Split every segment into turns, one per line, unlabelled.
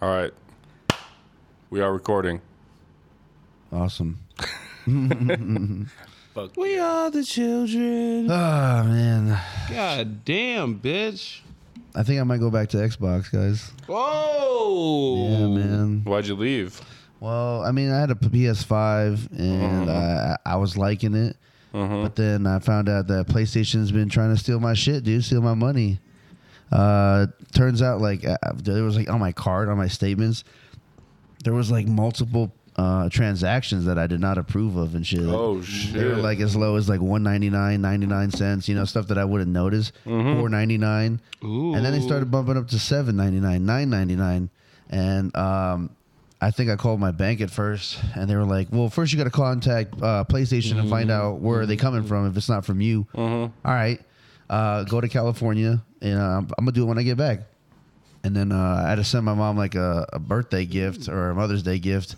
All right. We are recording.
Awesome.
Fuck
We are the children.
Ah man,
God damn, bitch.
I think I might go back to Xbox, guys.
Whoa.
Yeah, man.
Why'd you leave?
Well, I mean, I had a PS5 and
Uh-huh.
I I was liking it, but then I found out that PlayStation's been trying to steal my shit, dude, steal my money. Uh, turns out, like, uh, there was like on my card, on my statements, there was like multiple uh, transactions that I did not approve of and shit.
Oh
They were
shit!
like as low as like 199 99 cents you know stuff that i wouldn't notice
Mm-hmm.
499
Ooh.
and then they started bumping up to 799 999 and um I think I called my bank at first, and they were like, "Well, first you got to contact uh, PlayStation and find out where they coming from. If it's not from you, All right, uh, go to California, and uh, I'm I'm gonna do it when I get back." And then uh, I had to send my mom like a, a birthday gift or a Mother's Day gift,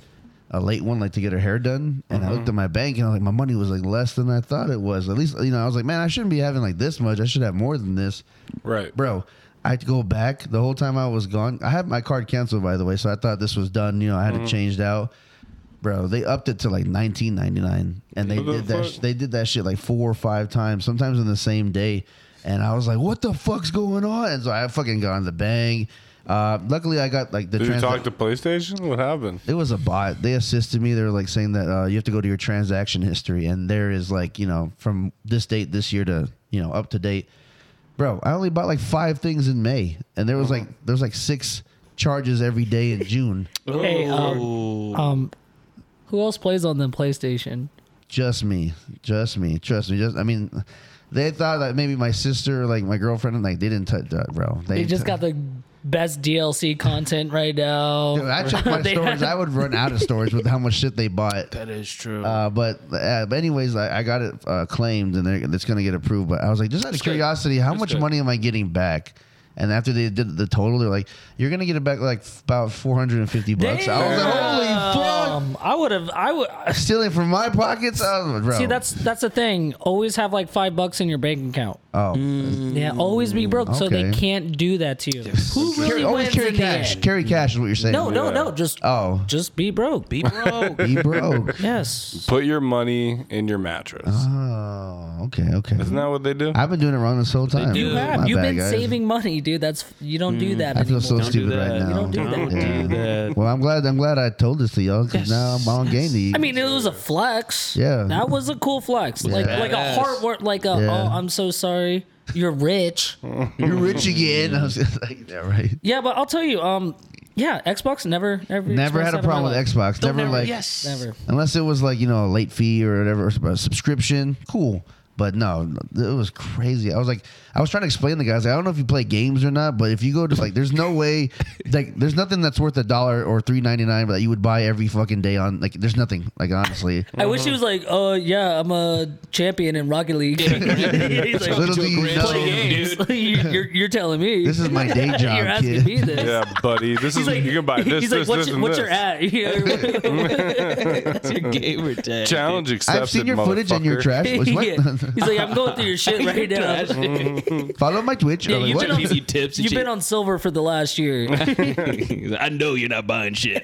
a late one, like to get her hair done. And I looked at my bank and I was like, my money was like less than I thought it was. At least, you know, I was like, man, I shouldn't be having like this much. I should have more than this.
right,
Bro, I had to go back the whole time I was gone. I had my card canceled, by the way. So I thought this was done. You know, I
Mm.
had it changed out. Bro, they upped it to like nineteen ninety nine, and they
What the
did that.
fuck?
sh- They did that shit like four or five times, sometimes in the same day. And I was like, "What the fuck's going on?" And so I fucking got on the bang. Uh, luckily, I got like the.
Did you
transa-
talk to PlayStation? What happened?
it was a bot. They assisted me. They were like saying that uh, you have to go to your transaction history, and there is like you know from this date this year to you know up to date. Bro, I only bought like five things in May, and there was like
Uh-huh.
there was like six charges every day in June.
Hey, um, um, who else plays on the PlayStation?
just me, just me, trust me. Just I mean, they thought that maybe my sister, like my girlfriend, like they didn't touch that, bro.
They just got the best DLC content right now.
Dude, I checked my
They
storage.
had-
I would run out of storage with how much shit they bought.
That is true.
Uh, but, uh, but anyways, I, I got it uh, claimed and they're- it's going to get approved. But I was like, just out of curiosity, how much money am I getting back? And after they did the total, they're like, you're going to get it back like f- about 450 bucks. I was like, holy fuck.
Um, I would have. I would.
Stealing from my pockets? Oh, bro.
See, that's that's the thing. Always have like five bucks in your bank account.
Oh.
Yeah, always be broke, so they
okay.
can't do that to you. Who really
Carry- always
wins
carry
in the
cash.
end?
Carry cash is what you're saying.
No, no, no. Just
Oh.
just be broke.
Be broke.
Be broke.
yes.
Put your money in your mattress.
Uh,
oh, okay, okay.
Isn't that what they do?
I've been doing it wrong this whole time.
You
My
have. You've
bad,
been
guys.
saving money, dude. That's you don't do that
I feel
anymore.
so
Mm. Don't do
stupid right
that.
now.
You
don't do that.
Yeah.
Don't do that.
Well, I'm glad. I'm glad I told this to y'all because now I'm on game. To
I mean, it was a flex.
Yeah.
that was a cool flex. Like like a
Badass.
hard work. Like a
Yeah.
oh, I'm so sorry. You're rich.
you're rich again. I was just like, yeah, right.
yeah, but I'll tell you. Um, yeah, Xbox never never
Never had a problem with Xbox. Never, like
yes.
Never.
unless it was like you know a late fee or whatever or a subscription. Cool. But no, it was crazy. I was like, I was trying to explain to the guys. Like, I don't know if you play games or not, but if you go to like, there's no way, like, there's nothing that's worth a dollar or three ninety nine that you would buy every fucking day on. Like, there's nothing. Like, honestly,
I
Uh-huh.
wish he was like, uh, yeah, I'm a champion in Rocket League. He's like,
little do you know,
play games. you're, you're, you're telling me.
this is my day job,
You're asking
kid.
me this.
yeah, buddy. This is you can buy this,
he's
this,
like, what's,
this,
your-
and
what's
this.
your at? Yeah.
That's your gamer tag.
Challenge accepted.
I've seen your footage and your
motherfucker.
trash. Wait, what?
He's like, I'm going through your shit right now.
Mm-hmm. Follow my Twitch.
Yeah,
I'm like,
you've
what?
been on,
Give you tips and
you've
shit.
been on silver for the last year.
I know you're not buying shit.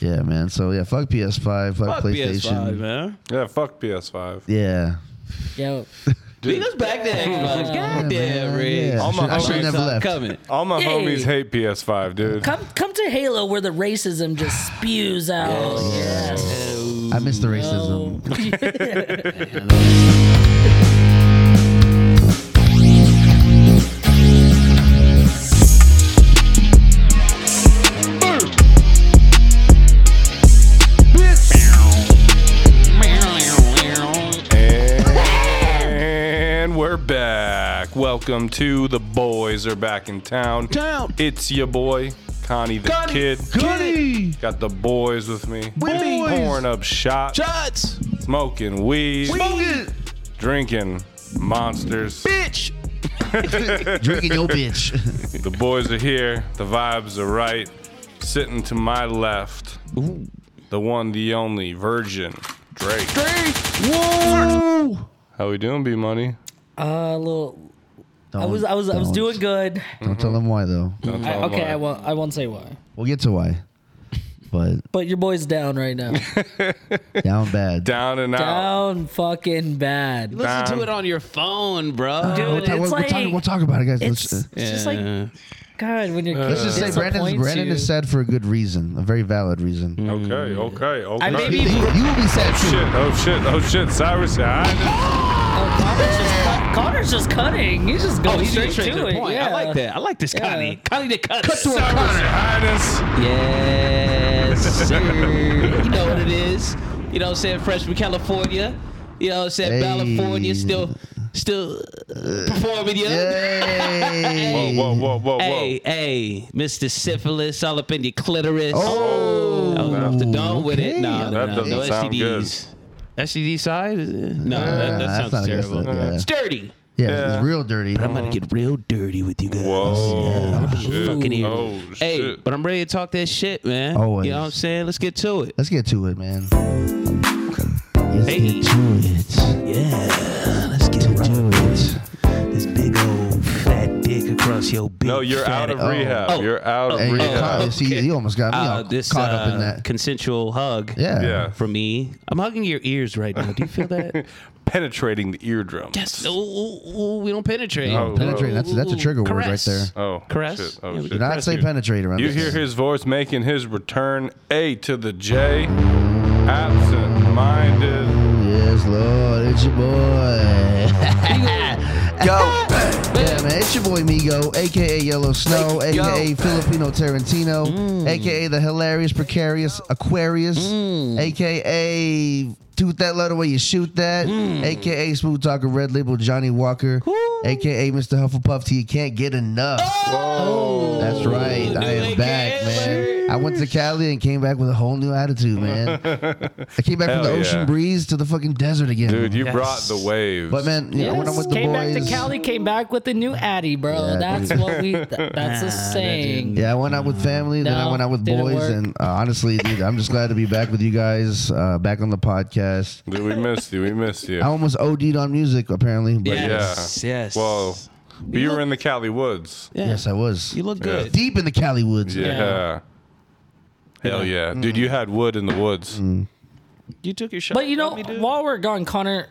Yeah, man. So yeah, fuck PS5, fuck,
Fuck
PlayStation.
PS5, man.
Yeah, fuck PS5.
Yeah.
Yo,
Beat us back to Xbox. God damn,
man,
Rig.
yeah.
All my
I
homies
should have never
Stop
left.
Coming.
All my
Yay.
homies hate PS5, dude.
come come to Halo where the racism just spews out. Yes.
I miss the racism.
And we're back. Welcome to the boys are back in town.
Town.
It's your boy Connie the
Connie.
kid.
Goody.
Got the boys with me.
Boys.
Pouring up shots,
Shots.
smoking weed,
Smoke
drinking monsters.
Bitch.
it. Drinking your bitch.
The boys are here. The vibes are right. Sitting to my left, the one, the only, Virgin Drake.
Whoa.
How we doing, B Money?
Uh, a little I was I was I was
don't.
doing good.
Don't tell them why though.
I,
Oh,
okay, I won't I won't say why.
We'll get to why. But
But your boy's down right now.
down bad.
Down and out.
down fucking bad.
Listen to
Listen
Damn.
to
it
it on your phone, bro.
Dude,
we'll,
it's
we'll- we'll
like
talk, we'll talk about it, guys.
it's,
Let's, uh,
it's just like God when
Uh,
you're.
let's just say Brandon. Brandon is sad for a good reason, a very valid reason.
Okay,
Mm.
okay, okay.
I may
You,
be-
think- you will be sad too.
Shit, oh shit, oh shit. Cyrus, I
Oh, Connor's, just cut, Connor's just cutting. He's just going
Oh, he's
straight,
straight, to the point.
Yeah.
I like that. I like this,
Yeah.
Connie. Connie the cut.
Cyrus, Highness.
Yes, sir. you know what it is. You know what I'm saying? Fresh from California. You know what I'm saying?
Hey.
California still still uh, performing you.
Whoa,
Yay.
whoa, whoa, whoa, whoa.
Hey, hey, Mr. Syphilis all up in your clitoris.
Oh,
I was off the dome with
okay.
it. No, no,
That
no,
doesn't
no
sound good.
STDs. STD side? No, that,
Uh,
that
that's
sounds
not a good
terrible.
look, yeah.
It's dirty.
Yeah,
Yeah.
it's real dirty.
I'm gonna get real dirty with you guys.
Whoa.
Fucking
Shit.
here.
Oh,
hey,
shit.
but I'm ready to talk that shit, man.
Always.
You know what I'm saying? Let's get to it.
Let's get to it, man. Let's
Hey.
get to it.
Yeah, let's get
Do it.
this big old fat dick across your big.
No, you're out of
Oh.
rehab.
Oh.
You're out of
Oh.
Hey, you
rehab.
caught-
okay.
see, you almost got me
uh,
all
this
caught up
uh,
in that.
consensual hug.
Yeah.
Yeah.
For me, I'm hugging your ears right now. Do you feel that?
Penetrating the eardrum.
yes. Ooh, ooh, ooh, we don't penetrate.
Oh.
Penetrate. That's that's a trigger word right
Caress.
there.
Oh,
Caress?
shit. Oh,
Yeah, we
shit.
Do not say penetrate around
You
this.
hear his voice making his return A to the J. Absent minded.
Yes, Lord, it's your boy.
Yo,
yeah, man, it's your boy Migo, aka Yellow Snow,
Hey, yo.
aka Filipino Tarantino, aka the hilarious precarious Aquarius, aka toot that letter where you shoot that, aka Smooth Talker Red Label Johnny Walker, aka Mr. Hufflepuff till you can't get enough.
Whoa.
Oh. That's right. I am
it
back,
again,
man. I went to Cali and came back with a whole new attitude, man. I came back
Hell
from the
yeah.
ocean breeze to the fucking desert again.
Dude, you
Yes.
brought the waves.
but man, you know, when I'm with the
came
boys,
back to Cali, came back with a new Addy, bro.
Yeah,
that's what we. th- That's a saying.
yeah, I went out with family, then I
No,
went out with
didn't
boys,
work.
and uh, honestly, dude, I'm just glad to be back with you guys, uh, back on the podcast.
Dude, we missed you. We missed you.
I almost OD'd on music, apparently, but
Yeah. Yes,
yeah.
yes.
Whoa. But you were in the Cali woods.
Yeah.
yes, I was
You look
Yeah.
good.
deep in the Cali woods.
Yeah. Hell yeah.
Mm.
Dude, you had wood in the woods.
Mm.
You took your shot.
But you know,
Let me do it.
while we're gone, Connor,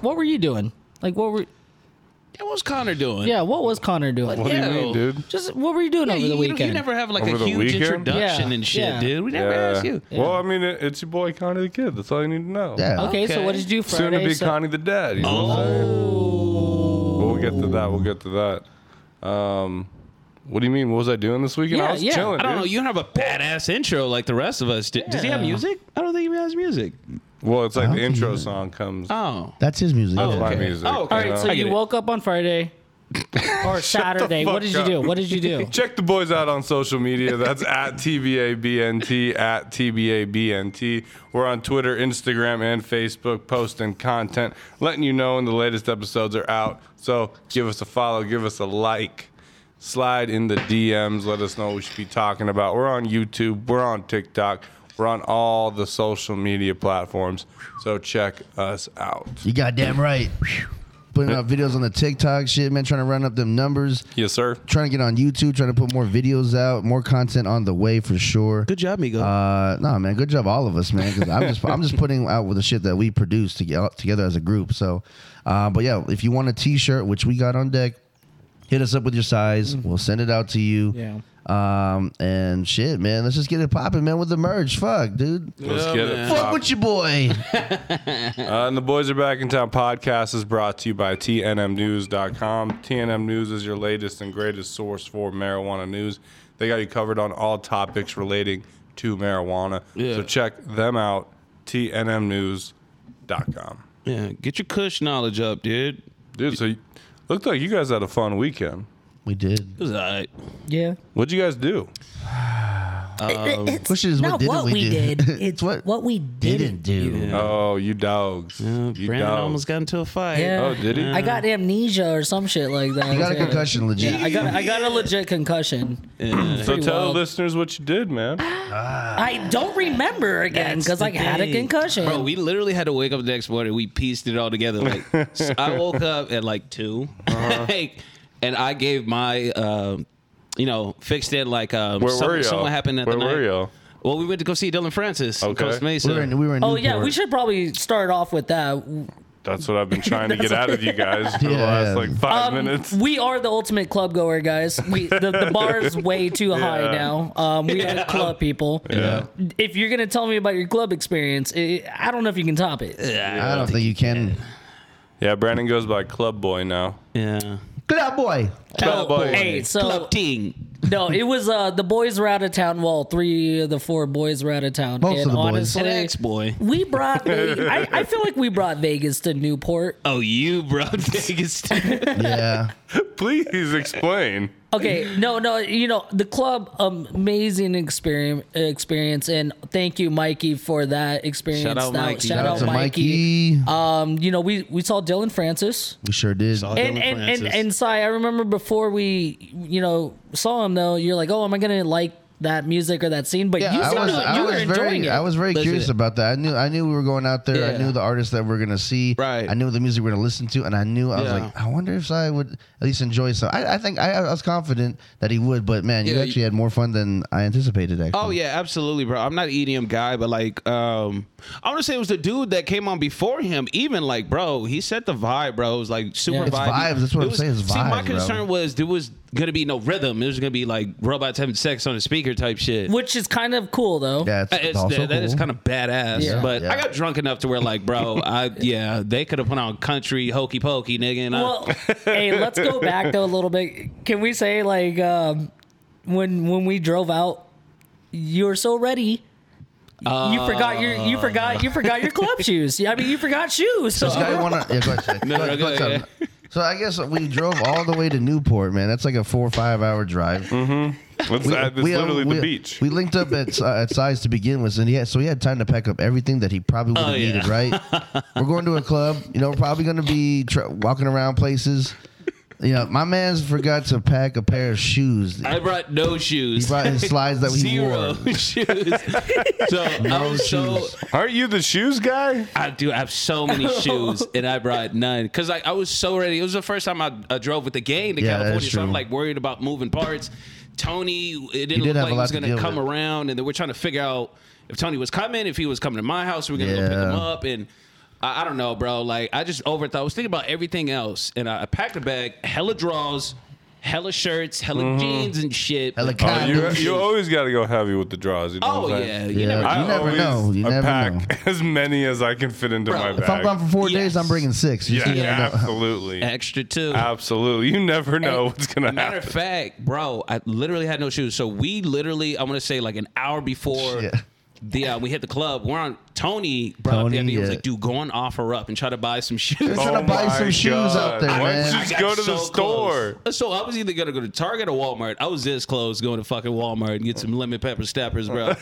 what were you doing? Like, what were?
Yeah, what's Connor doing?
Yeah, what was Connor doing?
What do
Yeah.
you mean, dude?
Just what were you doing
Yeah,
over
you,
the
you-
weekend?
You never have like
Over the
a huge
weekend?
introduction
Yeah.
and shit,
Yeah.
dude. We never ask you.
Well, I mean, it, it's your boy Connie the Kid. That's all you need to know.
Yeah.
okay, so
Okay.
what did you do Friday?
Soon to be
so-
Connie the Dad. You know what I'm saying?
Oh.
We'll get to that. We'll get to that. Um, what do you mean? What was I doing this weekend?
Yeah,
I was
yeah.
chilling.
I don't know.
dude.
You don't have a badass intro like the rest of us. Did, Does he have music? I don't think he has music.
Well, it's like
don't
the
think
intro
you-
song comes.
Oh.
That's his music.
Oh,
yeah.
my
okay.
music.
Oh, okay.
All
You
right,
know?
so
I get
you
it.
woke up on Friday or Saturday. What did you
fuck
do?
up.
What did you do?
Check the boys out on social media. That's at TBABNT, at TBABNT. We're on Twitter, Instagram, and Facebook posting content, letting you know when the latest episodes are out. So give us a follow, give us a like, slide in the DMs, let us know what we should be talking about. We're on YouTube, we're on TikTok, we're on all the social media platforms. So check us out.
You goddamn right. Putting out videos on the TikTok shit, man, trying to run up them numbers.
Yes, sir.
trying to get on YouTube, trying to put more videos out, more content on the way for sure.
Good job, Migo.
Uh, nah, man, good job all of us, man. Because I'm just I'm just putting out with the shit that we produce to get together as a group. So, uh, but yeah, if you want a T-shirt, which we got on deck, hit us up with your size. We'll send it out to you.
Mm. Yeah.
Um, and shit, man, let's just get it popping, man, with the merge. Fuck, dude.
Let's
Yeah,
get
man.
it.
Fuck
poppin'.
with your boy.
Uh, and the Boys Are Back in Town podcast is brought to you by TNMnews.com. TNM News is your latest and greatest source for marijuana news. They got you covered on all topics relating to marijuana.
Yeah.
So check them out, TNMnews.com.
yeah, get your Kush knowledge up, dude.
Dude, so you, looked like you guys had a fun weekend.
We did.
It was all right.
Yeah.
What'd you guys do?
Which is what
Not
didn't
what
we,
we
do?
did.
it's what
What we
didn't
didn't.
do.
Oh, you dogs.
Uh,
you
Brandon
dogs.
almost got into a fight.
Yeah.
oh, did he?
I got amnesia or some shit like that.
You got a
Yeah.
concussion, legit.
I got I got a legit concussion.
so
pretty
tell
wild.
the listeners what you did, man.
I don't remember again because I had a concussion.
Bro, we literally had to wake
Uh-huh.
up the next morning. We pieced it all together. Like, so I woke up at like 2 like, and I gave my, uh, you know, fixed it like um,
Where
some-
were y'all?
something happened at the
Where
night.
were y'all?
Well, we went to go see Dylan Francis. in
Okay.
Costa Mesa.
We were in, we were in
Oh
Newport.
yeah, we should probably start off with that.
That's what I've been trying to get out of you guys for the
Yeah, Um,
last
yeah.
like five minutes.
Um, We are the ultimate club goer, guys. We the, the bar is way too high now. Um, we are club people.
Yeah.
If you're gonna tell me about your club experience, it, I don't know if you can top it.
I don't think you can.
Yeah, Brandon goes by Club Boy now.
Yeah.
Good out, boy.
Club Boy.
Hey, so
Club Ting.
no, it was uh the boys were out of town. Well, three of the four boys were out of town.
Most
and
of the boys.
honestly,
An ex boy.
we brought. Vegas, I, I feel like we brought Vegas to Newport.
Oh, you brought Vegas. to-
Yeah.
Please explain.
Okay, no, no, you know the club, um, amazing experience, experience, and thank you, Mikey, for that experience.
Shout out
That-
Mikey.
Shout
Shout out
out
to
Mikey.
Mikey.
Um, you know, we we saw Dylan Francis.
we sure did.
Saw
and
Dylan
and, and
Francis.
and Si, I remember before we, you know, saw him though. You're like, oh, am I gonna like that music or that scene? But
Yeah,
you,
I
seemed
was,
to-
I
you
was
were enjoying
very,
it.
I was very
Listen.
curious about that. I knew, I knew we were going out there. I
Yeah.
knew the artists that we're gonna see.
Right.
I knew the music we're gonna listen to, and I knew I was
Yeah.
like, I wonder if I would at least enjoy some. I, I think I, I was confident that he would, but man, you
Yeah,
actually had more fun than I anticipated. Actually.
Oh yeah, absolutely, bro. I'm not an EDM guy, but like, um, I want to say it was the dude that came on before him. Even like, bro, he set the vibe, bro. It was like super
Yeah.
vibe.
It's
vibes, that's what
It
I'm
was-
saying, it's
See, my
vibes, bro.
concern was there was gonna be no rhythm. It was gonna be like robots having sex on a speaker type shit.
which is kind of cool though.
Yeah, it's,
Uh, it's-
it's also
that- that is
cool.
kind of badass.
Yeah.
But
Yeah.
I got drunk enough to where like, bro, I yeah, they could have put on country hokey pokey, nigga. And
Well, hey, let's go back though a little bit. Can we say like um, when when we drove out, you were so ready. You forgot your you forgot you forgot your club shoes. Yeah, I mean you forgot shoes. So
This guy wanna- yeah, go ahead, Shaq.
No,
Go ahead,
no,
go ahead,
go ahead,
Shaq. So I guess we drove all the way to Newport, man. That's like a four or five hour drive.
What's that? It's literally the beach.
uh, um, We linked up at uh, at size to begin with, and yeah, so he had time to pack up everything that he probably would have
Oh, yeah.
needed. Right? we're going to a club. You know, we're probably going to be tra- walking around places. You know, my man's forgot to pack a pair of shoes.
I, I brought no shoes.
He brought his slides that he
Zero
wore.
Oh,
shoes. So I was so
shoes.
Aren't you the shoes guy?
I do. I have so many shoes, and I brought none because like I was so ready. It was the first time I, I drove with the gang to
Yeah, that
California,
is
so I'm
true.
like worried about moving parts. Tony, it didn't
did
look
have
like
a
he
lot
was
to
going
deal
to come
with.
around, and then we're trying to figure out if Tony was coming, if he was coming to my house, we are going to go pick
Yeah.
him up, and. I I don't know, bro. Like I just overthought. I was thinking about everything else, and I, I packed a bag, hella draws, hella shirts, hella jeans and shit.
Mm-hmm. Hella
Oh,
Oh, you,
Condoms.
you always got to go heavy with the draws. You know what I'm
yeah,
saying?
you
Oh, Yeah.
never
I
know.
never
always
know, you never
pack
know.
as many as I can fit into
Bro,
my bag.
If I'm gone for four
Yes.
days, I'm bringing six. You
yeah,
see, I know.
absolutely,
extra too.
absolutely. You never know what's gonna
Matter
happen.
of fact, bro, I literally had no shoes. So we literally, I want to say like an hour before
Shit.
the uh, we hit the club. We're on Tony brought up the
Tony,
idea. He was
yeah.
like, "Dude, go on offer up and try to buy some shoes."
Oh, trying to buy some
my
shoes out there,
Why
man.
don't you
I
just
got
go to the
so
store?
close. So I was either gonna go to Target or Walmart. I was this close going to fucking Walmart and get some lemon pepper snappers, bro.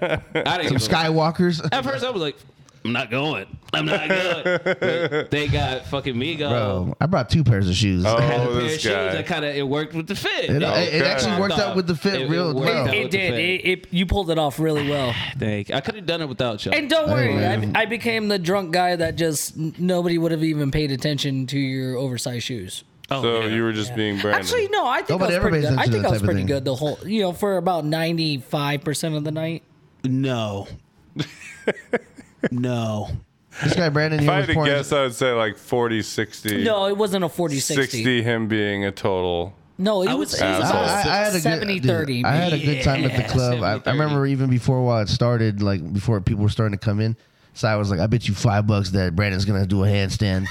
I didn't. give a-
Skywalkers.
At first, I was like, "I'm not going. I'm not going." But they got fucking Migo.
Bro, I brought two pairs of shoes.
Oh,
had a pair of
this
shoes
guy.
that kind of it worked with the fit.
It-
Yeah.
it-
it
That's
actually
what
worked
I
out
thought.
with the fit real
worked
well.
out
it
with the
did.
fit.
It, it you pulled it off really well.
Thank. I could have done it without y'all.
And don't worry,
man.
I, I became the drunk guy that just n- nobody would have even paid attention to your oversized shoes.
oh,
So
yeah.
you were just being Brandon.
Actually, no, I think
but
I was pretty
everybody's
good. I
into
think
that
I was
type of
pretty
thing.
good the whole, you know, for about ninety five percent of the night.
no, no.
This guy Brandon
if
here
I
was
had to
pouring.
guess, I would say like 40, 60.
No, it wasn't a 40 60.
60 him being a total.
No, it
I
was,
would
it
say
was
so.
about
I, I- I had a
70
good, dude,
30.
I had a good time at the
Yeah,
club. I,
70-30.
I remember even before while it started, like before people were starting to come in. So I was like, I bet you five bucks that Brandon's gonna do a handstand.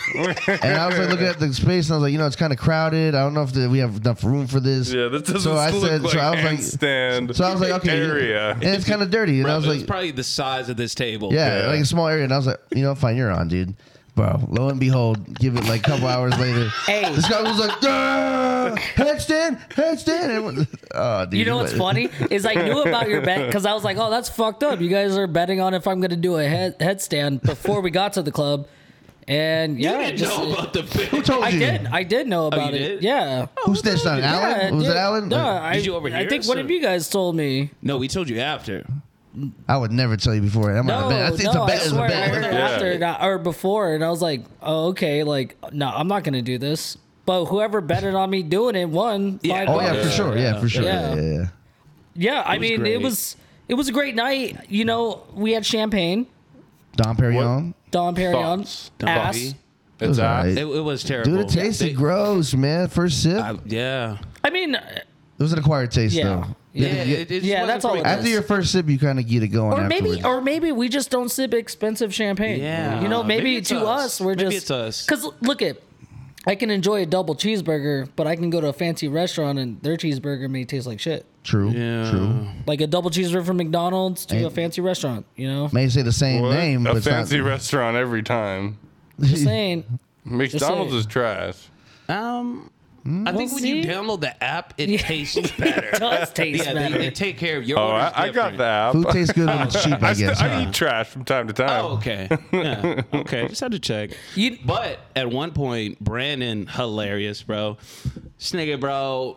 and I was like looking at the space, and I was like, you know, it's kind of crowded. I don't know if the, we have enough room for this.
Yeah, that doesn't
I
look like
so I was like,
handstand
so I was like, okay,
area.
and it's kind of dirty. And I was
It's
like,
probably the size of this table.
yeah,
Yeah.
like a small area. And I was like, you know, fine, you're on, dude. Bro, lo and behold, give it like a couple hours later.
Hey.
This guy was like, "Yeah, headstand, headstand. And it was- oh, dude,
you know what's funny is I knew about your bet because I was like, oh, that's fucked up. You guys are betting on if I'm going to do a head headstand before we got to the club, and
You
yeah,
didn't
just-
know about the fit.
Who told
I
you?
did. I did know about
you
it.
did?
Yeah.
Who snitched on Alan?
Yeah, I
was it
did.
Alan?
No,
Like,
I,
Did you overhear
I think
us,
one
or-
of you guys told me.
No, we told you after.
I would never tell you before. I'm
No,
not a bet. I think it's
no,
a bet.
I
It's a
swear I heard
bet.
it
Yeah.
after and I- or before, and I was like, oh, okay, like no, I'm not gonna do this. But whoever betted on me doing it won.
Yeah.
five
Oh yeah,
bucks.
for sure. Yeah, for sure. Yeah,
Yeah.
yeah, yeah.
Yeah, I
was
mean,
great.
it was it was a great night. You know, we had champagne,
Dom Perignon.
Don Perignon,
Thoughts?
ass.
It was
It's ass.
alright.
It, it was terrible.
Dude, it tasted
They-
gross, man. First sip.
I- yeah.
I mean, uh,
it was an acquired taste,
Yeah.
though.
Yeah,
You-
it,
you-
it just
Yeah,
wasn't
that's all
great.
it
after your first sip, you kind of get it going.
or maybe,
afterwards.
or maybe we just don't sip expensive champagne.
Yeah.
you know, maybe,
Maybe it's
to
us.
us, we're
Maybe
just
it's us.
Because look at, I can enjoy a double cheeseburger, but I can go to a fancy restaurant and their cheeseburger may taste like shit.
true,
Yeah.
true.
Like a double cheeseburger from McDonald's to
Ain't-
a fancy restaurant. You know,
May say the same
What?
name, but
a
it's not-
fancy restaurant every time.
just saying.
McDonald's
say-
is trash.
Um,
Hmm?
I think
Well,
when you
see?
download the app, it
Yeah.
tastes better.
It does taste
yeah,
better.
They, they take care of your.
Oh,
orders
I, I got
different.
that.
food tastes good when it's cheap. I,
I, st-
guess.
I
huh?
eat trash from time to time.
Oh, okay. Yeah. Okay. Just had to check.
You-
but at one point, Brandon, hilarious, bro. Snigger, bro.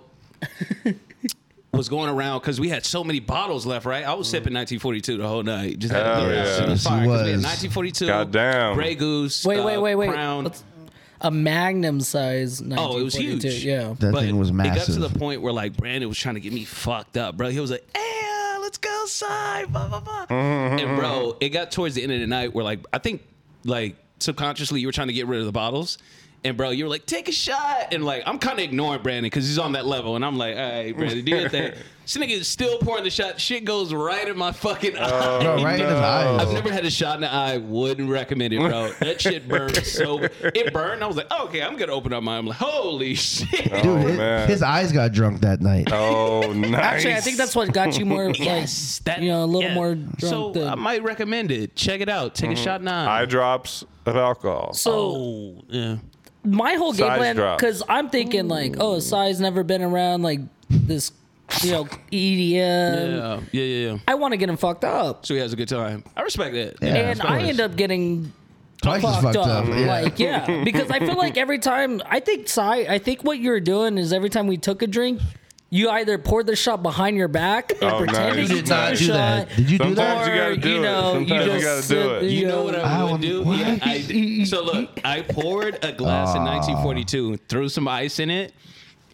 Was going around because we had so many bottles left, right? I was sipping 1942 the whole night. Just had to
Hell
get it out.
yeah.
It was
Yes, he
fire 'cause we had
was.
1942.
Goddamn.
Grey Goose.
Wait,
uh,
wait, wait, wait.
Crown.
Let's- a magnum size.
Oh, it was
1942,
huge.
Yeah.
that thing was
It got
massive.
to the point where like Brandon was trying to get me fucked up, bro. He was like, "Hey, uh, let's go outside, blah blah blah." and bro, it got towards the end of the night where like I think like subconsciously you were trying to get rid of the bottles. And bro, you were like, take a shot, and like I'm kind of ignoring Brandon because he's on that level, and I'm like, all right, Brandon, do your thing. this nigga is still pouring the shot. Shit goes right in my fucking eye.
Bro, right in his
No.
eyes.
I've never had a shot in the eye. Wouldn't recommend it, bro. That shit burned so. It burned. I was like, "Oh, okay, I'm gonna open up my. I'm like, holy shit.
Dude,
Oh,
his,
man.
his eyes got drunk that night.
Oh, nice.
Actually, I think that's what got you more. like,
Yes, that
you know, a little
yeah.
more drunk.
So um,
than-
I might recommend it. Check it out. Take a shot now.
Eye drops of alcohol.
so
oh
Um,
yeah.
my whole game
Size
plan,
drop.
because I'm thinking like, oh, size never been around like this, you know, EDM.
yeah, yeah, yeah, yeah.
I want to get him fucked up,
So he has a good time. I respect that.
Yeah,
and
of
I
course.
end up getting
Twice as
fucked,
fucked
up.
up. Yeah.
Like, yeah, because I feel like every time I think Sai, I think what you were doing is every time we took a drink, you either poured the shot behind your back and
Oh, nice.
pretended you
You did
took a
not do
shot.
that. Did you do that?
Sometimes you gotta
or,
do
you know,
it.
you
Sometimes you,
just
gotta do
sip-
it.
You know what Ah. I
I
would do?
want-
Yeah, I, so look, I poured a glass in 1942, threw some ice in it,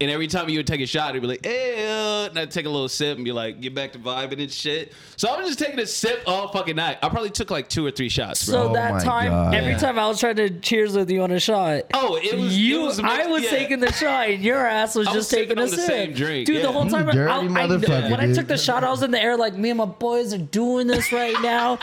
and every time you would take a shot, it'd be like, "Hey," uh," and I'd take a little sip and be like, "Get back to vibing and shit." So I was just taking a sip all fucking night. I probably took like two or three shots. Bro.
So
Oh
that
my
time,
God.
every
Yeah.
time I was trying to cheers with you on a shot,
oh, it was
you,
It was a mix-
I was
yeah.
taking the shot, and your ass was
I
just
was
taking
sipping
a
on the
sip.
same drink,
dude,
yeah.
the whole
You
time
dirty
I, I,
motherfucker,
when I
dude.
took the shot, I was in the air like, me and my boys are doing this right now.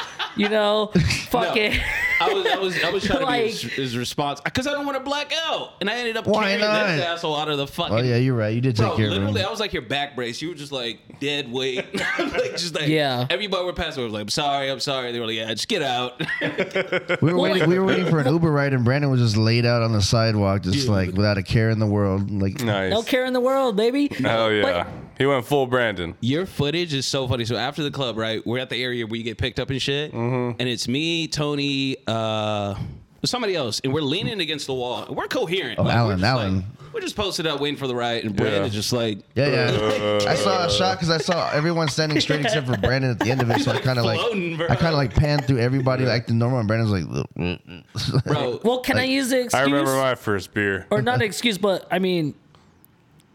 You know, fuck
No.
it.
I was, I was, I was trying to be
Like-
his, his response because I don't want to black out, and I ended up
Why
carrying
not?
this asshole out of the fucking.
Oh yeah, you're right. You did take
Bro,
care of
literally, I
him.
was like your back brace. You were just like dead weight, like just like
Yeah.
Everybody were passing. was like, "I'm sorry, I'm sorry." They were like, "Yeah, just get out."
We were, waiting, we were waiting for an Uber ride, and Brandon was just laid out on the sidewalk, just like without a care in the world. Like,
Nice.
No care in the world, baby.
Hell yeah. he went full Brandon.
your footage is so funny. So after the club, right? We're at the area where you get picked up and shit,
Mm-hmm.
and it's me, Tony, uh, somebody else, and we're leaning against the wall. We're coherent.
Oh,
we're
Alan,
just
Alan.
like- we're just posted up waiting for the ride, and Brandon
Yeah.
is just like.
yeah, yeah. I saw a shot because I saw everyone standing straight except for Brandon at the end of it. So I kind of like,
Floating, bro.
I kind of like panned through everybody acting normal, and Brandon's like, "Ugh." mm,
Bro,
Well, can I use the excuse?
I remember my first beer.
or not excuse, but I mean,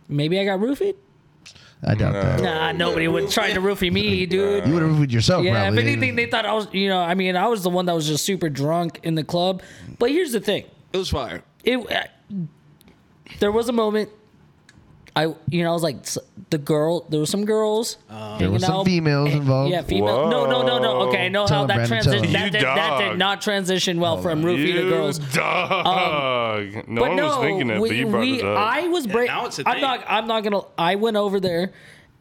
maybe I got roofied?
I doubt that.
Oh,
Nah, nobody would try to roofie me, dude.
You would have with yourself,
Yeah,
probably.
if anything, they thought I was, you know, I mean, I was the one that was just super drunk in the club. But here's the thing
it was fire.
it, uh, there was a moment, I, you know, I was like, s- the girl, there were some girls.
Oh. there were
hanging
some
out.
females
eh,
involved.
Yeah, female. No, no, no, no. Okay, I know
Tell
how
him, Brandon,
that
tell
transition.
him.
That,
You
did- that
dog.
did not transition well from roofie
You
to girls. Um,
dog. no
But
one
no,
was thinking it,
we,
but you brought
we-
it up.
I was break.
now it's a
I'm
thing.
not. I'm not gonna. I went over there,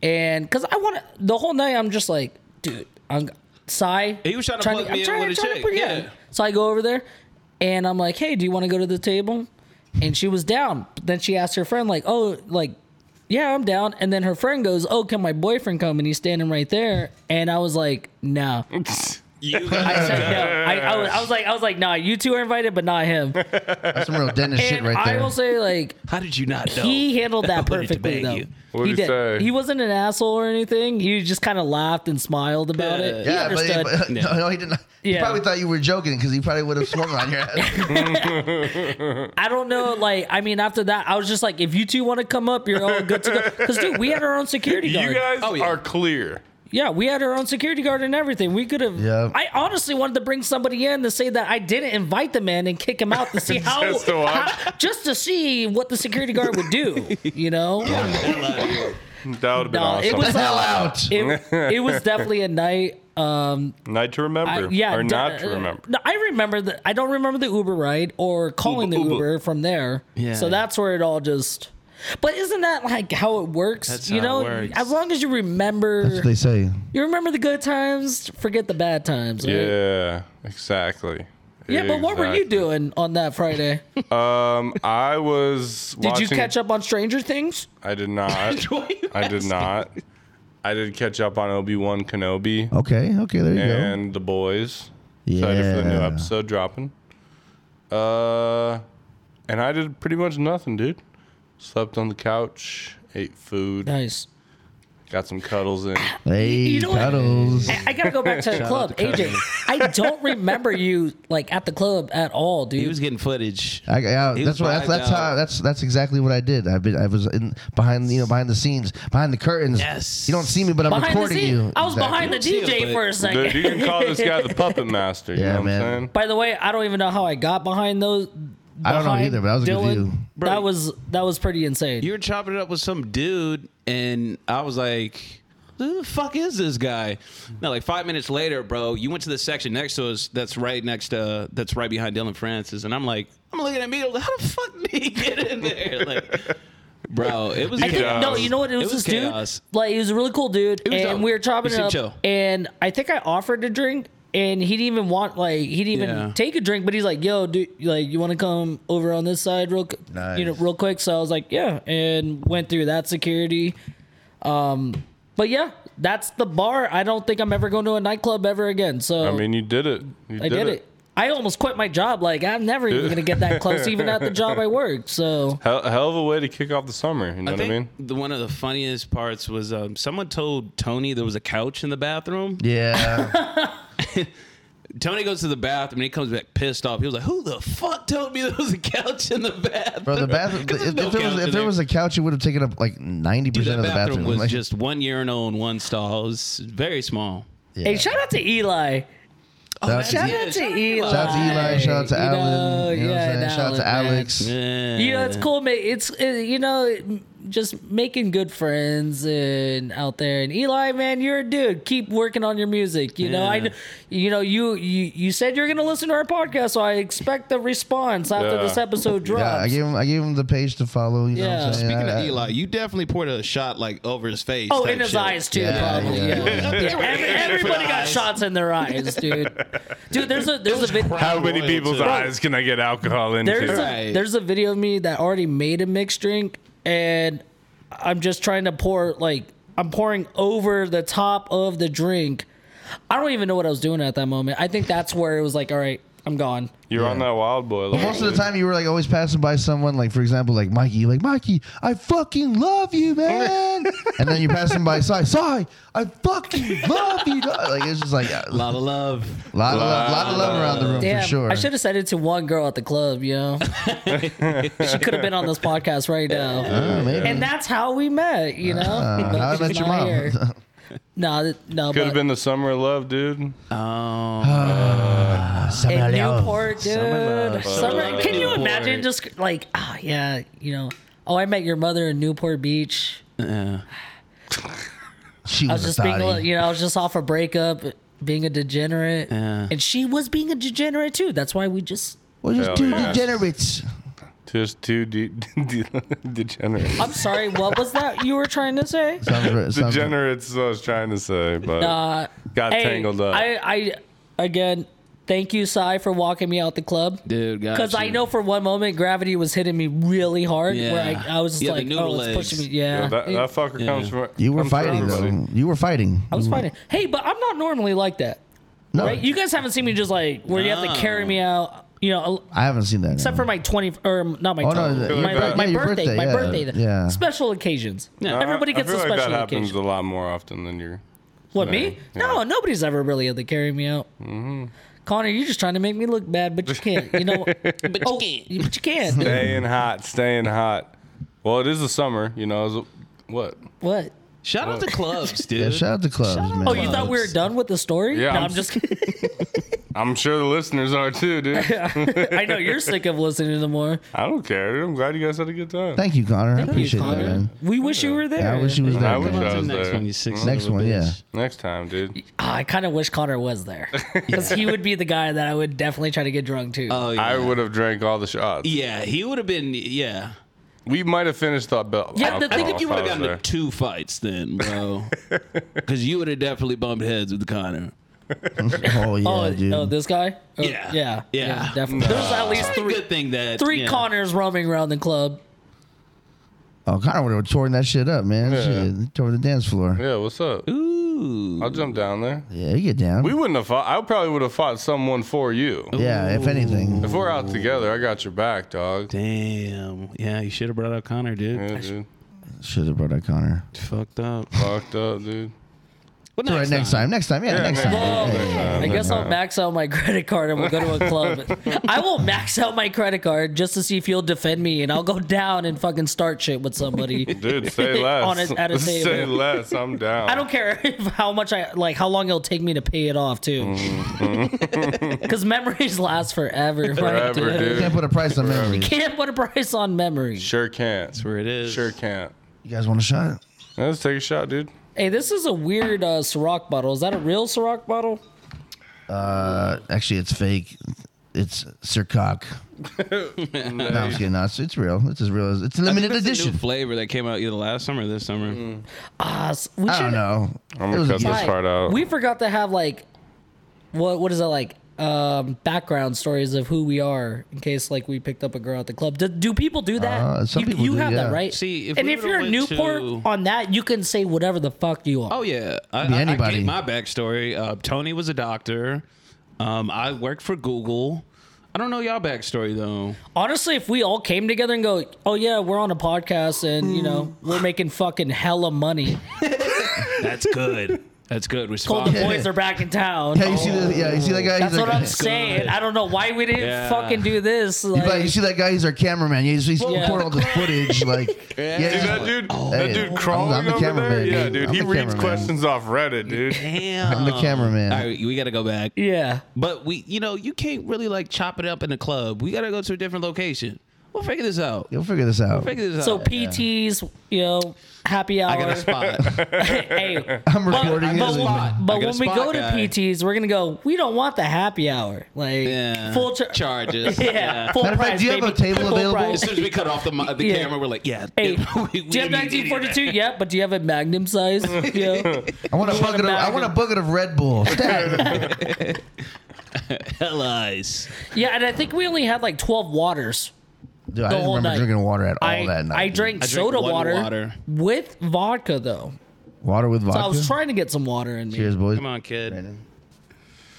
and because I want to the whole night. I'm just like, dude. I'm sigh.
He was trying to plug me in with a chick, yeah.
So I go over there, and I'm like, hey, do you want to go to the table? And she was down. But then she asked her friend, like, oh, like. Yeah, I'm down. And then her friend goes, "Oh, can my boyfriend come?" And he's standing right there. And I was like, "No."
You
I
guys
said no. I, I, was, I was like, I was like, nah, you two are invited, but not him. And
That's some real dentist shit right
I
there.
will say, like,
How did you not know?
he handled that
wanted to
perfectly
bang
though.
you.
What'd
he
he say?
He wasn't an asshole or anything. He just kind of laughed and smiled about it.
yeah,
he
but,
understood.
but no. no, he didn't. He
Yeah.
probably thought you were joking because he probably would have swung on your ass.
I don't know. Like, I mean, after that, I was just like, if you two want to come up, you're all good to go. Because dude, we had our own security guard.
You guys
Oh, yeah.
are clear.
yeah, we had our own security guard and everything. We could have.
Yeah.
I honestly wanted to bring somebody in to say that I didn't invite the man and kick him out to see how,
Just to watch.
how- just to see what the security guard would do. You know.
That would have been
No,
awesome.
it was
Hell out.
It, it was definitely a night. Um,
night to remember.
I- yeah,
or
d-
not to
uh,
remember.
No, I remember the. I don't remember the Uber ride or calling
Uber-
the
Uber.
Uber. from there.
Yeah,
So
yeah.
that's where it all just. But isn't that like how it works?
That's
you
how
know,
it works.
as long as you remember,
That's what they say.
you remember the good times, forget the bad times. Right?
Yeah, exactly.
Yeah, but what were you
Exactly.
doing on that Friday?
Um, I was.
Did you catch up on Stranger Things?
I did not. I did not. I did catch up on Obi Wan Kenobi
Oh,
Okay, okay, there you go.
and the boys. Excited for the new
Yeah.
episode dropping. Uh, and I did pretty much nothing, dude. Slept on the couch, ate food,
Nice.
got some cuddles in.
Hey,
you know what?
cuddles.
I, I gotta go back to the club, AJ. I don't remember you like at the club at all, dude.
he was getting footage.
I, yeah,
He
that's
was
what that's,
blacked
that's how
out.
that's that's exactly what I did. I've been I was in behind you know behind the scenes, behind the curtains.
Yes.
You don't see me, but I'm
behind the
recording
scene.
you.
I was
Exactly.
behind the
see it,
DJ
but-
for a second.
Dude, you can call this guy the puppet master. You
Yeah,
know what
man.
I'm saying?
By the way, I don't even know how I got behind those.
I don't know
behind
either, but I was a good
Dylan.
view.
Bro.
That was that was pretty insane.
You were chopping it up with some dude, and I was like, "Who the fuck is this guy?" No, like five minutes later, bro, you went to the section next to us. That's right next to that's right behind Dylan Francis, and I'm like, I'm looking at me. Like, How the fuck did he get in there? Like, bro, it was.
I think,
Yeah.
no, you know what? It was,
was
this
chaos.
dude. Like he was a really cool dude,
was
and
dope.
we were chopping
We
it
should
up.
chill.
And I think I offered to drink, and he didn't even want like he didn't even
Yeah.
take a drink. But he's like, "Yo, dude, like you want to come over on this side real, qu- you know,
Nice.
real quick?" So I was like, "Yeah," and went through that security. Um, but yeah, that's the bar. I don't think I'm ever going to a nightclub ever again. So
I mean, you did it. You
I did it. I almost quit my job. Like I'm never even gonna get that close, even at the job I work. So
Hell, hell of a way to kick off the summer. You know
I
what I mean?
think the, one of the funniest parts was um, someone told Tony there was a couch in the bathroom.
Yeah,
Tony goes to the bathroom and he comes back pissed off. He was like, "Who the fuck told me there was a couch in the bathroom?"
bro. The bathroom.
'Cause
if, if
there's no
there
couch
was
in
if there was a couch, it would have taken up like ninety
Dude,
percent
that
of the
bathroom,
bathroom.
was
Like,
just one urinal and one stall. It was very small.
yeah.
hey, shout out to Eli.
Oh,
That's-
Shout
yeah,
out to Eli.
Shout out to Eli. Shout out to
You know,
Alan. You know what
yeah,
I'm saying?
and
Shout out to
Alan, man.
Alex.
Yeah.
You know, it's cool, mate. It's uh, you know, m- just making good friends and out there. And Eli, man, you're a dude. Keep working on your music. You know, I,
Yeah.
kn- you know, you you you said you're gonna listen to our podcast, so I expect the response after
Yeah.
this episode drops.
Yeah, I gave him I gave him the page to follow. You know what
Yeah.
I'm saying?
Speaking
I-
of
I-
Eli, you definitely poured a shot like over his face.
Oh,
type
in his
shit.
eyes too,
Yeah,
probably.
yeah,
Yeah,
yeah.
Yeah, every- everybody got shots in their eyes, dude. Dude, there's a there's a video.
How many
Royalty.
people's eyes can I get alcohol into?
There's a,
Right.
there's a video of me that already made a mixed drink, and I'm just trying to pour like I'm pouring over the top of the drink. I don't even know what I was doing at that moment. I think that's where it was like, all right, I'm gone.
You're on that wild boy. level,
Most of the
dude.
time, you were like always passing by someone, like for example, like Mikey. You're like Mikey, I fucking love you, man. and then you're passing by Sai, Sai, I fucking love you. dog." Like it's just like a
A
lot,
lot of love.
of love, lot of love around the room
Damn,
Oh, for sure.
I should have said it to one girl at the club. You know, she could have been on this podcast right now.
Uh, maybe.
and that's how we met, you know. But
How I
she's
met your
not
mom.
here. No, th- no,
Could
but
have been the summer of love, dude.
Oh,
Summer
in
love.
Newport, dude.
Summer love.
Summer-
Summer love.
can you
Newport.
imagine just like, ah, yeah, you know, oh, I met your mother in Newport Beach.
yeah.
She
I
was,
was just
a
being, a
thotty.
little- you know, I was just off a breakup, being a degenerate, and she was being a degenerate too. That's why we just.
We're just
Hell
two
yeah.
degenerates.
Just two de- de- degenerates.
I'm sorry. What was that you were trying to say?
Sounds, re- sounds,
Degenerates, is what I was trying to say, but
Uh,
got
hey,
tangled up.
I, I again, thank you, Cy, for walking me out the club.
Dude, got
Because I
you.
know for one moment gravity was hitting me really hard,
Yeah.
where I, I was just
Yeah, the
like,
noodle
"Oh, it's
legs.
pushing me."
Yeah,
Yeah,
that, that fucker comes from.
you were
comes from
fighting
everybody.
though. You were fighting.
I was fighting. Hey, but I'm not normally like that.
No,
Right? You guys haven't seen me just like where you have to carry me out. You know,
I haven't seen that.
except for my 20 or not my
Oh,
20,
no,
my,
the-
my,
Yeah,
my
your
birthday,
birthday,
my
yeah,
birthday
yeah.
special occasions
Yeah.
everybody
I-
gets
I
a
feel like
special
that happens
occasion
a lot more often than you're.
what me no nobody's ever really had to carry me out
Mm-hmm.
Connor you're just trying to make me look bad but you can't you know but you can't but you can't
Staying hot, staying hot. Well, it is the summer, you know. Is what?
what
Shout out to clubs, dude.
Yeah, shout out to clubs, man.
oh you thought we were done with the story
Yeah,
no
I'm
I'm just kidding
I'm sure the listeners are too, dude.
I know you're sick of listening to them more
I don't care. I'm glad you guys had a good time.
Thank you, Connor. I
Thank you,
appreciate
Connor.
that, man.
we wish you were there
I wish you was
I
there.
wish
man.
I was uh,
next
there.
one, you sick son
Next
of a
one, yeah.
bitch.
Next time, dude.
Ah, I kind of wish Connor was there because he would be the guy that I would definitely try to get drunk to.
Oh, yeah.
I would have drank all the shots.
yeah, he would have been. Yeah,
We might have finished the belt.
Yeah, the
I
thing
think
Oh,
you would have gotten
there.
to two fights then, bro. Because you would have definitely bumped heads with Connor.
Oh yeah,
oh,
dude.
oh, this guy? Oh,
Yeah.
yeah,
Yeah.
definitely. There's at least
It's a
three
good thing that
three
yeah.
Connors roaming around the club.
oh, Connor would have torn that shit up, man. Shit, tore the dance floor.
Yeah, what's up?
Ooh,
I'll jump down there.
Yeah, you get down.
We wouldn't have fought. I probably would have fought someone for you.
yeah, if anything.
If we're out together, I got your back, dog.
damn. Yeah, you should have brought out Connor, dude.
Yeah, dude.
Should have brought out Connor.
Fucked up.
Fucked up, dude.
But
All right, next time. Next time. Yeah, next time.
Oh,
Yeah, yeah, yeah.
I guess I'll max out my credit card and we'll go to a club. I will max out my credit card just to see if you'll defend me, and I'll go down and fucking start shit with somebody.
Dude, say less.
On a- at a
say
table.
less. I'm down.
I don't care if how much I like, how long it'll take me to pay it off too,
Mm-hmm.
because memories last forever. Right?
Forever,
dude?
dude.
Can't put a price on memory.
Can't put a price on memories.
Sure can't.
Where it is.
Sure can't.
You guys want a shot?
Yeah, Let's take a shot, dude.
Hey, this is a weird uh, Ciroc bottle. Is that a real Ciroc bottle?
Uh, actually, it's fake. It's Sir Cock. no, I'm just kidding. No, it's, it's real. It's as real as it's limited
That's a new
edition.
flavor that came out either last summer or this summer.
Mm.
Ah, s- we
I don't
should-
know.
I'm
It
gonna
was a
cut this
gift.
Hi.
part out.
We forgot to have like, what what is that like? Um, background stories of who we are in case like we picked up a girl at the club. Do, do people do that?
Uh, some
you,
people
you
do,
have
yeah.
that right.
See, if
and
we
if you're in
would've
Newport
went to-
on that, you can say whatever the fuck you are.
Oh yeah, I,
Be
I- I
anybody.
gave my backstory. Uh, Tony was a doctor. Um, I worked for Google. I don't know y'all backstory though.
Honestly, if we all came together and go, oh yeah, we're on a podcast and you know we're
Hmm.
making fucking hella money.
That's good. That's good. We're
Told the
spot-
boys are back in town.
Yeah, you see the yeah, you see that guy.
That's
he's
what
like,
I'm saying. I don't know why we didn't
Yeah.
fucking do this.
You,
like-
probably- you see that guy? He's our cameraman. He's, he's
Yeah.
recording all this footage. Like, yeah,
See
he's-
that dude?
hey,
that dude
I'm-
crawling
I'm the
over there.
cameraman,
Yeah,
dude.
dude.
I'm
he
the
reads
cameraman.
questions off Reddit, dude.
Damn.
I'm the cameraman.
All right, we got to go back.
yeah.
But we, you know, you can't really like chop it up in the club. We got to go to a different location. We'll figure this out.
You'll figure this out.
Figure this
So
out.
PTs, you know, happy hour.
I got a spot.
hey,
I'm recording
got a
it.
spot. I
but
got a
when we
spot
go
guy.
to PTs, we're gonna go. We don't want the happy hour. Like
Yeah.
full char-
charges.
Yeah, full
Matter of
price.
fact, do you have
baby.
a table
Full
available?
price.
As soon as we cut off the, mi- the
Yeah.
camera, we're like, yeah.
Hey,
we- we
do you have
didn't need any of that.
1942? Yeah, but do you have a Magnum size? Yeah.
I want a
want a
bucket. Of, I
bag
want a
of-
bucket of Red Bull. Stat.
Hell eyes.
yeah, and I think we only had like 12 waters.
Dude, I
The
didn't
whole
remember
night.
drinking water at all
I,
Oh, that night.
I
dude.
drank
I drank
soda
one
water,
water.
with vodka though.
water with vodka.
So I was trying to get some water in me.
Cheers, boys.
Come on, kid.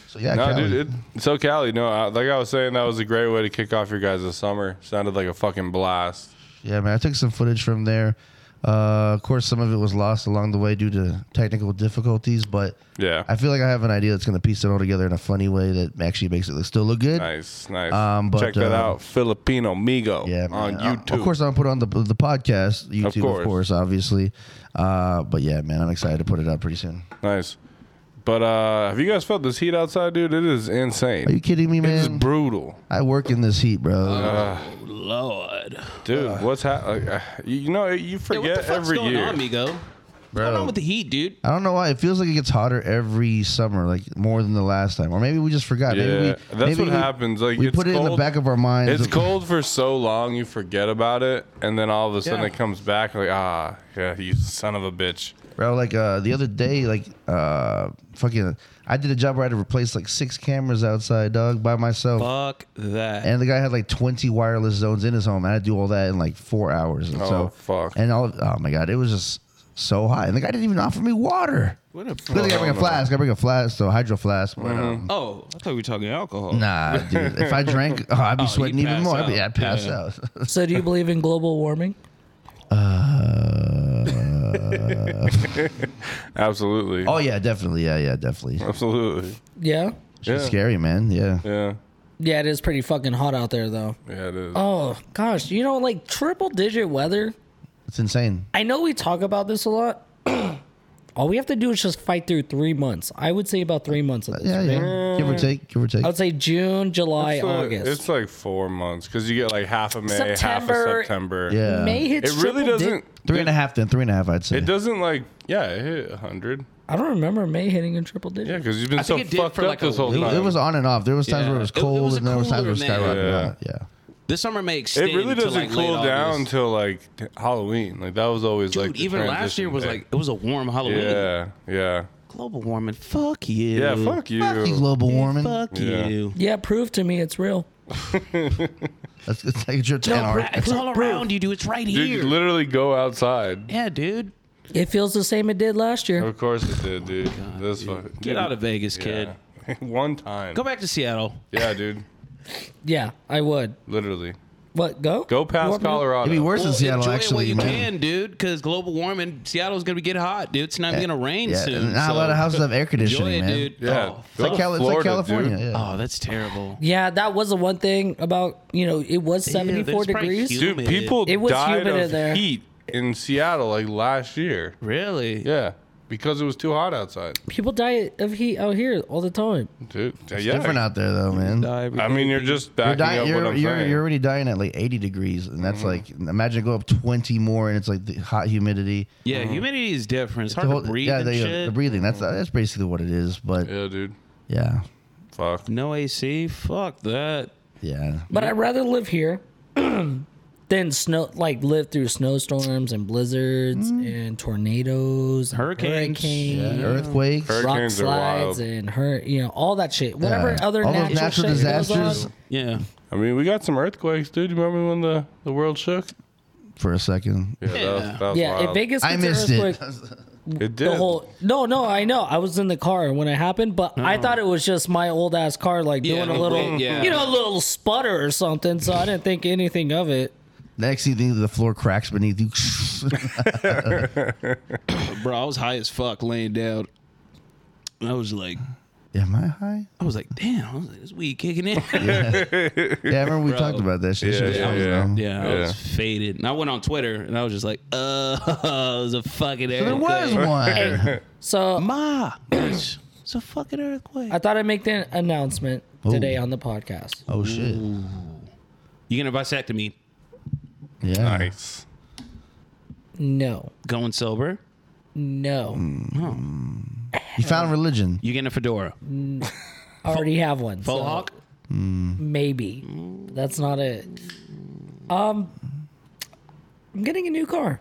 So yeah,
No,
Cali.
dude. It, so Cali, no, I- like I was saying, that was a great way to kick off your guys' summer. Sounded like a fucking blast.
Yeah, man. I took some footage from there. Uh, of course, some of it was lost along the way due to technical difficulties, but
Yeah.
I feel like I have an idea that's going to piece it all together in a funny way that actually makes it look, still look good.
Nice, nice.
Um, but,
Check that
uh,
out, Filipino Migo
Yeah,
on
man. Uh,
YouTube.
Of course, I'll put it on the the podcast, YouTube, of course,
course.
obviously. Uh, but yeah, man, I'm excited to put it up pretty soon.
nice. But uh, have you guys felt this heat outside, dude? It is insane.
Are you kidding me,
It's
man?
brutal,
I work in this heat, bro.
Uh.
Lord.
dude.
Uh,
what's happening? you know, you
Hey,
forget
what the fuck's
every
going
year.
on, Migo? What's going on with the heat, dude?
I don't know why it feels like it gets hotter every summer, like more than the last time, or maybe we just forgot.
Yeah,
maybe we,
that's
maybe
what
we-
happens. Like
we
it's
put it
cold.
in the back of our minds.
It's cold for so long, you forget about it, and then all of a sudden
Yeah.
it comes back. Like, ah, yeah, you son of a bitch.
bro. Like uh, the other day, like uh, fucking, I did a job where I had to replace like six cameras outside, dog, by myself.
Fuck that.
And the guy had like 20 wireless zones in his home. And I had to do all that in like four hours. And
Oh,
so,
fuck.
And all, oh my God, it was just so high. And the guy didn't even offer me water.
What a
Then I gotta bring a flask. I bring a flask, so hydro flask. But,
Mm-hmm.
um,
Oh, I thought we were talking alcohol.
nah, dude. If I drank, oh, I'd be sweating even
pass
more. I'd, be,
out.
I'd pass
Yeah.
out.
So, do you believe in global warming?
Absolutely.
oh yeah, definitely. Yeah, yeah, definitely.
Absolutely.
Yeah.
It's
yeah.
scary, man. Yeah.
Yeah.
Yeah, it is pretty fucking hot out there, though.
Yeah, it is.
Oh, gosh. You know, like triple digit weather.
It's insane.
I know we talk about this a lot. All we have to do is just fight through three months. I would say about three months of this.
Yeah, yeah. Give or take. Give or take.
I would say June, July,
it's like,
August.
it's like four months because you get like half of May, half of
September.
September.
Yeah.
May
It
hits
really
triple dig-
doesn't.
Three and a half, then three and a half. I'd say.
It doesn't like yeah, it hit a hundred.
I don't remember May hitting in triple digits.
Yeah, because you've been
I
so
think it did
fucked
for,
up
like, a
this whole
It,
time.
it was on and off. There was times
Yeah.
where it was
It- it
cold,
was a
and there was times where it was
cooler May.
skyrocketing. Yeah.
This summer may extend.
It really
to,
doesn't
like, late
cool down
August.
till like t- Halloween. Like that was always
Dude,
like the
even last
transition
year was
day.
like it was a warm Halloween.
yeah, yeah,
Global warming. Fuck you.
yeah. Fuck you.
Fucking global warming.
Fuck
Yeah.
you.
Yeah, prove to me it's real.
That's it's like a trip to
Bro,
Antarctica.
it's all around you, dude. It's right
Dude, you
here.
literally go outside.
yeah, dude.
It feels the same it did last year.
Of course it did, dude. this fuck.
Get out of Vegas, kid.
One time.
Go back to Seattle.
Yeah, dude.
Yeah, I would.
Literally.
What? Go?
Go
You
past
want me to-
Colorado.
It'd be worse in
Well,
Seattle,
enjoy
actually,
it while you
man.
can, dude, because global warming, Seattle's gonna be get hot, dude. It's not even gonna rain
yeah,
soon.
Not a
so
lot of houses have air
Enjoy
conditioning,
it,
man.
dude.
Yeah.
Oh,
Go to
It's like, Cali- it's like
Florida,
California.
Dude.
Yeah.
oh, that's terrible.
Yeah, that was the one thing about, you know, it was 74
there's probably
degrees.
huge-
Dude,
Humid.
people
It was
died
humid in
of
there.
heat in Seattle like last year.
Really?
Yeah, because it was too hot outside.
People die of heat out here all the time.
Dude, yeah.
Different out there, though, man.
I mean, you're just
You're,
backing
dying,
up what
you're,
I'm
you're,
saying. Mm-hmm.
you're already dying at like 80 degrees, and that's like imagine go up 20 more, and it's like the hot humidity.
yeah,
mm-hmm.
humidity is different. It's hard
The whole-
to breathe
yeah,
and
the,
shit.
the breathing. That's that's basically what it is. But
yeah, dude.
yeah,
Fuck.
no AC. Fuck that.
yeah.
But I'd rather live here than snow, like live through snowstorms and blizzards and tornadoes, and
Hurricanes.
hurricanes,
Earthquakes.
Hurric-
rock
Hurricanes are wild.
slides, and hur- you know all that shit. Whatever
yeah.
other
all
natural,
those natural
shit goes on.
disasters
Yeah.
I mean, we got some earthquakes, dude. You remember when the, the world shook?
for a second.
Yeah, That, was,
Yeah.
that was
Yeah,
wild.
if Vegas gets
I
an
missed it.
earthquake,
it did.
the whole no, no, I know. I was in the car when it happened, but I thought it was just my old ass car like
Yeah,
doing a little,
yeah.
you know, a little sputter or something. So I didn't think anything of it.
Next thing you think the floor cracks beneath you.
Bro, I was high as fuck laying down. I was like,
Am I high?
I was like, damn, I was like, this weed kicking in.
Yeah, I remember we talked about that shit. That shit was
Yeah,
funny,
yeah.
though.
Yeah, I
Yeah.
was faded. And I went on Twitter and I was just like, uh, it was a fucking earthquake.
There was one.
So
Ma, bitch, it's a fucking earthquake.
I thought I'd make the announcement today on the podcast.
Oh shit!
you gonna bisect me
Yeah.
nice.
No,
going sober?
no,
You found religion.
You getting a fedora?
I already have one.
Faux
so
hawk?
Maybe that's not it. Um, I'm getting a new car.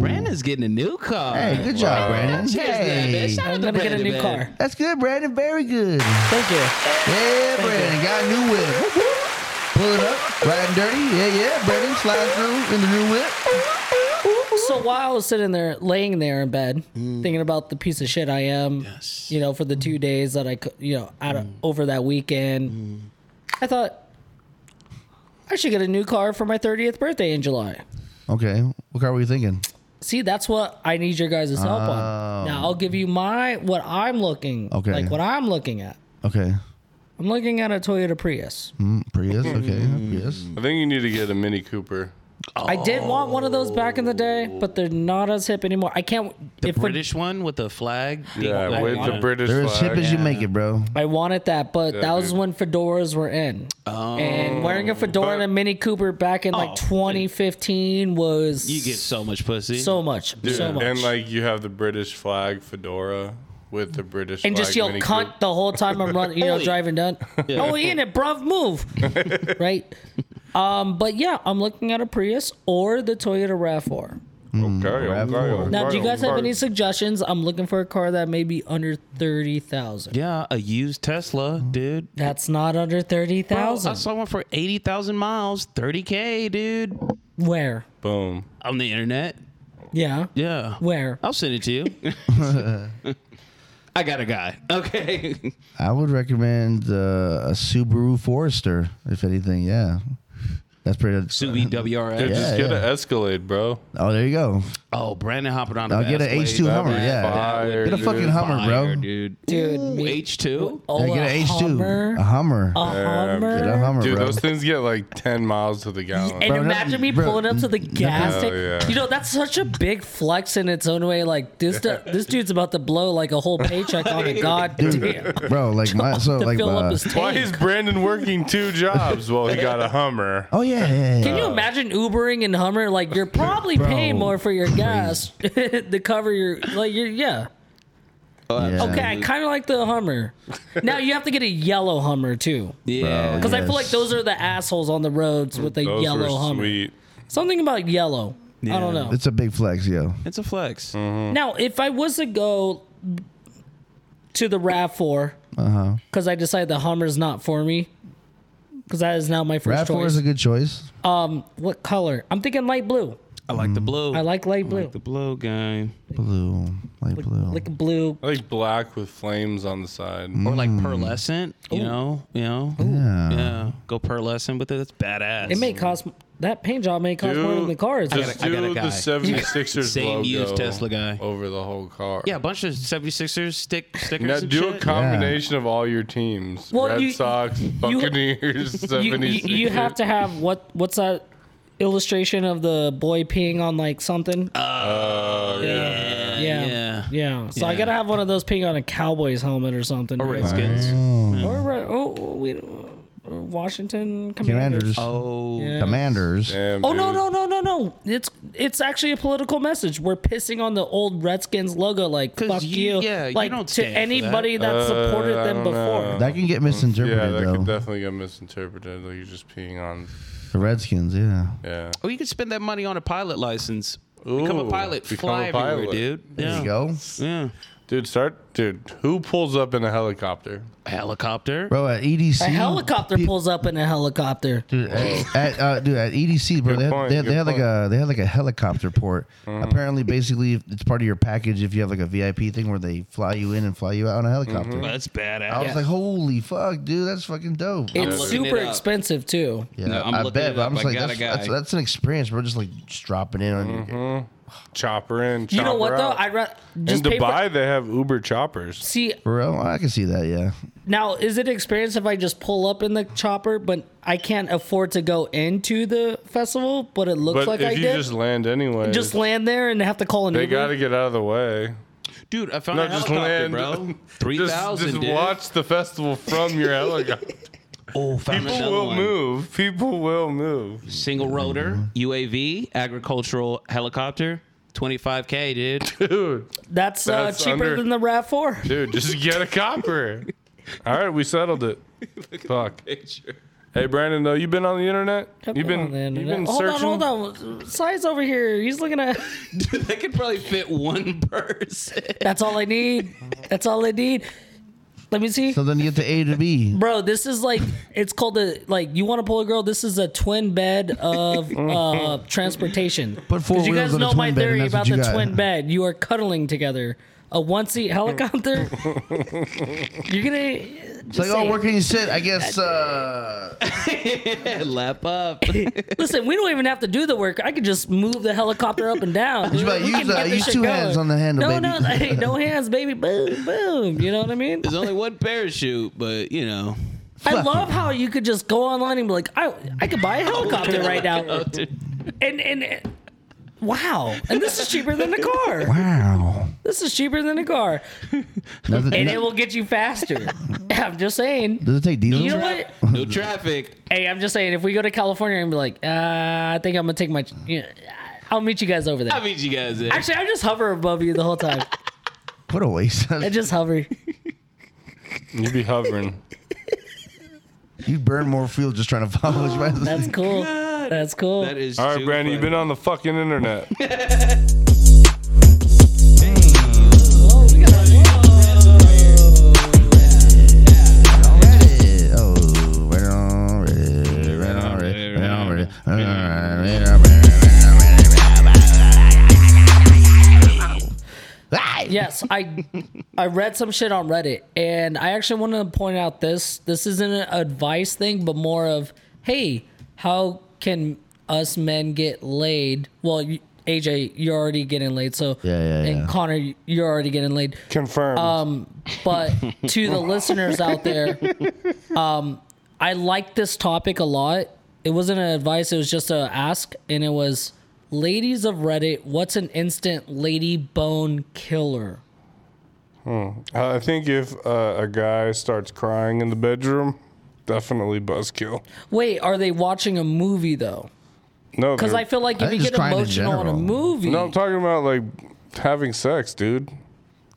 Brandon's getting a new car.
Hey, good job, Brandon. Hey.
I'm gonna get a new car.
That's good, Brandon. Very good.
Thank you.
Yeah, Brandon. Got a new whip. Whoop, whoop. Pull it up. Riding dirty. Yeah, yeah. Brandon slides through in the new whip.
So while I was sitting there, laying there in bed, thinking about the piece of shit I am,
Yes.
you know, for the two days that I, cou- you know, out of, over that weekend, I thought I should get a new car for my 30th birthday in July.
Okay. What car were you thinking?
See, that's what I need your guys' help on. Now I'll give you my what I'm looking
Okay.
like what I'm looking at.
Okay.
I'm looking at a Toyota Prius.
Mm, Prius. Okay. Prius.
I think you need to get a Mini Cooper.
I did want one of those back in the day, but they're not as hip anymore. I can't
The
if
British one with the flag.
Yeah,
Like,
with the
wanna-
British
They're as hip
flag.
as you make it, bro.
I wanted that, but
Yeah,
that was
dude.
when fedoras were in.
Oh.
and wearing a fedora and a Mini Cooper back in
Oh,
like 2015 was
You get so much pussy.
so much,
Dude,
so much,
And like you have the British flag fedora with the British
and
flag
just yell
Mini
cunt
Coop-
the whole time I'm running, you know,
Oi.
driving down. Oh, in it, bruv, move. right? Um, but yeah, I'm looking at a Prius or the Toyota RAV4.
Okay, okay, okay,
Now, do you guys have
okay.
any suggestions? I'm looking for a car that may be under 30,000.
Yeah, a used Tesla, dude.
That's not under
Bro, I
30,000.
saw one for 80,000 miles, 30K, dude.
Where?
Boom.
on the internet.
Yeah.
Yeah.
Where?
I'll send it to you. I got a guy. Okay.
I would recommend uh, a Subaru Forester, if anything. Yeah, that's pretty.
Subi
Dude,
WRX.
Yeah,
just get
yeah.
an Escalade, bro.
Oh, there you go.
Oh, Brandon hopping on.
I'll get an H two
That'd
Hummer.
be
Yeah,
fire,
Get a
dude.
fucking Hummer, bro.
dude.
Dude, me-
H two.
Oh,
Yeah, get an H two, Uh-huh.
Hummer. Oh,
a Hummer,
A Hummer.
get a Hummer,
Dude,
bro.
those things get like 10 miles to the gallon.
And
Bro,
imagine
nothing-
me
bro,
pulling up to the gas
Hell
station.
Oh, yeah.
You know, that's such a big flex in its own way. Like this, du- this dude's about to blow like a whole paycheck on a goddamn
Dude, bro, like my so
to
like
fill
uh,
up his tank.
Why is Brandon working two jobs? Well, he got a Hummer.
oh yeah, yeah, yeah.
Can you imagine Ubering and Hummer? Like you're probably
Bro,
paying more for your gas to cover your like your yeah.
Yeah.
Okay, I kind of like the Hummer. Now you have to get a yellow Hummer too,
Yeah.
because I feel like
Yes.
those are the assholes on the roads with a
Those were
yellow Hummer.
sweet.
Something about yellow. I don't
Yeah.
know.
It's a big flex, yo.
It's a flex.
Now, if I was to go to the Rav4,
Uh-huh.
because I decided the Hummer's not for me, because that is now my 1st
Rav four
choice.
is a good choice.
um, what color? I'm thinking light blue.
I like the blue.
I like light blue,
the blue guy.
Blue, light blue.
like a blue.
I like black with flames on the side.
Mm-hmm.
Or like pearlescent. You know. You know.
yeah.
Mm. Yeah. Go pearlescent with it. That's badass.
It may cost that paint job may cost more than the cars.
Just
I got a
do the
guy.
76ers
Same
logo
used Tesla guy.
over the whole car.
Yeah, a bunch of 76ers stick stickers.
Now
and
do a
shit.
combination of all your teams:
Well,
Red
you-
Sox, Buccaneers,
you, you,
76ers.
you have to have what? What's that illustration of the boy peeing on like something?
Oh, yeah.
yeah,
yeah.
yeah, So I
Yeah.
gotta have one of those peeing on a Cowboys helmet or something.
Or
dude.
Redskins.
Mm.
Or Red- oh, oh, we, uh, Washington
Commanders.
Commanders.
Oh.
Yeah.
Commanders.
Damn,
Oh no
dude.
no no no no! It's it's actually a political message. We're pissing on the old Redskins logo, like
'Cause
fuck
you-
you,
yeah, you
like
don't
to
stand for
anybody that,
Uh,
supported
I
them
don't
before.
know.
That can get
Yeah,
misinterpreted
that
though.
could definitely get misinterpreted. Like you're just peeing on.
the Redskins. Yeah.
Yeah.
Or Oh, you could spend that money on a pilot license. become a
Ooh,
pilot.
become
Fly
a pilot.
everywhere, dude.
There
yeah.
you go,
Yeah.
Dude, start. Dude, who pulls up in a helicopter?
Helicopter.
bro. At EDC,
A helicopter
pe-
pulls up in a helicopter.
Dude, at, at, uh, dude, at EDC, bro,
Good
they had,
point,
they had, they
good
had like
point. Mm-hmm.
a they had like a helicopter port. Apparently, basically, if it's part of your package if you have like a VIP thing where they fly you in and fly you out on a helicopter.
Mm-hmm.
That's badass.
I was like, holy fuck, dude, that's fucking dope.
It's
looking it
super
up.
expensive too.
yeah,
No, I'm
I
looking
bet.
it
But
up.
I'm just
I
like,
got a
that's, that's,
guy.
that's an experience. We're just like just dropping in on
Mm-hmm.
you.
Chopper in. Chopper
You know what though?
out.
I ra-
in
just pay for-
Dubai, they have Uber choppers.
see
Bro, I can see that. Yeah,
now. Is it experience if I just pull up in the chopper, but I can't afford to go into the festival? But it looks
But
like
if
I
you just
did. Just,
land anyway,
land there and have to call an
they
Uber.
got to get out of the way.
dude, I found
No,
a
just
helicopter,
land.
bro.
Just-
3,000,
Just
dude.
watch the festival from your helicopter.
Oh, found
People
another
will
one.
move. People will move.
Single rotor, UAV, agricultural helicopter, 25K, dude.
Dude,
That's,
That's
uh, cheaper
under-
than the Rav Four.
dude, just get a copper. All right, we settled it. Fuck. Hey, Brandon, though, you been on the internet?
I've
You've
on the
been, you've
internet.
been
hold
searching.
on, hold on. Size over here. He's looking at.
Dude, that could probably fit one person.
That's all I need. That's all I need. Let me see,
so then you get to A to B.
bro. This is like it's called a like you want to pull a girl. This is a twin bed of uh transportation.
Put four
'Cause you
wheels
guys
on a
know
twin bed
my
and
theory
that's what
about
you
the
got.
twin bed. You are cuddling together. A one seat helicopter. You're gonna.
It's like, oh, where can you sit? I guess. uh
Lap up.
Listen, we don't even have to do the work. I could just move the helicopter up and down.
You better
We
use
can
the-
get this
use
shit
two hands on the handle, baby.
No, no, hey, no hands, baby. Boom, boom. You know what I mean?
There's only one parachute, but you know.
I love how you could just go online and be like, I, I could buy a helicopter right now, and and. Wow, and this is cheaper than a car.
Wow.
This is cheaper than a car,
Nothing-
and it
no-
will get you faster. I'm just saying.
does it take diesel?
You know what?
No traffic.
Hey, I'm just saying. If we go to California and be like, uh, I think I'm gonna take my, you know, I'll meet you guys over there.
I meet you guys there.
Actually, I just hover above you the whole time.
What a waste.
I just hover.
You'd be hovering.
you burn more fuel just trying to follow. us.
That's cool. That's cool.
That is
All right,
too
Brandon, you've
funny.
been on the fucking internet.
Reddit. Oh, right on Reddit, right on Reddit, right on Reddit, right on Reddit, right on Reddit.
right.
Yes, I I read some shit on Reddit, and I actually want to point out this. This isn't an advice thing, but more of, hey, how can us men get laid? Well, you, AJ, you're already getting laid, so
Yeah, yeah,
and
yeah.
Connor, you're already getting laid.
Confirmed.
Um, but to the listeners out there, um, I like this topic a lot. It wasn't an advice; it was just a ask, and it was, "Ladies of Reddit, what's an instant lady bone killer?"
Uh, I think if uh, a guy starts crying in the bedroom, definitely buzzkill.
Wait, are they watching a movie though?
No,
Because
they're-
I feel like
I
if you
think
get
just crying in
emotional in a
general.
movie,
no, I'm talking about like having sex, dude.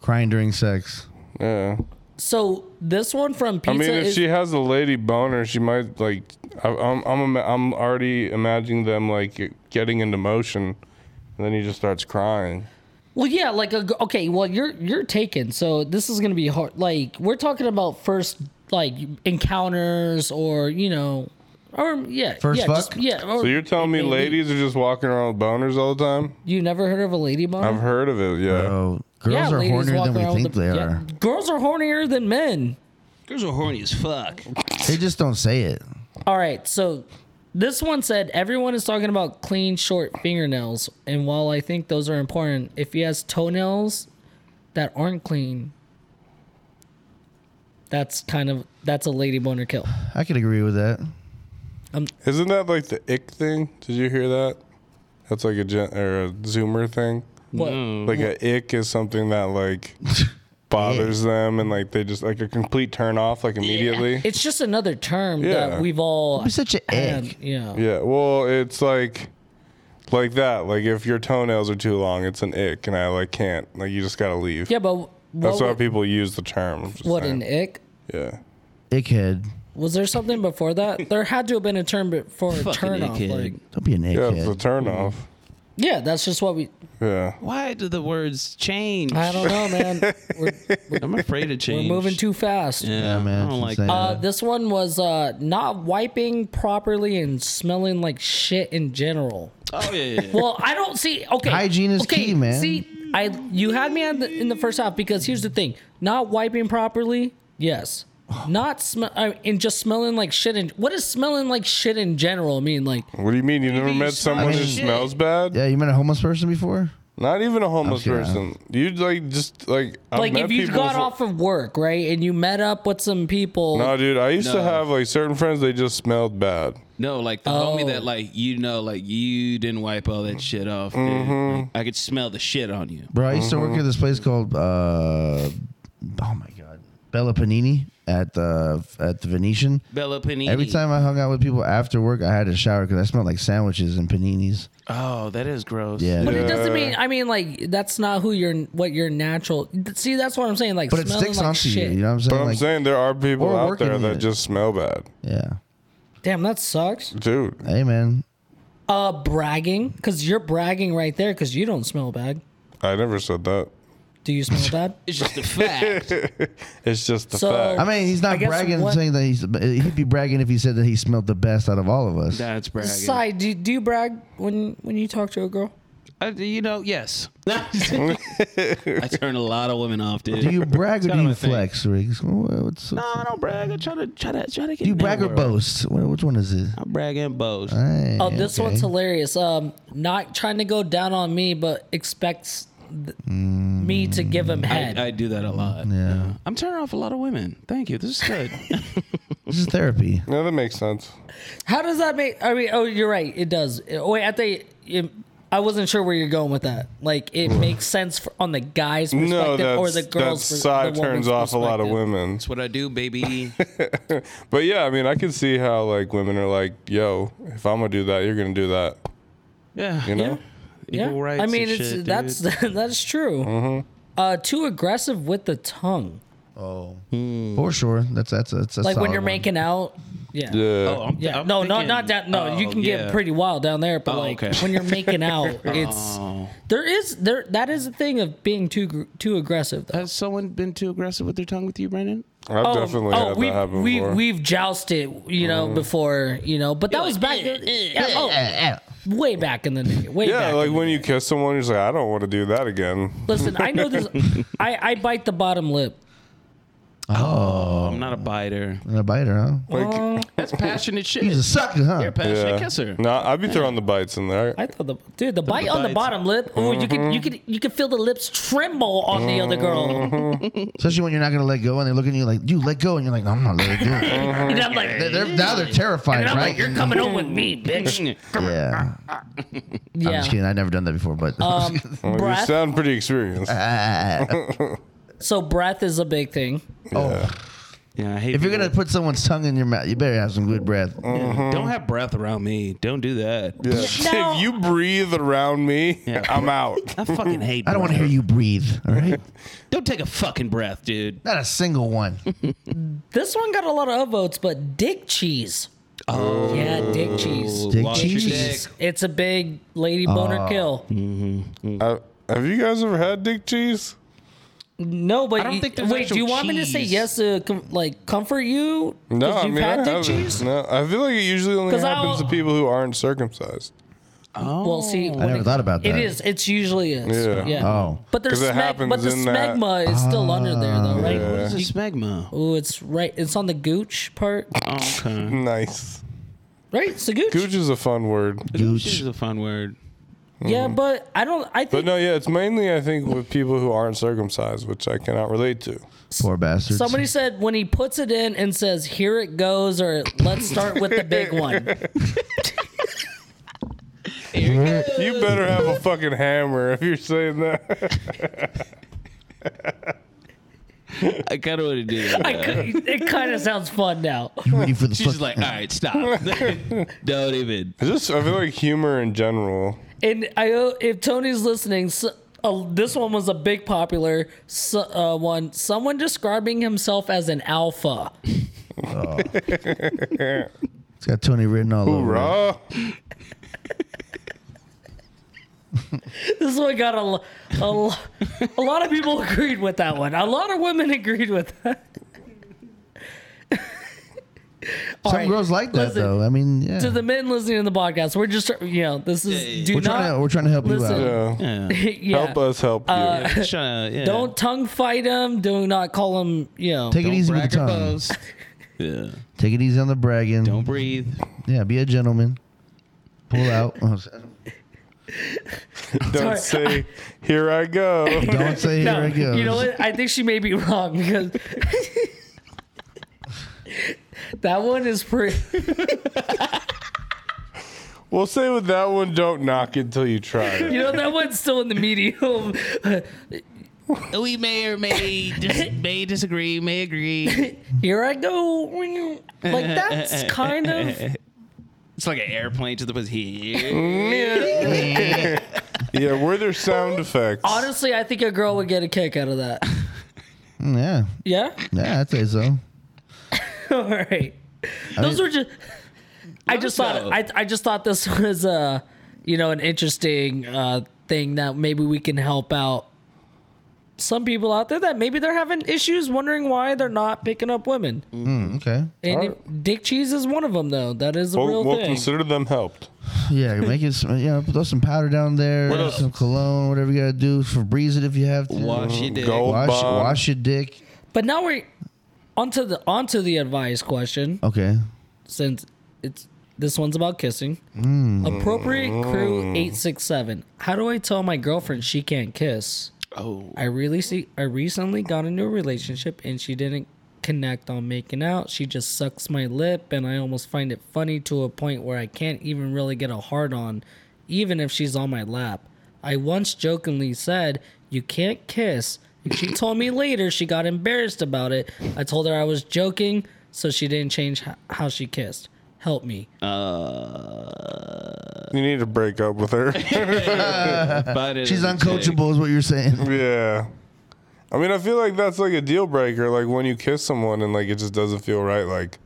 Crying during sex.
Yeah.
so this one from
I
Pizza
mean, if
is
she has a lady boner, she might like. I, I'm I'm ima- I'm already imagining them like getting into motion, and then he just starts crying.
well, yeah, like a, g- okay, well you're you're taken, so this is gonna be hard. Like we're talking about first like encounters or you know, or yeah,
First
yeah,
fuck?
just- yeah. Or,
So you're telling me
Maybe.
ladies are just walking around with boners all the time?
you never heard of a lady boner?
I've heard of it. Yeah.
Oh, girls
yeah,
are
ladies
hornier
walk
than we
around
think
with a-
they
yeah,
are.
Girls are hornier than men.
Girls are horny as fuck.
They just don't say it.
All right, so this one said everyone is talking about clean short fingernails, and while I think those are important, if he has toenails that aren't clean, that's kind of that's a lady boner kill.
I could agree with that.
Isn't that like the ick thing? Did you hear that? That's like a gen- or a zoomer thing.
What?
Like a ick is something that like bothers them and like they just like a complete turn off like immediately.
It's just another term
Yeah.
that we've all.
You're such an
had,
egg.
Yeah.
Yeah. Well, it's like like that. Like if your toenails are too long, it's an ick and I like can't. Like you just got to leave.
Yeah, but what,
That's why
would-
people use the term. I'm just
what
saying.
an ick.
Yeah.
Dickhead.
Was there something before that? There had to have been a term before a turn off.
ickhead.
Like,
Don't be an
Yeah,
egghead.
it's a turn off.
yeah, that's just what we.
Yeah.
Why do the words change?
I don't know, man. We're,
I'm afraid of
we're
change.
moving too fast.
Yeah,
man,
I don't
it's
like
insane.
that.
Uh, this one was uh, not wiping properly and smelling like shit in general.
Oh yeah, yeah, yeah.
Well, I don't see. Okay,
Hygiene is
okay,
key, man.
See, I you had me on the, in the first half because here's the thing: not wiping properly, yes. Not smell uh, and just smelling like shit. And what does smelling like shit in general mean? Like,
What do you mean? You never met
smell
someone who
like
shit.
smells bad?
yeah, you met a homeless person before?
Not even a homeless
Okay.
person. You like just like I've
like
met
if you
people
got
before-
off of work, right, and you met up with some people.
No, dude. I used to
No.
have like certain friends. They just smelled bad.
No, like the homie that like you know, like you didn't wipe all that shit off. dude. Like, I could smell the shit on you.
Bro, I used to work
Mm-hmm.
at this place called uh, oh my god, Bella Panini at the at the Venetian.
Bella Panini.
Every time I hung out with people after work, I had to shower because I smelled like sandwiches and paninis.
Oh, that is gross.
Yeah,
But it doesn't mean. I mean, like that's not who you're. What your natural. See, that's what I'm saying. Like,
but it
smelling
sticks
like
onto
shit.
you. You know what I'm saying?
But I'm
Like,
saying there are people
Or
out
working
there that
unit.
just smell bad,
yeah.
Damn, that sucks.
dude.
Hey man,
Uh, bragging, because you're bragging right there, because you don't smell bad.
I never said that.
Do you smell bad?
It's just a fact.
It's just the
So-
fact.
I mean he's
I
not
guess
bragging
what-
saying that he's he'd be bragging if he said that he smelled the best out of all of us.
That's bragging.
Sai, do, do you brag when when you talk to a girl?
I, Uh, you know, yes. I turn a lot of women off, dude.
Do you brag or
kinda
do
my
you
thing.
flex, Riggs? What's, what's,
No, I don't brag. I try to try to try to get.
do you
in
brag
that
or
world.
boast? What, which one is it?
I brag and boast.
Hey,
Oh, this
okay.
one's hilarious. Um, not trying to go down on me, but expects th- me to
Mm.
give him head.
I, I do that a lot.
Yeah.
I'm turning off a lot of women. Thank you. This is good.
This is therapy.
No, that makes sense.
How does that make? I mean, oh, you're right. It does. Uh, Wait, I think it, I wasn't sure where you're going with that. Like, it makes sense for, on the guy's perspective
No,
or
that's,
the girl's.
that
per-
side
the woman's
turns off a lot of
perspective.
women.
That's what I do, baby.
But yeah, I mean, I can see how like women are like, "Yo, if I'm gonna do that, you're gonna do that."
Yeah.
You know?
Yeah,
Equal rights
I mean,
and
it's
shit, dude.
that's that's true.
Mm-hmm.
Uh, too aggressive with the tongue,
Oh,
Mm.
for sure. That's that's that's a
like when
solid
you're
one.
making out. Yeah.
Yeah.
Oh, I'm,
Yeah.
I'm
no, no,
thinking-
not that. No, you
Oh,
can
yeah.
get pretty wild down there, but
Oh,
like
okay.
when you're making out, it's there is there that is a thing of being too gr- too aggressive. Though.
Has someone been too aggressive with their tongue with you, Brandon?
I've definitely had
we've,
that happen
oh, we,
before. Mm-hmm.
We've jousted, you know, before, you know, but that was back. yeah, oh,
Eh, eh, eh.
way back in the day. Way
Yeah,
back
like
in the
when
day.
you kiss someone, you're just like, I don't want to do that again.
Listen, I know this. I, I bite the bottom lip.
Oh,
I'm not a biter.
And a biter, huh?
Like,
That's passionate shit.
He's a sucker, huh?
You're a passionate kisser.
No, I'd be throwing the bites in there.
I thought the dude the bite on the
bites.
bottom lip. Ooh, you could you could you could feel the lips tremble on the other
Mm-hmm.
girl.
Especially when you're not gonna let go, and they look at you like, "Dude, let go," and you're like, "No, I'm not letting go."
And I'm like,
They're- they're- now they're terrified,
and I'm
right?
like, you're coming home with me, bitch.
yeah. I'm just
Yeah.
kidding. I've never done that before, but
Um,
You
breath.
sound pretty experienced.
Uh-huh. Uh, So breath is a big thing.
oh,
Yeah, I hate
if you're
people
gonna put someone's tongue in your mouth, you better have some good breath.
that- don't have breath around me. Don't do that.
Yeah.
Now-
if you breathe around me, I'm out.
I fucking hate.
I don't want to hear you breathe. All right,
Don't take a fucking breath, dude.
not a single one.
This one got a lot of upvotes, but dick cheese. Oh yeah, dick cheese.
Dick
Watch your
cheese.
dick.
It's a big lady boner
Ah.
kill.
Uh, have you guys ever had dick cheese?
No, but
don't
you-
think there's
wait, do you
actual
want me to say
cheese.
yes to com- like comfort you? 'Cause
No, I
you've
mean
had
I
dick
haven't.
cheese.
No, I feel like it usually only
'Cause
happens
I'll-
to people who aren't circumcised.
Well,
Oh.
see,
I never thought about that.
it is. It's usually is.
Yeah.
Yeah.
Oh.
But there's
'Cause it
smeg- but
happens
the
in that- Ah.
smegma is still under there though, right?
Yeah.
What is this magma?
Ooh, it's right. It's on the gooch part,
Okay.
Nice.
right? It's the gooch.
Gooch is a fun word.
Gooch is a fun word.
Yeah, but I don't. I
But
think
no, yeah, it's mainly I think with people who aren't circumcised, which I cannot relate to.
Poor bastards.
somebody said when he puts it in and says, "Here it goes," or "Let's start with the big one."
You better have a fucking hammer if you're saying that.
I kind of want to do that.
I cou- it kind of sounds fun now.
You ready for the
She's just
fuck-
like, all right, stop. don't even.
I just I feel like humor in general.
And I, if Tony's listening, s uh, this one was a big popular s uh, one. Someone describing himself as an alpha.
It's got Tony written all over. it.
Hoorah!
This one got a, lo- a, lo- a lot of people agreed with that one. A lot of women agreed with that. All
Some
right.
girls like that
Listen,
though. I mean, yeah.
To the men listening to the podcast, we're just you know this is do
we're trying to we're
not
trying to help
Listen.
you out.
Yeah.
Yeah.
yeah. Uh,
Help uh, us help you.
Just tryna- yeah.
Don't tongue fight them. Do not call them. You know.
Take it easy with the
brag or
tongue.
boast. yeah.
Take it easy on the bragging.
Don't breathe.
Yeah, be a gentleman. Pull out. Oh,
Don't say, "Here I go."
Don't say here
No,
it goes.
You know what? I think she may be wrong because that one is pretty.
We'll say with that one, don't knock it till you try it.
You know that one's still in the medium.
Oh, We may or may dis- may disagree, may agree.
Here I go. Like that's kind of
It's like an airplane to the was
Mm.
here.
Yeah, were there sound effects?
honestly, I think a girl would get a kick out of that.
Mm, yeah,
Yeah.
yeah, I'd say so.
All right. Those
mean-
were just. I
Those
just thought
are-
I I just thought this was uh you know an interesting uh thing that maybe we can help out some people out there that maybe they're having issues wondering why they're not picking up women.
Mm, okay.
And if- dick cheese is one of them, though. That is a
We'll,
real
we'll
thing.
consider them helped.
Yeah, make it. Some, yeah, throw some powder down there.
else?
Some cologne, whatever you gotta do. Febreze it if you have to.
Wash your dick.
Gold
wash,
bond.
wash your dick.
but now we're onto the onto the advice question,
Okay.
since it's this one's about kissing. Appropriate crew eight six seven. How do I tell my girlfriend she can't kiss?
Oh.
I really see. I recently got into a relationship and she didn't connect on making out. She just sucks my lip, and I almost find it funny to a point where I can't even really get a hard on, even if she's on my lap. I once jokingly said, "You can't kiss." And she told me later she got embarrassed about it. I told her I was joking, so she didn't change h- how she kissed. Help me.
You need to break up with her.
But it
Uh, She's
is a
uncoachable, is what you're saying.
yeah. I mean, I feel like that's like a deal breaker. Like when you kiss someone and like it just doesn't feel right. Like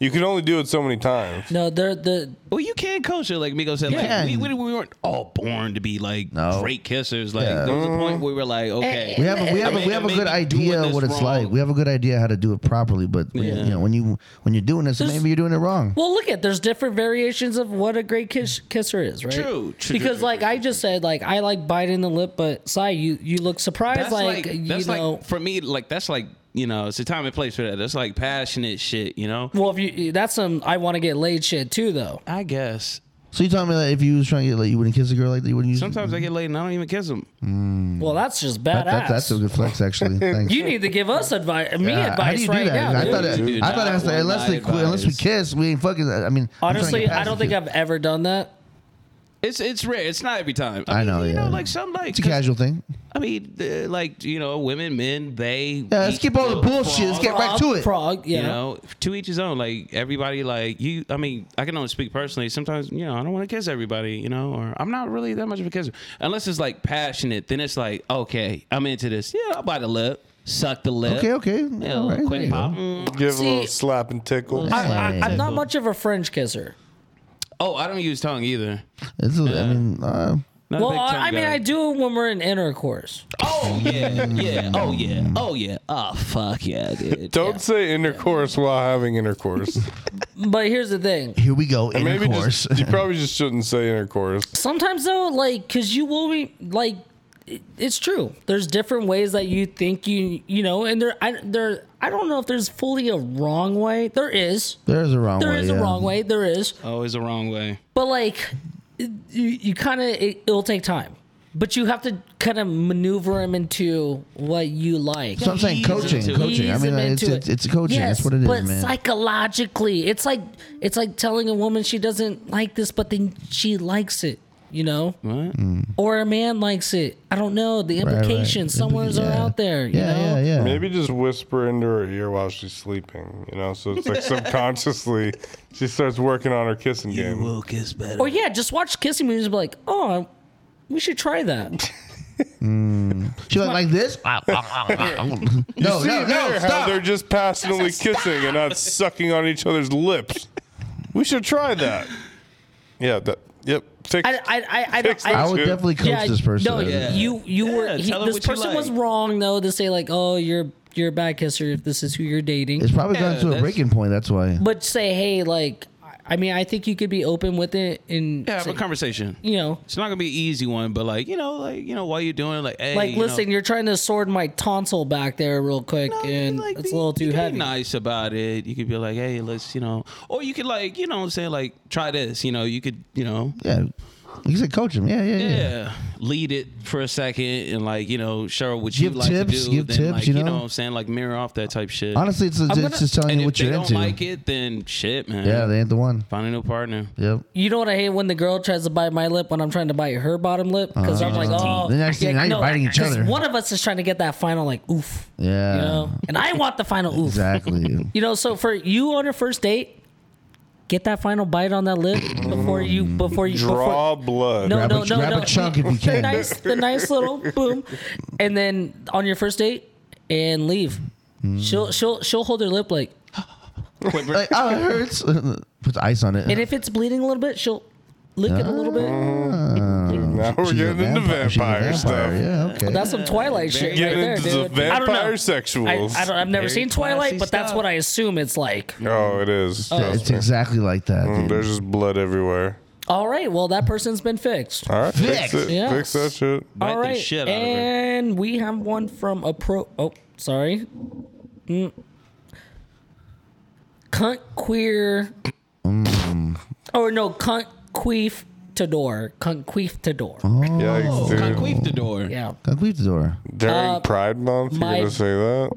You can only do it so many times.
No, they're the
Well, you can coach it, like Migo said.
Yeah.
Like, we, we, we weren't all born to be like
No.
great kissers. Like
Yeah.
there was a point where we were like, okay,
We have a, we have
I
a,
mean,
we have a
maybe
good
doing
idea
this
what it's like.
wrong.
We have a good idea how to do it properly, but we- you know when you when you're doing this, maybe you're doing it wrong.
Well, look at there's different variations of what a great kiss, kisser is, right?
True, true,
Because
true,
like I just said, like I like biting the lip, but Sai, you you look surprised,
that's
like,
like,
you
that's like
know.
for me, like that's like you know, it's a time and place for that. That's like passionate shit, you know.
well, if you that's some I want to get laid shit too, though.
I guess
So you telling me that if you was trying to get like you wouldn't kiss a girl like that, you wouldn't use
sometimes I get laid and I don't even kiss them.
Well, that's just
that,
badass.
that, that's a good flex actually. Thanks.
you need to give us advice, me
Yeah,
advice right now.
I
dude.
thought it,
Dude,
I thought it
not
has to
one
unless they
night
quit, unless we
advice.
kiss, we ain't fucking. I mean, I'm trying to
Honestly,
get
I
past
don't
the
think
kiss.
I've ever done that.
It's it's rare. It's not every time.
I
mean,
know,
You
yeah.
know, like some like
It's a casual thing.
I mean, uh, like you know, women, men, they.
Yeah, let's
each
keep all the
feel
bullshit. Let's
frog,
get right
Frog-
to it.
Frog, yeah.
You know, to each his own. Like everybody, like you. I mean, I can only speak personally. Sometimes, you know, I don't want to kiss everybody. You know, or I'm not really that much of a kisser unless it's like passionate. Then it's like, okay, I'm into this. Yeah, I'll bite the lip, suck the lip.
Okay, okay.
Yeah,
All right, there
quick
you go.
pop.
Give a
Mm. See-
little slap and tickle.
I, I,
Yeah.
I'm not much of a French kisser.
Oh, I don't use tongue either.
It's a, I mean, uh,
Not a
Well,
big tongue
I, I mean,
guy.
I do it when we're in intercourse.
Oh yeah, yeah. Oh yeah. Oh yeah. Oh fuck yeah, dude.
Don't say intercourse while having intercourse.
But here's the thing.
here we go.
Maybe
Intercourse.
just, you probably just shouldn't say intercourse.
Sometimes though, like, cause you will be like, it- it's true. There's different ways that you think you you know, and there I there I don't know if there's fully a wrong way. There is.
There's a wrong
There
way.
is a
Oh, yeah.
wrong way. There is.
Always Oh, the wrong way.
But like, it- you, you kind of it, it'll take time. But you have to kind of maneuver him into what you like.
So I'm saying
Ease
coaching,
into it.
coaching. I
Ease
mean,
him
it's,
into
it's it's coaching. That's what it is,
but
man.
psychologically, it's like it's like telling a woman she doesn't like this, but then she likes it. You know,
What?
or a man likes it. I don't know the
Right, right.
implications. Somewheres are
Yeah.
out there. You
yeah,
know?
yeah, yeah.
Maybe just whisper into her ear while she's sleeping, you know? So it's like subconsciously she starts working on her kissing game.
kiss better.
Or yeah, just watch kissing movies. And be like, oh, we should try that.
She like like this. Ow, ow, ow, ow. no,
See
no, no,
there how
stop.
They're just passionately kissing and not sucking on each other's lips. We should try that. Yeah, that, yep. Fix-
I, I, I, I, don't-
I would
Dude.
definitely coach
yeah,
this person.
No,
Yeah.
you, you were. He,
tell him
this
what you
person was
like.
wrong though to say like, oh, you're you're a bad kisser if this is who you're dating.
It's probably
Yeah,
gone to a
that's-
breaking point. That's why.
but say, hey, like, I mean, I think you could be open with it and
Yeah, have
say,
a conversation.
you know,
It's not gonna be an easy one, but like you know, like you know, while you're doing it, like, hey,
like,
you
listen,
know,
you're trying to sword my tonsil back there real quick,
you can,
and
like, be-
it's a little
you
too
can
heavy.
Be nice about it. You could be like, hey, let's you know, or you could like you know, what I'm saying like try this. You know, you could you know,
Yeah, you said coach him. Yeah, yeah, yeah.
yeah, lead it for a second and like you know, show what
Give
you like
tips,
to do.
give
then,
tips,
like,
you
you
know?
know, what I'm saying like mirror off that type shit.
Honestly, it's, it's
gonna-
just telling
and
you
if
what
they
you're
don't
into.
like it, then shit, man.
yeah, they ain't the one.
find a new partner.
Yep.
You know what I hate when the girl tries to bite my lip when I'm trying to bite her bottom lip because I'm
Uh,
like, oh,
The next thing, now you're biting each
'cause
other.
One of us is trying to get that final like oof,
Yeah.
you know, and I want the final oof.
Exactly.
You know, so for you on your first date, get that final bite on that lip before you before you before,
Draw blood.
No,
Grab a-
no, no,
grab a
no.
chunk if you can.
The nice, the nice little boom, and then on your first date, and leave.
Mm.
She'll she'll she'll hold her lip like,
like, oh, it hurts. Put ice on it.
and if it's bleeding a little bit, she'll lick it a little
Oh.
bit.
Now we're
Uh, She's a
getting into
vampire- she's a
vampire stuff.
vampire, Yeah, okay.
That's some Twilight shit right
Getting
there,
into the
dude. I don't
vampire
know. I,
sexuals.
I don't, I've never
Very
seen Twilight,
classy
but that's
stuff.
what I assume it's like.
oh, it is.
it's
Trust me.
exactly like that. dude.
There's just blood everywhere.
All right, well that person's been fixed.
All right, fix,
Fix.
it.
Yeah.
Fix that shit.
Oh.
Bite
All
the
right,
shit out of her.
and we have one from a pro. Oh, sorry. Mm. Cunt queer.
Mm.
Or no, cunt queef to door. Cunt queef to door.
Yikes, dude.
Queef the door.
Yeah.
Gotta leave the door.
During
Uh,
Pride Month, you're
my-
gonna say that?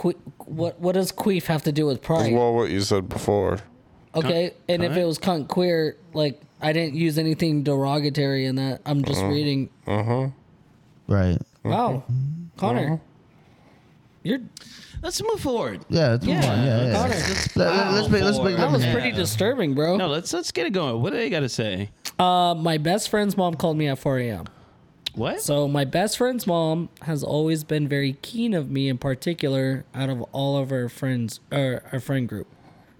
Que- what what does queef have to do with pride?
Well, what you said before.
okay, and if it was cunt queer, like I didn't use anything derogatory in that. I'm just reading.
Right.
Wow, Connor, you're
Let's move forward.
Yeah, that's yeah.
Yeah.
one. Yeah, yeah.
Got
Let,
it.
let, let's make. Let's make.
that was
Yeah.
pretty disturbing, bro.
No, let's let's get it going. What do they got to say?
Uh, my best friend's mom called me at 4 a.m.
What?
So my best friend's mom has always been very keen of me in particular out of all of our friends or our friend group.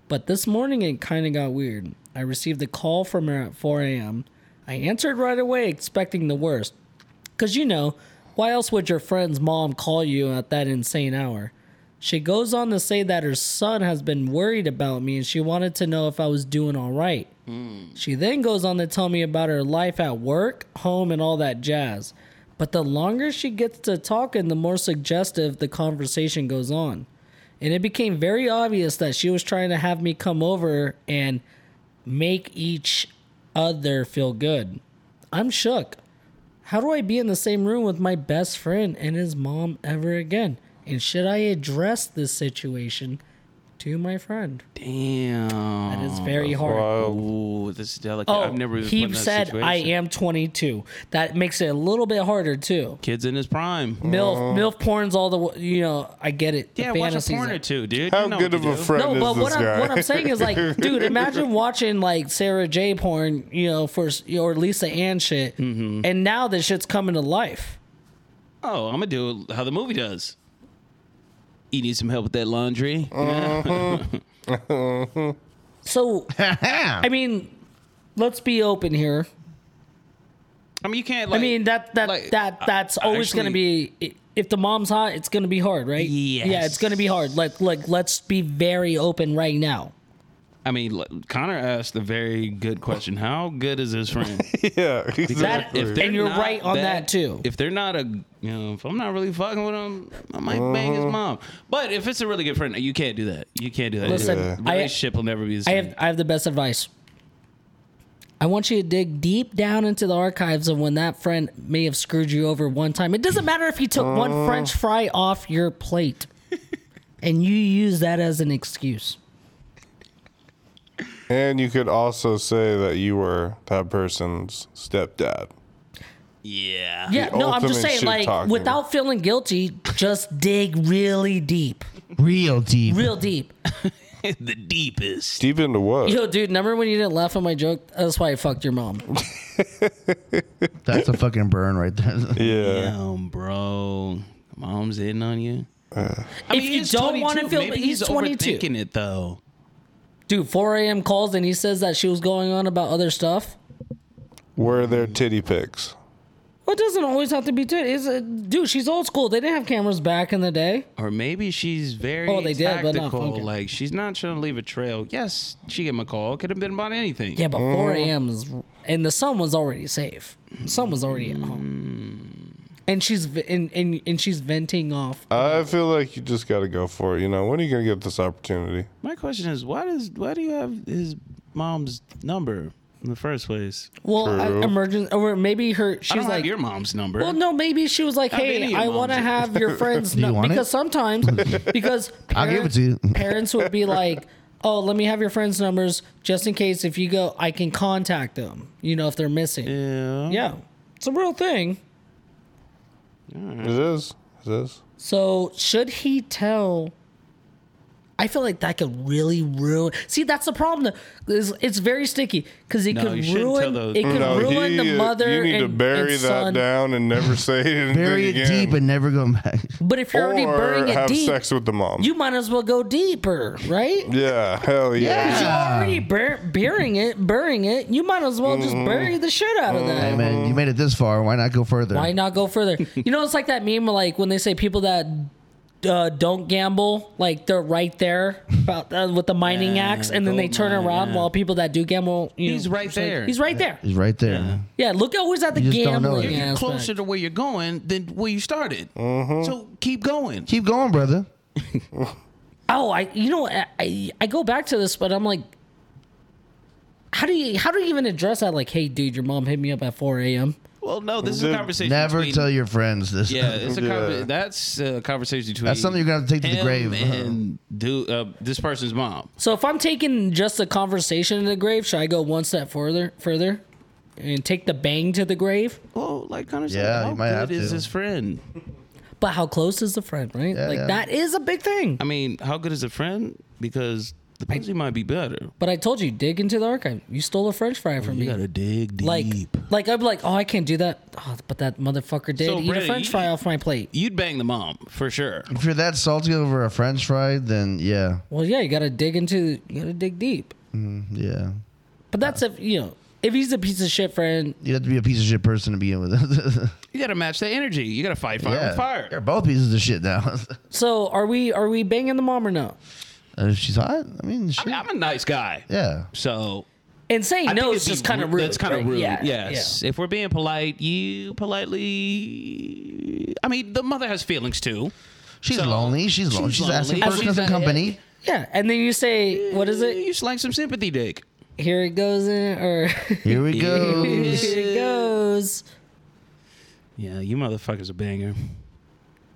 But this morning it kind of got weird. I received a call from her at 4 a.m. I answered right away, expecting the worst. Because, you know, why else would your friend's mom call you at that insane hour? She goes on to say that her son has been worried about me and she wanted to know if I was doing all right. She then goes on to tell me about her life at work, home, and all that jazz. But the longer she gets to talking, the more suggestive the conversation goes on. And it became very obvious that she was trying to have me come over and make each other feel good. I'm shook. How do I be in the same room with my best friend and his mom ever again? And should I address this situation to my friend?
Damn.
That is very hard.
Wild.
Ooh, this is delicate.
Oh,
I've never been
he
in that
said I
situation.
am 22. That makes it a little bit harder too.
Kids in his prime.
Milf,
Oh.
milf porn's all the w- you know. I get it. The
Yeah, watch a
fantasies
porn
are-
or two, dude.
How
You know
good
what
of
to
a
do.
friend
No, but
is
what
this
I'm
guy?
what I'm saying is like, dude, imagine watching like Sarah J porn, you know, for s- or Lisa Ann shit,
Mm-hmm.
and now this shit's coming to life.
Oh, I'm gonna do how the movie does. You need some help with that laundry?
Uh-huh.
So, I mean, let's be open here.
I mean, you can't.
I
Like,
mean that that
like, uh,
that that's
I- I
always going to be i- if the mom's hot, it's going to be hard, right? Yeah, it's going to be hard. Like like let's be very open right now.
I mean, look, Connor asked a very good question. How good is his friend?
yeah,
That-
exactly.
if they-
they're
And you're
not
right on that, too.
If they're not a, you know, if I'm not really fucking with him, I might
Uh-huh.
bang his mom. But if it's a really good friend, you can't do that. You can't do that.
Listen,
The
I-
relationship will never be the
I
same.
have I have the best advice. I want you to dig deep down into the archives of when that friend may have screwed you over one time. It doesn't matter if he took
Oh.
one French fry off your plate, and you use that as an excuse.
and you could also say that you were that person's stepdad.
yeah.
Yeah,
The
no, I'm just
ultimate
saying,
shit
like,
talking.
without feeling guilty, just dig really deep,
Real deep.
real deep.
the deepest.
Deep into what?
Yo, dude, remember when you didn't laugh at my joke? That's why I fucked your mom.
That's a fucking burn right there.
yeah.
Damn, bro. Mom's hitting on you.
if you don't want to feel,
Maybe
he's 22.
overthinking it though.
Dude, 4 a.m. calls and he says that she was going on about other stuff.
Were
Mm-hmm.
there titty pics?
Well, it doesn't always have to be dude. It's a, dude, she's old school. They didn't have cameras back in the day.
Or maybe she's very
Oh, they did, but not
tactical.
fucking.
Like she's not trying to leave a trail. Yes, she gave him a call. Could have been about anything.
Yeah, but 4 a.m. is, and the sun was already safe. The sun was already at home. And she's v- and, and and she's venting off.
I feel like you just got to go for it. You know, when are you going to get this opportunity?
My question is, why does why do you have his mom's number in the first place?
Well, I,
True.
emergency or maybe her.
I
She's
don't
like
have your mom's number.
Well, no, maybe she was like,
Not many of
"Hey,
your
I want to
moms.
have your friends
you
know
want it?
because sometimes because
I'll give it to you.
parents would be like, "Oh, let me have your friends' numbers just in case if you go, I can contact them. You know, if they're missing." Yeah,
Yeah.
it's a real thing.
Mm-hmm.
It is. It is.
So should he tell? I feel like that could really ruin. See, that's the problem. though, Is it's very sticky because it
No,
could
you shouldn't
ruin.
tell those-
It could
No,
ruin
he, uh,
the mother.
you need
and,
to bury
and
that
son.
down and never say anything
Bury it
again.
deep and never go back.
But if you're already
or
burying it
have
deep,
sex with the mom.
you might as well go deeper, right?
yeah, hell yeah.
You're already bur- burying it, burying it. You might as well just
Mm-hmm.
bury the shit out of
Hey
that.
man, you made it this far. Why not go further?
Why not go further? You know, it's like that meme, where, like when they say people that uh, don't gamble, like they're right there about uh, with the mining
Yeah,
axe, and then they
gold
turn
mine,
around
yeah.
while people that do gamble, you
He's
know,
right
it's like-
there.
He's right there.
He's right there.
Yeah, look always at the
You just don't know
gambling
it.
You're
aspect.
closer to where you're going than where you started.
Mm-hmm.
So keep going.
Keep going, brother.
Oh, I you know I- I I go back to this, but I'm like, how do you how do you even address that? Like, hey, dude, your mom hit me up at 4 a.m.
Well, no, this is
Dude,
a conversation.
Never
between-
tell your friends this.
Yeah, it's a
Yeah.
conver- that's a conversation between.
That's something you're gonna have to take to the
him
grave. uh-huh.
And do uh, this person's mom.
So if I'm taking just the conversation to the grave, should I go one step further, further, and take the bang to the grave?
Well, like Connor said,
Yeah,
how
you might
good
have
is
to.
his friend?
But how close is the friend, right? like
yeah.
that is a big thing.
I mean, how good is a friend? Because The Pepsi might be better.
But I told you, dig into the archive. You stole a French fry from
You
me.
gotta dig deep.
like, like I'm like, oh, I can't do that. Oh, but that motherfucker did
So,
eat
Brady,
a French
you-
fry off my plate.
You'd bang the mom for sure.
If you're that salty over a French fry, then yeah,
Well, yeah, you gotta dig into, you gotta dig deep.
yeah.
But that's if you know, if he's a piece of shit friend,
You'd have to be a piece of shit person to begin with.
You gotta match that energy. You gotta fight fire
yeah,
with fire.
They're both pieces of shit now.
So are we are we banging the mom or no?
Uh, if she's hot, I mean, shit.
I mean, I'm a nice guy.
yeah.
So
And saying
I
no
think
is
it'd
just
be
kind of rude.
That's kind of
right?
rude.
Yeah,
yes. If we're being polite, you politely. I mean, the mother has feelings too.
She's
So-
lonely. She's lonely.
She's
She's, asking
lonely.
for
She's
another
a-
company.
Yeah. yeah. And then you say, what is it?
You slang some sympathy dick.
Here it goes in, or here
Here we go.
it goes.
Yeah, you motherfuckers a banger.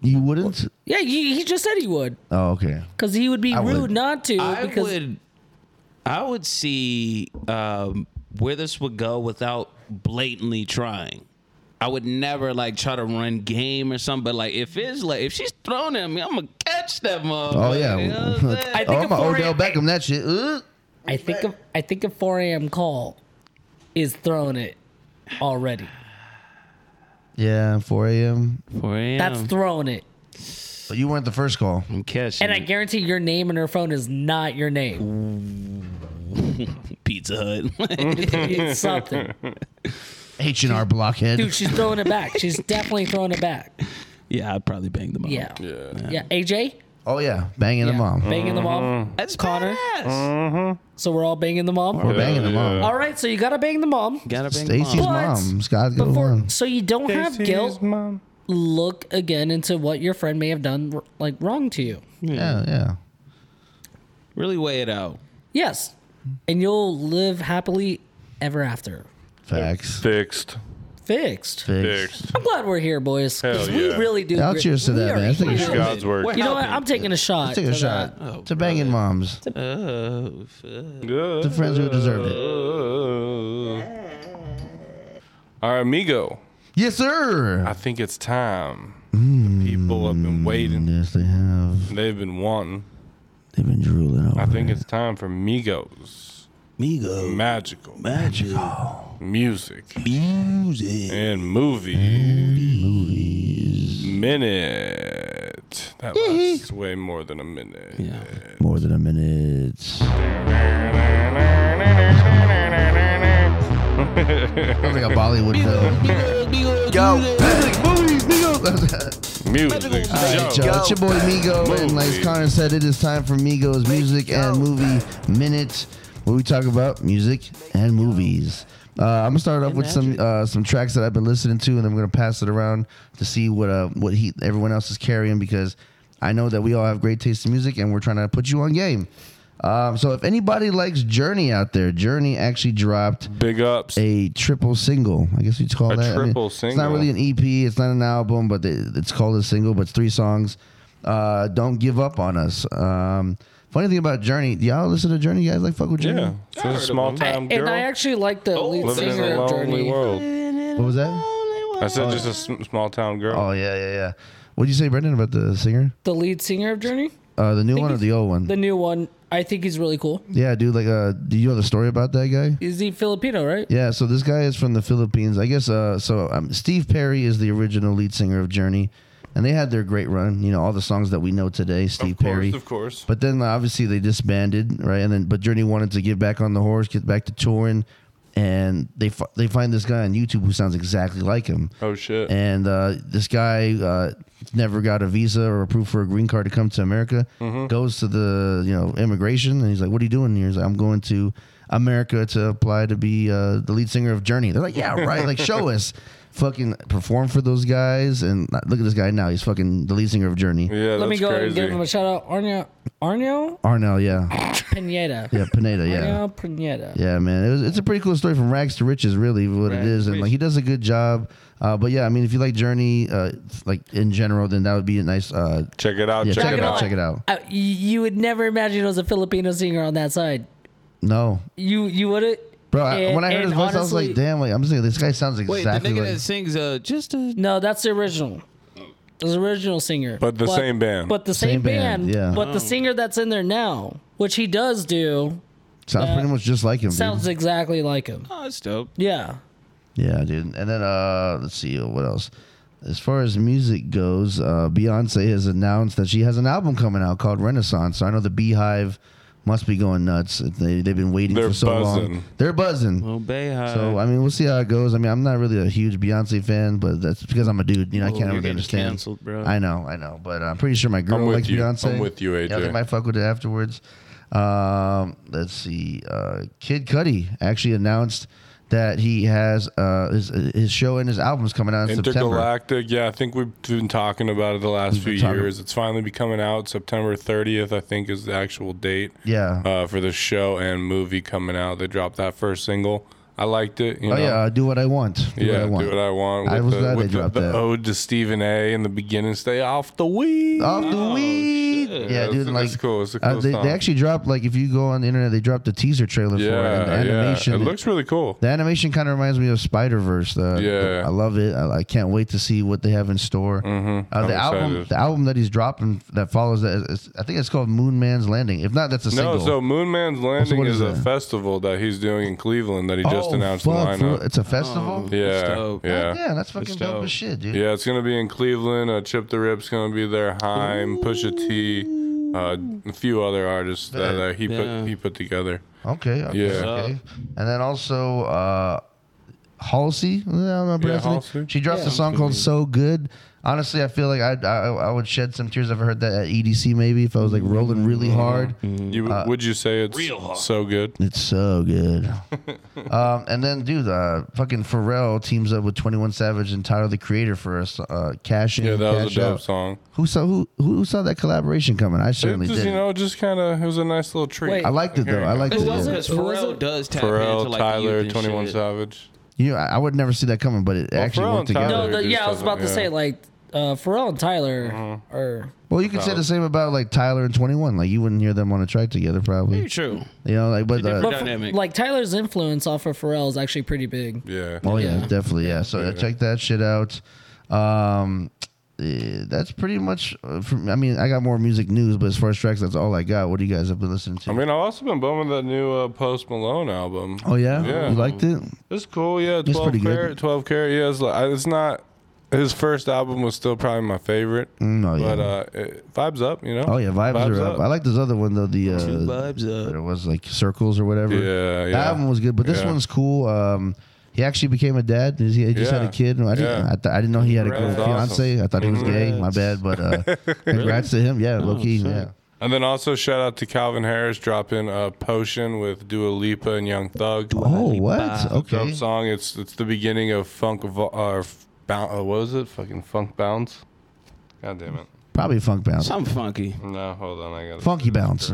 You wouldn't?
Yeah, he, he just said he would,
Oh, okay.
because he would be
I would.
rude not to.
I
because
would, I would see um, where this would go without blatantly trying. I would never like try to run game or something. But like, if it's like if she's thrown at me, I'm gonna catch that motherfucker.
Oh, yeah.
You know what I'm saying?
I think
oh,
a
I'm a
foreign-
Odell Beckham. That shit. uh. Ooh.
I think a, I think a 4 a.m. call is throwing it already.
Yeah, 4 a.m.
Four a.m.
That's throwing it,
But you weren't the first call.
I'm catching.
Mm.
and I guarantee your name and her phone is not your name.
Pizza Hut.
It's something,
H and R blockhead.
dude. She's throwing it back. She's definitely throwing it back.
yeah, I'd probably bang them up.
Yeah,
Yeah.
yeah. AJ,
oh yeah, banging
yeah.
the mom.
banging the mom.
that's
Connor.
Mm-hmm.
badass.
So we're all banging the mom.
We're banging the mom.
All right, so you gotta bang the mom.
Gotta bang
Stacy's
them up.
But-
mom. Scott go
Before,
on.
so you don't have guilt.
mom.
Look again into what your friend may have done, r- like wrong to you.
Yeah, yeah.
Really weigh it out.
Yes, and you'll live happily ever after.
Facts.
Fixed.
Fixed.
Fixed.
Fixed.
I'm glad we're here, boys. 'cause
Hell
we
yeah.
really do.
Now
gr-
cheers to
we
that,
are
man. I think
here.
it's
It's God's work.
You know what? I'm taking a
Let's
shot.
take a
to
shot.
that.
to banging moms.
Oh,
Good.
The friends who deserved it.
Our amigo,
Yes, sir.
I think it's time. the people have been waiting.
Yes, they have.
They've been wanting.
They've been drooling over.
I think it's time for Migos.
Migo.
Magical
Magic.
music
Music.
and movie. Minute. That lasts way more than a minute.
Yeah.
more than a minute. Sounds like a Bollywood film.
Go.
Music.
Alright,
Yo.
y'all, It's your boy Migo, and like
Movie.
Connor said, it is time for Migo's music and movie minute, where we talk about music and movies. Uh, I'm gonna start off with some uh, some tracks that I've been listening to, and I'm gonna pass it around to see what uh, what he everyone else is carrying because I know that we all have great taste in music, and we're trying to put you on game. Um, so if anybody likes Journey out there, Journey actually dropped
Big ups.
a triple single. I guess you'd call
A
that I mean,
triple
It's not
single.
really an EP. It's not an album, but they, it's called a single. But it's three songs. Uh, Don't give up on us. Um, funny thing about Journey, y'all listen to Journey. You guys like fuck with Journey?
Yeah. She's a small time
And
girl. Oh,
I actually like the lead
living in
singer
a
of
lonely
Journey.
world.
What was that?
I said just a sm- small town girl.
Oh yeah, yeah, yeah. What would you say, Brendan, about the singer?
The lead singer of Journey,
Uh, the new one or
he's-
the old one?
the new one. I think he's really cool.
yeah, dude. Like, uh, do you know the story about that guy?
Is he Filipino, right?
Yeah, so this guy is from the Philippines. I guess uh, so. Um, Steve Perry is the original lead singer of Journey, and they had their great run. You know, all the songs that we know today. Steve
Of course,
Oh, Perry,
of course.
But then uh, obviously they disbanded, right? And then but Journey wanted to get back on the horse, get back to touring, and they fi- they find this guy on YouTube who sounds exactly like him.
Oh shit.
And uh, this guy uh, never got a visa or approved for a green card to come to America. Goes to the you know immigration and he's like, "What are you doing here?" He's like, "I'm going to America to apply to be uh, the lead singer of Journey." They're like, "Yeah, right. Like, show us." Fucking perform for those guys, and uh, look at this guy now. He's fucking the lead singer of Journey.
yeah,
Let
that's
me go
crazy.
and give him a shout out. Arnio, Arnio
Arnell, yeah,
Pineda.
yeah, Pineda, yeah.
Arnio Pineda.
Yeah, man, it was, it's a pretty cool story from rags to riches, really, what it
Rags
is,
to
and like he does a good job. Uh, but yeah, I mean, if you like Journey, uh, like in general, then that would be a nice. Uh,
check it out.
yeah, check,
check,
it out. Check it out.
Uh, y- you would never imagine it was a Filipino singer on that side.
No,
You you wouldn't.
bro, I-
And-
when I heard
and
his voice, I was like,
honestly-
damn, like I'm just like, this guy sounds
Wait,
exactly
the nigga
like.
that sings uh, just a
No, that's the original. The original singer.
But the same band.
But the same,
Same
band.
band, yeah.
Oh. But the singer that's in there now which he does do,
Sounds pretty much just like him.
sounds
dude.
exactly like him.
Oh, that's dope.
Yeah.
yeah, dude. And then uh, let's see uh, what else. As far as music goes, uh, Beyonce has announced that she has an album coming out called Renaissance. So I know the Beehive must be going nuts. They they've been waiting
They're
for so
buzzing.
long. They're buzzing.
Obey her.
So I mean, we'll see how it goes. I mean, I'm not really a huge Beyonce fan, but that's because I'm a dude. You know,
Oh,
I
Whoa,
can't
you're
really
getting
understand.
canceled, bro.
I know, I know, but I'm pretty sure my girl
I'm with
likes
you.
Beyonce.
I'm with you,
Yeah,
AJ.
they might fuck with it afterwards. Um, let's see. Uh, Kid Cudi actually announced that he has uh, his his show and his albums coming out in September.
Intergalactic, yeah, I think we've been talking about it the last few
been talking-
years. It's finally be coming out September 30th, I think, is the actual date
Yeah.
uh, for the show and movie coming out. They dropped that first single. I liked it. You
oh
know?
yeah, do what I want. Do
yeah,
what I want.
do what I want.
I
with
was
the,
glad they
with the-
dropped
the,
that.
ode to Stephen A. in the beginning. Stay off the weed.
Off the weed. Yeah,
Oh, That's-
dude. Like,
that's cool. It's a
uh,
cool
they,
song.
they actually dropped like if you go on the internet, they dropped a teaser trailer for it. And the
yeah,
animation.
yeah. It looks really cool.
The animation kind of reminds me of Spider Verse.
Yeah.
I love it. I, I can't wait to see what they have in store. Uh, the
Mm-hmm. I'm
album,
excited.
the album that he's dropping that follows that, is, I think it's called Moon Man's Landing. If not, that's a
No,
single.
so Moon Man's Landing
what
is,
is
a
that?
festival that he's doing in Cleveland that he
Oh,
just announced the
fuck, for real?
lineup. Oh,
It's a festival.
Yeah,
dope.
yeah.
yeah, that's fucking dope.
dope.
as shit, dude.
Yeah, it's gonna be in Cleveland. Uh, Chip the Rip's gonna be there. Heim, Pusha T, uh, a few other artists that uh, he
Yeah.
put he put together.
Okay. okay
Yeah.
Okay. And then also. Uh, Halsey, I don't know, pronouncing it.
Halsey.
she dropped a song called "So Good." Honestly, I feel like I, I I would shed some tears if I heard that at EDC. Maybe if I was like rolling really hard,
Mm.
You
Uh,
would you say it's so good?
It's so good. um, and then, dude, uh, fucking Pharrell teams up with Twenty One Savage and Tyler the Creator for us. Uh, cash in,
Yeah, that
cash
was a dope
out.
song.
Who saw who who saw that collaboration coming? I
It
certainly
just,
did.
you know, just kind of it was a nice little treat.
Wait.
I liked it though. I liked it.
It
Who
Yeah.
was
wasn't
it?
because
Who was
Pharrell
it?
does tap into
Pharrell,
like
Tyler,
Twenty
Twenty One Savage.
You know, I, I would never see that coming, but it actually
Pharrell
worked
and Tyler-
together.
No,
Tyler
the,
just
yeah, I was about to
doesn't-
say
yeah.
like uh, Pharrell and Tyler are
Well, you could say the same about like Tyler and Twenty One. Like you wouldn't hear them on a track together, probably.
True.
You know, like but
different
uh,
but f-
dynamic.
like Tyler's influence off of Pharrell is actually pretty big.
Yeah,
oh yeah, definitely yeah. So uh, check that shit out. Um, eh, that's pretty much. Uh, from, I mean, I got more music news, but as far as tracks, that's all I got. What do you guys have been listening to?
I mean, I've also been bumming that new uh, Post Malone album.
Oh yeah,
Yeah.
you liked it?
It's cool, yeah.
It's
Twelve
pretty good.
karat, twelve karat. Yeah, it's, like, it's not. His first album was still probably my favorite,
Mm, oh yeah.
but uh, it, vibes up, you know.
oh yeah, vibes, are up. I like this other one though. The uh,
vibes up.
that it was like circles or whatever.
Yeah,
that
yeah.
album was good, but this
Yeah.
one's cool. Um, he actually became a dad. He he just had
Yeah.
a kid. I didn't,
Yeah.
I, th- I didn't know he had a girl
Congrats.
fiance. I thought he was gay. My bad, but uh, congrats to him. Yeah, low key.
Oh,
Yeah.
And then also shout out to Calvin Harris dropping a potion with Dua Lipa and Young Thug.
Oh what?
Dope
Okay.
song. It's it's the beginning of funk. Vo- uh, f- boun- uh, what was it? Fucking funk bounce. God damn it.
Probably funk bounce.
Some funky.
No, hold on. I got
Funky bounce.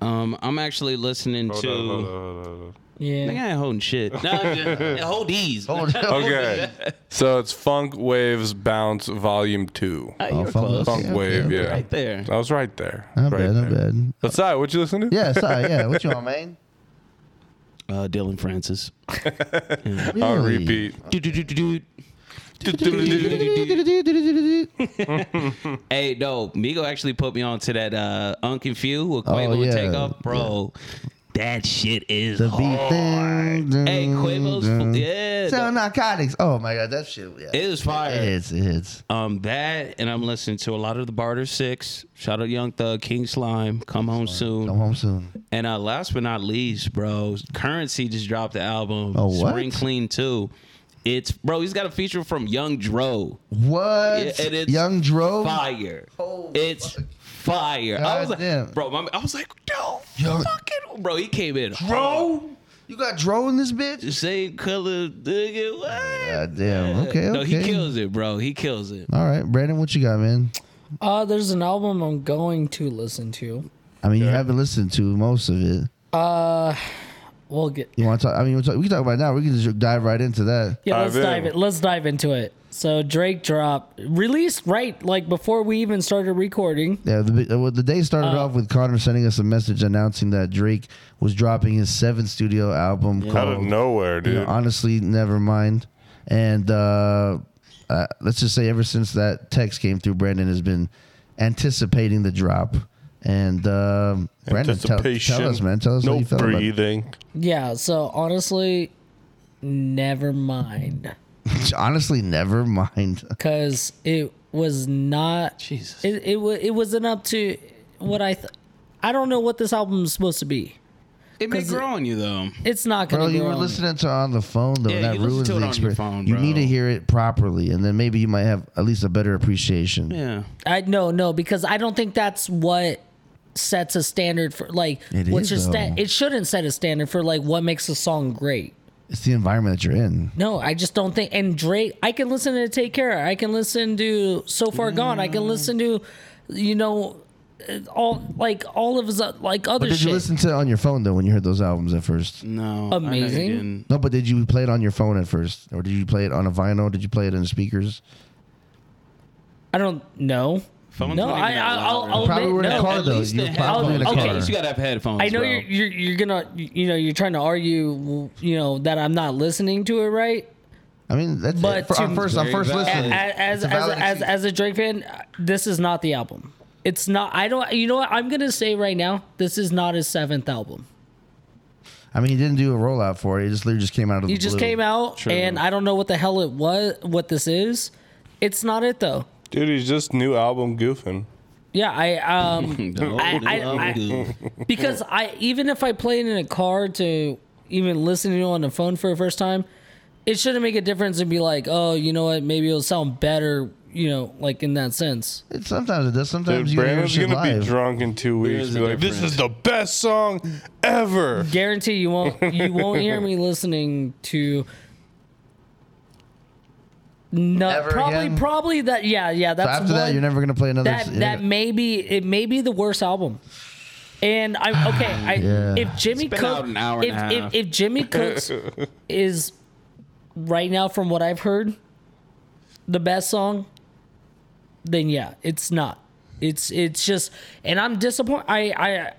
uh,
Um, I'm actually listening
Hold
to.
on, hold on, hold on, hold
Nigga,
Yeah.
I ain't holding shit. No, I'm just- hold these.
Hold it.
on. Okay, so it's Funk Waves Bounce Volume Two.
Ah,
Oh,
you're
funk-
close.
Funk
okay,
Wave,
okay,
yeah.
okay.
Right there.
I was right there.
Not
right
bad,
there.
not bad.
What's that? What you listening to?
Yeah, sorry, yeah. What you on, man?
Uh, Dylan Francis.
Really?
On repeat.
Do, do, do, do, do. Hey, no, Migo actually put me on to that uh, Unconfused with Quavo
Oh, yeah.
Takeoff. Bro, that shit is
The
hard.
beat. Dun, dun,
Hey, Quavo's,
dun.
yeah.
Sound
the-
narcotics. Oh my god, that shit. Yeah.
It is fire.
It hits. It hits.
Um, that, and I'm listening to a lot of the Barter Six. Shout out Young Thug, King Slime, Come Home Soon.
Come home soon.
And uh, last but not least, bro, Currency just dropped the album.
Oh, what?
Spring Clean 2. It's, bro, he's got a feature from Young Dro.
Oh.
What?
Yeah, and it's
Young Drove.
Fire.
Oh,
it's fire. I was like,
Goddamn.
bro, my, I was like, yo,
Young-
fucking, bro, he came in.
Bro, you got Dro in this bitch.
Same color, nigga, what?
God damn. Okay. Okay.
No, he kills it, bro. He kills it.
All right, Brandon, what you got, man?
Uh, there's an album I'm going to listen to.
I mean, you haven't listened to most of it.
We'll get.
You want to talk? I mean, we'll talk, we can talk about it now. We can just dive right into that.
Yeah,
Dive
let's
in.
dive it. Let's dive into it. So Drake dropped released right like before we even started recording.
Yeah, the, uh, well, the day started off with Connor sending us a message announcing that Drake was dropping his seventh studio album
Out of
called
nowhere, dude.
you know, Honestly Never Mind. And uh, uh, let's just say ever since that text came through, Brandon has been anticipating the drop. And um Brandon, tell,
Anticipation.
tell us, man. Tell us
no
how you felt about it.
breathing.
Yeah, so honestly, never mind.
Honestly, never mind.
Because it was not.
Jesus.
It, it, wa- it wasn't up to what I. Th- I don't know what this album is supposed to be.
It may
'Cause-
grow on you though.
It's not going
Bro,
to
you were listening to it on the phone though.
Yeah,
that
you listen
ruins
to
the
it on your
experience.
phone,
you
bro.
need to hear it properly, and then maybe you might have at least a better appreciation.
Yeah.
I no no because I don't think that's what sets a standard for like
It is,
what's your sta-
though.
it shouldn't set a standard for like what makes a song great.
It's the environment that you're in.
No, I just don't think and Drake I can listen to Take Care. I can listen to So Far Gone. I can
Mm.
listen to you know all like all of his uh, like other
But did
shit.
you listen to it on your phone though when you heard those albums at first?
No. I know you
Amazing.
didn't.
No, but did you play it on your phone at first, or did you play it on a vinyl? Did you play it in the speakers?
I don't know.
Phones
no,
not
I,
even
I
that
I'll,
loud, really.
I'll
Probably
admit,
were in a
no.
car though.
least
You were
the-
probably in a
I'll-
car.
okay,
You gotta have headphones.
I know
bro.
you're, you're you're gonna you know you're trying to argue you know that I'm not listening to it right.
I mean, that's
But
but for, on
to-
first on
Very
first
valid.
listen.
as as
it's a
as,
valid
as
excuse.
as a Drake fan, this is not the album. It's not. I don't. You know what? I'm gonna say right now, this is not his seventh album.
I mean, he didn't do a rollout for it. He just literally just came out of the
You just
blue.
came out, and I don't know what the hell it was. What this is? It's not it though.
Dude, he's just new album goofing.
Yeah, I um
No,
I- I-
no,
I-
dude.
because I even if I play it in a car to even listen to it on the phone for the first time, it shouldn't make a difference and be like, oh, you know what? Maybe it'll sound better. You know, like in that sense.
It, sometimes it does.
Dude,
Sometimes you hear
Brandon's
shit
gonna
live.
be drunk in two weeks.
is
Be
a
like, this
difference.
is the best song ever.
Guarantee you won't you won't hear me listening to no
Ever
probably
again?
probably that yeah yeah that's
After that,
one-
you're never gonna play another.
that that may be it may be the worst album. And I okay I
Yeah.
if Jimmy
been out
Cook
an hour
if,
and a
if
half.
if Jimmy Cooks is right now from what I've heard the best song then yeah it's not it's it's just and i'm disappointed i i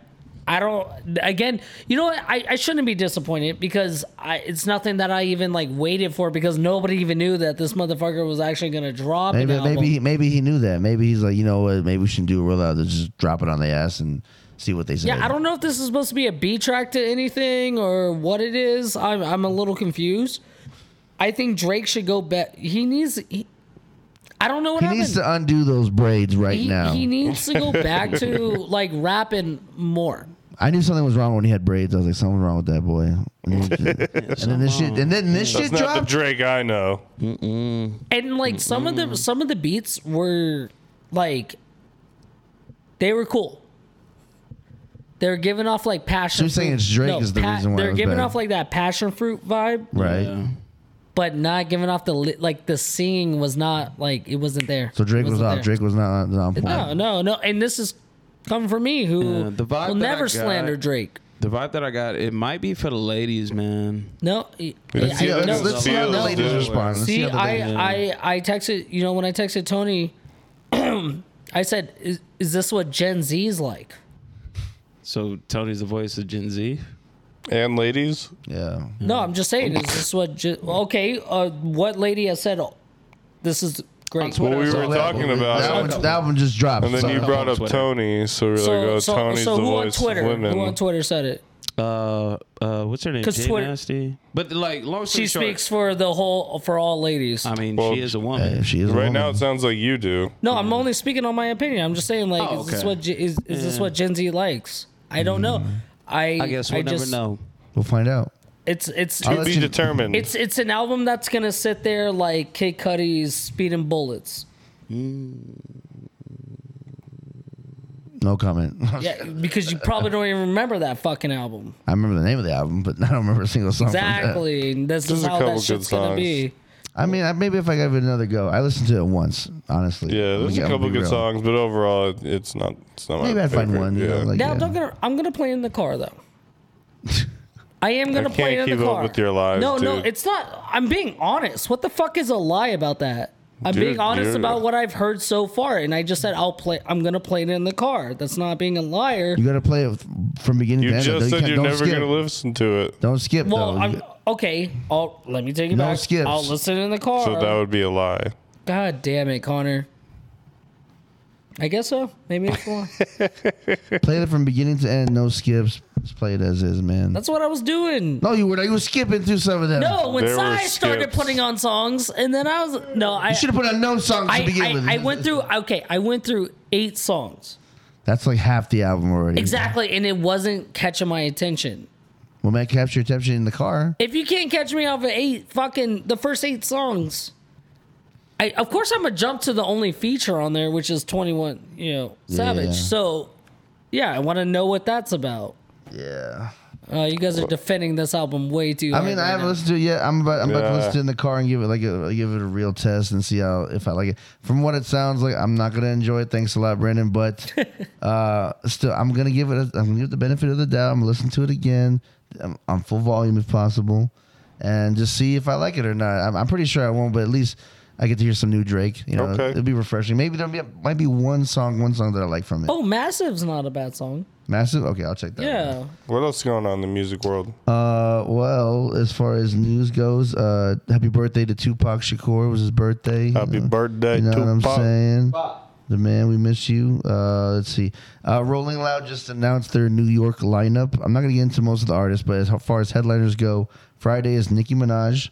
i don't again you know what i, I shouldn't be disappointed because i it's nothing that i even like waited for because nobody even knew that this motherfucker was actually gonna drop an
Maybe
album.
maybe he, maybe he knew that. Maybe he's like, you know what? Maybe we should do a rollout. Let's just drop it on the ass and see what they say.
yeah i don't know if this is supposed to be a b track to anything or what it is i'm i'm a little confused i think drake should go back he needs he, i don't know what
He
happened.
needs to undo those braids right
he,
now.
he needs to go back to like rapping more
I knew something was wrong when he had braids. I was like, something's wrong with that boy. And then this shit, and then this
It's not
shit
the
dropped.
Drake I know.
and like some of the some of the beats were like they were cool they were giving off like passion
So you're saying it's Drake is the reason why it
they're
was
giving
bad.
off like that passion fruit vibe
Right.
Yeah.
but not giving off the li- like the singing was not like it wasn't there
So Drake
It
was
wasn't
off.
there.
Drake was not on, on point.
no no no and this is coming from me who
Yeah, the vibe
will
that I
never
got-
slander Drake
The vibe that I got, it might be for the ladies, man.
no i-
Let's see,
I-
let's,
no,
let's see how the
Feels,
ladies
dude.
respond. Let's see,
See,
how the ladies-
I, I, I texted, you know, when I texted Tony, I said, is, is this what Gen Z's like?
So Tony's the voice of Gen Z.
And ladies,
yeah.
No, I'm just saying, is this what, gen- okay, uh, what lady has said, oh, this is great.
what we were talking about.
That one, that one just dropped.
and then
so-
you brought up
Twitter.
Tony, so we're like,
So,
oh,
so,
Tony's
so
the
who on
voice
Twitter,
of women.
who on Twitter said it?
Uh, uh, what's her name?
'Cause
Jay
Twitter-
Nasty. But like, long story
She
short,
speaks for the whole, for all ladies.
I mean,
Well,
she is a woman.
Hey, she is a
Right
woman.
now, it sounds like you do.
No, I'm only speaking on my opinion. I'm just saying, like,
Oh,
is this
okay. Hmm.
what, Gen- is, is this what Gen Z likes? I don't know. I,
I guess we'll never
just,
know.
we'll find out.
It's, it's,
I'll
it's
let
Be
you-
determined.
It's it's an album that's gonna sit there like Kid Cudi's Speed and Bullets.
No comment.
Yeah, because you probably don't even remember that fucking album.
I remember the name of the album, but I don't remember a single song. from that.
Exactly. and This
There's
is
a
how that
couple
shit's
good
gonna be.
songs.
I mean, I, maybe if I gave it another go, I listened to it once, honestly.
yeah,
I'm
there's a
gonna- I'm
couple
gonna be
good
real.
songs, but overall, it- it's not. It's not my
Maybe I'd find
favorite,
one. You know, like,
Now
yeah.
don't gonna, I'm gonna play in the car though. I am gonna
I
play
can't
in the
keep up
car.
with your lies,
no, no,
dude.
it's not. I'm being honest. What the fuck is a lie about that? I'm
Dude,
being honest
you're-
about what I've heard so far, and I just said I'll play. I'm gonna play it in the car. That's not being a liar.
You got to play it with- from beginning
you
to end. though.
just said
can't-
you're
don't
never
skip.
going to listen to it.
Don't skip,
Well,
though.
I'm, okay. I'll let me take it
No
back.
skips.
Uh, I'll listen in the car.
So that would be a lie.
God damn it, Connor. I guess so. Maybe it's more.
Played it from beginning to end, no skips. Just play it as is, man.
That's what I was doing.
no, you were not. You were skipping through some of them.
No, when
There were
Sai started
skips.
putting on songs, and then I was no, I
you should have put on no songs
I,
to begin with.
I, I went through okay, I went through eight songs
That's like half the album already.
exactly, and it wasn't catching my attention.
Well, man, capture your attention in the car.
If you can't catch me off of eight fucking the first eight songs, I of course I'm gonna jump to the only feature on there, which is Twenty One, you know, Savage.
Yeah.
So, yeah, I want to know what that's about.
Yeah.
Uh, you guys are defending this album way too.
I
hard
mean,
right
I haven't
now.
listened to it yet. I'm about, I'm about to
Yeah.
listen to it in the car and give it like a give it a real test and see how if I like it. From what it sounds like, I'm not gonna enjoy it. Thanks a lot, Brandon. But uh, still, I'm gonna give it. A, I'm gonna give it the benefit of the doubt. I'm gonna listen to it again um, on full volume if possible, and just see if I like it or not. I'm, I'm pretty sure I won't, but at least I get to hear some new Drake. You know,
Okay.
it'll be refreshing. Maybe there'll be might be one song, one song that I like from it.
Oh, Massive's not a bad song.
Massive. Okay, I'll check that. one out.
Yeah.
What else is going on in the music world?
Uh, well, as far as news goes, uh, happy birthday to Tupac Shakur. It was his birthday.
Happy
Uh,
birthday,
You know what
Tupac.
I'm saying? The man, we miss you. Uh, let's see. Uh, Rolling Loud just announced their New York lineup. I'm not going to get into most of the artists, but as far as headliners go, Friday is Nicki Minaj,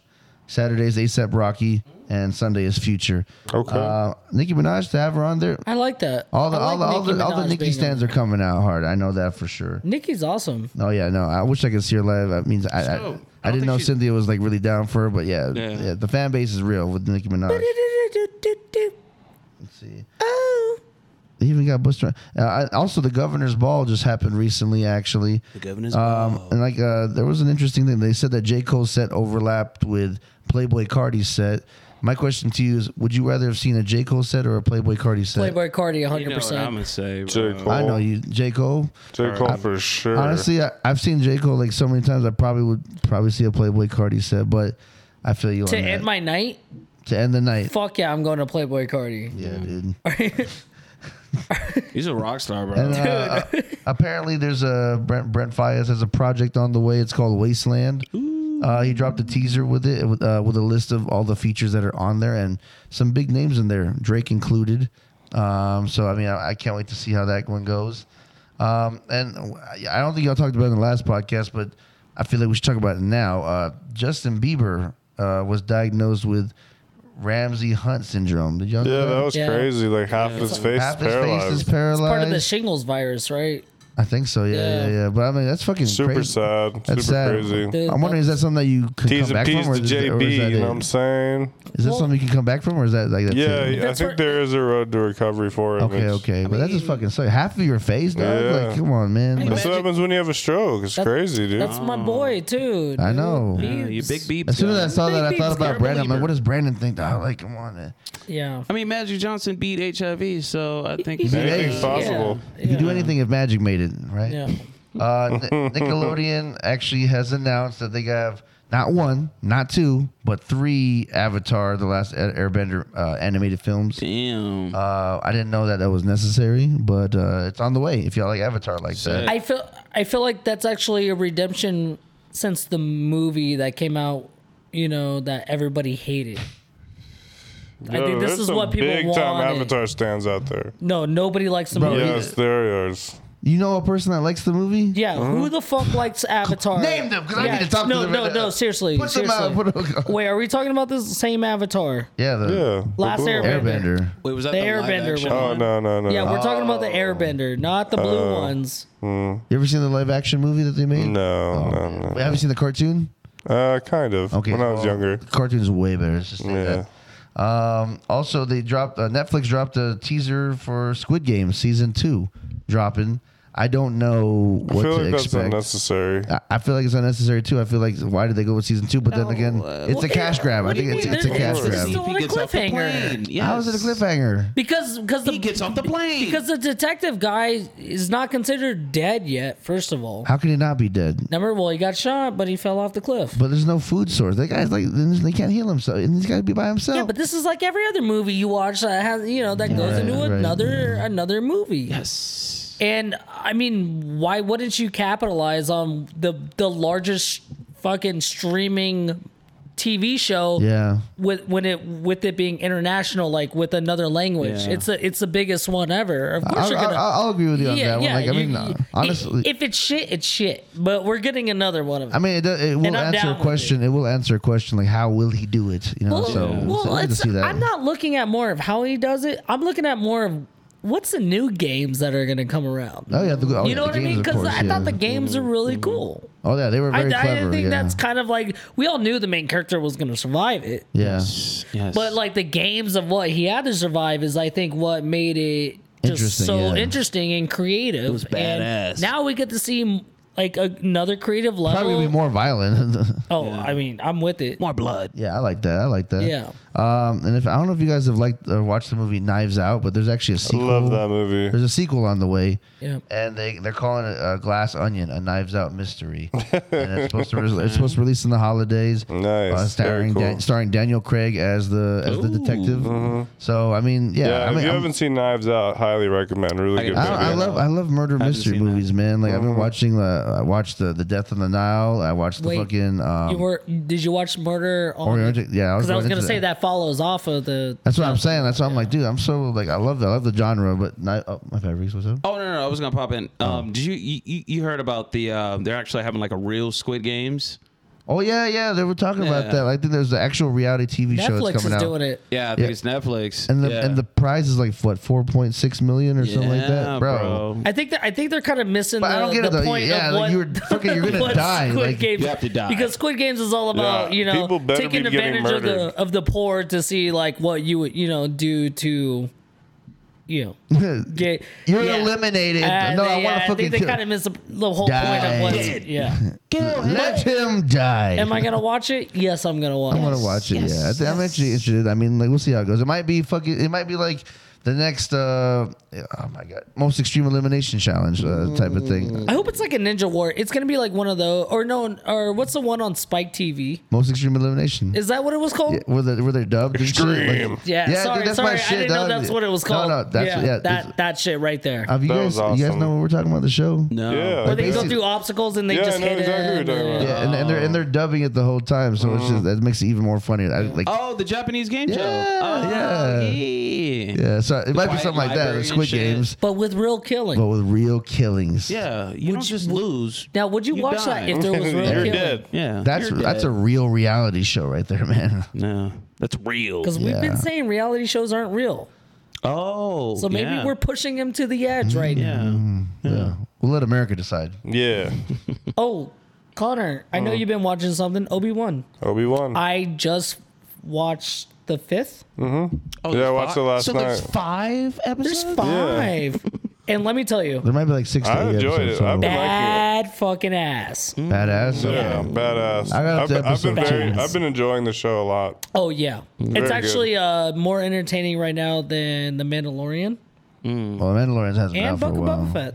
Saturday is ASAP Rocky, and Sunday is Future.
Okay.
Uh, Nicki Minaj, to have her on there.
I like that.
All the,
I
all,
like
the, all,
Nicki
the, all the
Minaj
Nicki
being
stands
on.
are coming out hard. I know that for sure.
Nicki's awesome.
Oh yeah, no. I wish I could see her live. That means I,
dope. I
I,
don't
I didn't
think
know
she's-
Cynthia was like really down for her, but yeah, yeah,
Yeah.
the fan base is real with Nicki Minaj. Let's see. They even got Buster. Uh, I, also, the governor's ball just happened recently, actually. The
governor's
um,
ball.
and like uh, there was an interesting thing. They said that J Cole's set overlapped with Playboy Cardi's set. My question to you is: Would you rather have seen a J Cole set or a Playboy Cardi set?
Playboy Cardi, 100.
You know what I'm
percent
gonna say.
J.
bro.
Cole.
I know you, J Cole.
J. Cole for sure.
Honestly, I, I've seen J Cole like so many times. I probably would probably see a Playboy Cardi set, but I feel you
To
on that.
end my night,
to end the night.
fuck yeah, I'm going to Playboy Cardi.
Yeah, dude.
He's a rock star, bro.
And, uh, uh, apparently, there's a Brent Brent Fias has a project on the way. It's called Wasteland. Uh, he dropped a teaser with it with, uh, with a list of all the features that are on there and some big names in there, Drake included. Um, so I mean, I, I can't wait to see how that one goes. Um, and I don't think y'all talked about it in the last podcast, but I feel like we should talk about it now. Uh, Justin Bieber uh, was diagnosed with Ramsey Hunt syndrome. Did y'all? know
yeah, that was
Yeah.
crazy. Like half his face
Half
is
his
paralyzed.
face is paralyzed.
Part of the shingles virus, right?
I think so. Yeah, yeah,
Yeah.
yeah. But I mean, that's fucking
super
crazy.
sad. super
That's sad.
crazy.
The-
I'm wondering, is that something that you could
T's
come
and
back
P's
from, or
to
is, that- or
JB,
is that,
you know
it?
what I'm saying?
Is that
Well-
something you can come back from, or is that like that's
Yeah,
it?
I
That's
think
where-
there is a road to recovery for him.
Okay,
It's-
okay, but that's just fucking so half of your face, dog.
Yeah.
Like, come on, man. Like,
That's what happens when you have a stroke. It's crazy, dude.
That's my boy too.
I
dude.
know.
Uh, Oh. you big beeps.
as soon as I saw that, I
Big
thought
B's
about
Garrett
Brandon. I'm like,
Belieber.
what does Brandon think? Dog? Like, come on, man.
Yeah.
I mean, Magic Johnson beat HIV, so I think
Yeah.
Anything's
Yeah.
possible.
Yeah.
You could do anything if Magic made it, right?
Yeah.
Uh, Ni- Nickelodeon actually has announced that they have not one, not two, but three Avatar: The Last Airbender uh, animated films.
Damn.
Uh, I didn't know that that was necessary, but uh, it's on the way. If y'all like Avatar like that,
I feel I feel like that's actually a redemption since the movie that came out, you know, that everybody hated. I think this
there's
is
some
what people
big time
wanted. Oh,
Avatar stands out there.
No, nobody likes the
Bro,
movie.
Yes, there is.
you know a person that likes the movie.
Yeah, who the fuck likes Avatar?
Name them, 'cause I need to talk to
no,
them
No,
right
no,
now.
seriously.
Put them out,
seriously.
put them-
Wait, are we talking about this same Avatar?
Yeah,
Yeah.
the
Last
Look at
Airbender.
him.
Airbender.
Wait, was that
the
the live
Airbender
action
one.
Oh no no no.
Yeah, we're talking about the Airbender, not the blue
Uh.
ones.
You ever seen the live action movie that they made?
no, no,
Wait, have you seen the cartoon?
no. Uh, kind of.
Okay, Oh.
When I was
well,
younger.
the cartoon's way better. It's just
Yeah.
yeah. Um, also, they dropped uh, Netflix dropped a teaser for Squid Game season two, dropping. I don't know
I
what
feel
to
like that's
expect.
unnecessary.
I- I feel like it's unnecessary too. I feel like why did they go with season two? But then again, it's a cash grab. I
uh, What do
think
you
it's,
mean?
it's a
They're-
cash
they're
grab.
still on a
gets off the plane.
cliffhanger.
Yes.
How is it a cliffhanger?
Because because
He
the
gets off the plane.
because the detective guy is not considered dead yet. First of all,
How can he not be dead?
number well, he got shot, but he fell off the cliff.
But there's no food source. That guy's like they can't heal himself, and he's got to be by himself.
yeah, but this is like every other movie you watch that has you know that goes
Right,
into
right,
another another movie.
yes.
And I mean, why wouldn't you capitalize on the the largest fucking streaming TV show
Yeah.
with when it with it being international, like with another language.
Yeah.
It's a it's the biggest one ever. Of course,
I,
you're gonna.
I, will agree with you on that one. Like, I
you-
mean,
you-
uh,
i-
honestly,
if it's shit, it's shit. But we're getting another one of them.
I mean, it, does- it will
I'm
answer
down
a
with
question. It. will answer a question like, how will he do it? You know,
well,
so
well,
so I get to
it's-
see that.
I'm not looking at more of how he does it. I'm looking at more of what's the new games that are gonna come around.
Oh yeah, the, oh,
you
yeah,
know
the
what I
games,
mean?
of
Because
course,
I
yeah.
thought the games are really cool.
Oh yeah, they were
I,
very
I
clever.
think
yeah.
that's kind of like we all knew the main character was gonna survive it.
yeah.
Yes.
But like the games of what he had to survive is, I think, what made it just
Interesting,
so
yeah.
interesting and creative. It
was badass.
now we get to see like a- another creative level.
Probably be more violent.
oh, I mean, I'm with it.
more blood.
yeah, I like that. I like that.
Yeah.
Um, and if I don't know if you guys have liked or watched the movie Knives Out, but there's actually a sequel.
Love that movie.
There's a sequel on the way.
Yeah.
And they they're calling it a Glass Onion, a Knives Out mystery. and it's supposed to re- it's supposed to release in the holidays.
Nice.
Uh,
Very
starring
cool. Mm-hmm.
Dan- starring Daniel Craig as the as the
Ooh.
detective. So I mean, yeah.
Yeah,
I mean,
if you
I'm-
haven't seen Knives Out, highly recommend. Really good
I-
movie.
I, I love I love murder mystery
seen that.
movies, man. Like I've
Mm-hmm.
been watching the I watched the the Death on the Nile. I watched the
Wait,
fucking um,
You were? Did you watch Murder on?
Orient- Oh, yeah.
Because I was
going
gonna
into
say that follows off of the.
That's what I'm saying. That's why I'm like, dude, I'm so like I love that. I love the genre, but not, oh, my bad, Reese. What's up?
Oh no, no, no, I was gonna pop in. Um, did you, you you- you heard about the? Um, they're actually having like a real Squid Games.
Oh yeah, yeah. They were talking about
Yeah.
that. I think there's the actual reality TV show
Netflix
that's
is
coming out.
doing it.
Yeah, I think
Yeah.
it's Netflix.
And the
yeah.
and the prize is like what 4.6 million or something like
Yeah,
that, bro.
I think that I think they're kind of missing
But
the,
I don't get
the
it, though.
point
Yeah,
of
like,
what
you're- fucking- you're gonna
what
die,
Squid
like-
Games,
You have to die.
because Squid Games is all about
Yeah,
you know
people better
taking
be getting
advantage of
murdered.
the of the poor to see like what you would you know do to you know get
You're
yeah.
eliminated.
Uh,
no,
they-
I
yeah,
want to fucking
think they
kill.
kind of miss the, the whole
Die.
point of
Dead.
what. Yeah.
Let him die.
Am I gonna watch it? Yes, I'm gonna watch.
I want to watch it. yeah, I think I'm actually interested. I mean, like, we'll see how it goes. It might be fucking. It might be like the next. uh Oh my god, most extreme elimination challenge uh, type of thing.
I hope it's like a Ninja War. It's gonna be like one of those, or no, or what's the one on Spike TV?
Most extreme elimination.
Is that what it was called?
Yeah, were they were they dubbed? and shit? Like-
Extreme.
Yeah,
dude,
sorry,
that's
sorry.
my
I
shit.
didn't know that's what it was called.
No, no, that's yeah.
yeah,
it's-
that that shit right there.
have you
That
guys
was
you guys
awesome.
know what we're talking about the show?
no.
Yeah,
But
Where they go
basically-
through obstacles and they
Yeah, I
just
know
hit
exactly what you're
it.
talking about.
Yeah, and, and they're and they're dubbing it the whole time, so it's
Mm.
just that makes it even more funnier. I, like,
Oh, the Japanese game show.
Yeah,
Oh,
yeah.
yeah.
yeah, so it might be
Quiet
something like that. Like
Library and
Squid
shit.
Games,
But with real killing.
but with real killings.
Yeah, you don't just lose.
now, would you,
You
watch
die.
that if there was real
You're
killing?
dead.
Yeah,
that's
you're
that's a
dead.
real reality show right there, man.
no. That's real.
Because
Yeah.
we've been saying reality shows aren't real.
Oh,
So maybe
yeah.
we're pushing him to the edge
Mm-hmm.
right now.
Yeah.
Yeah. We'll let America decide.
Yeah,
Oh, Connor, I
Uh-huh.
know you've been watching something. Obi Wan.
Obi Wan.
I just watched the fifth.
Oh,
Yeah, I
there's
watched
fi-
it last
so there's
night.
five episodes.
There's five. and let me tell you,
There might be like six. to
I
eight
enjoyed
episodes
it. I've
total.
been-
bad fucking ass.
Badass. Okay.
yeah, badass.
I got up
I've,
to
been- I've been
episode
very,
two.
I've been enjoying the show a lot.
Oh yeah,
Very
Mm-hmm.
it's
good.
actually uh, more entertaining right now than the Mandalorian
Well, Mandalorian hasn't been out
and
for a
Book of
while.
Boba Fett.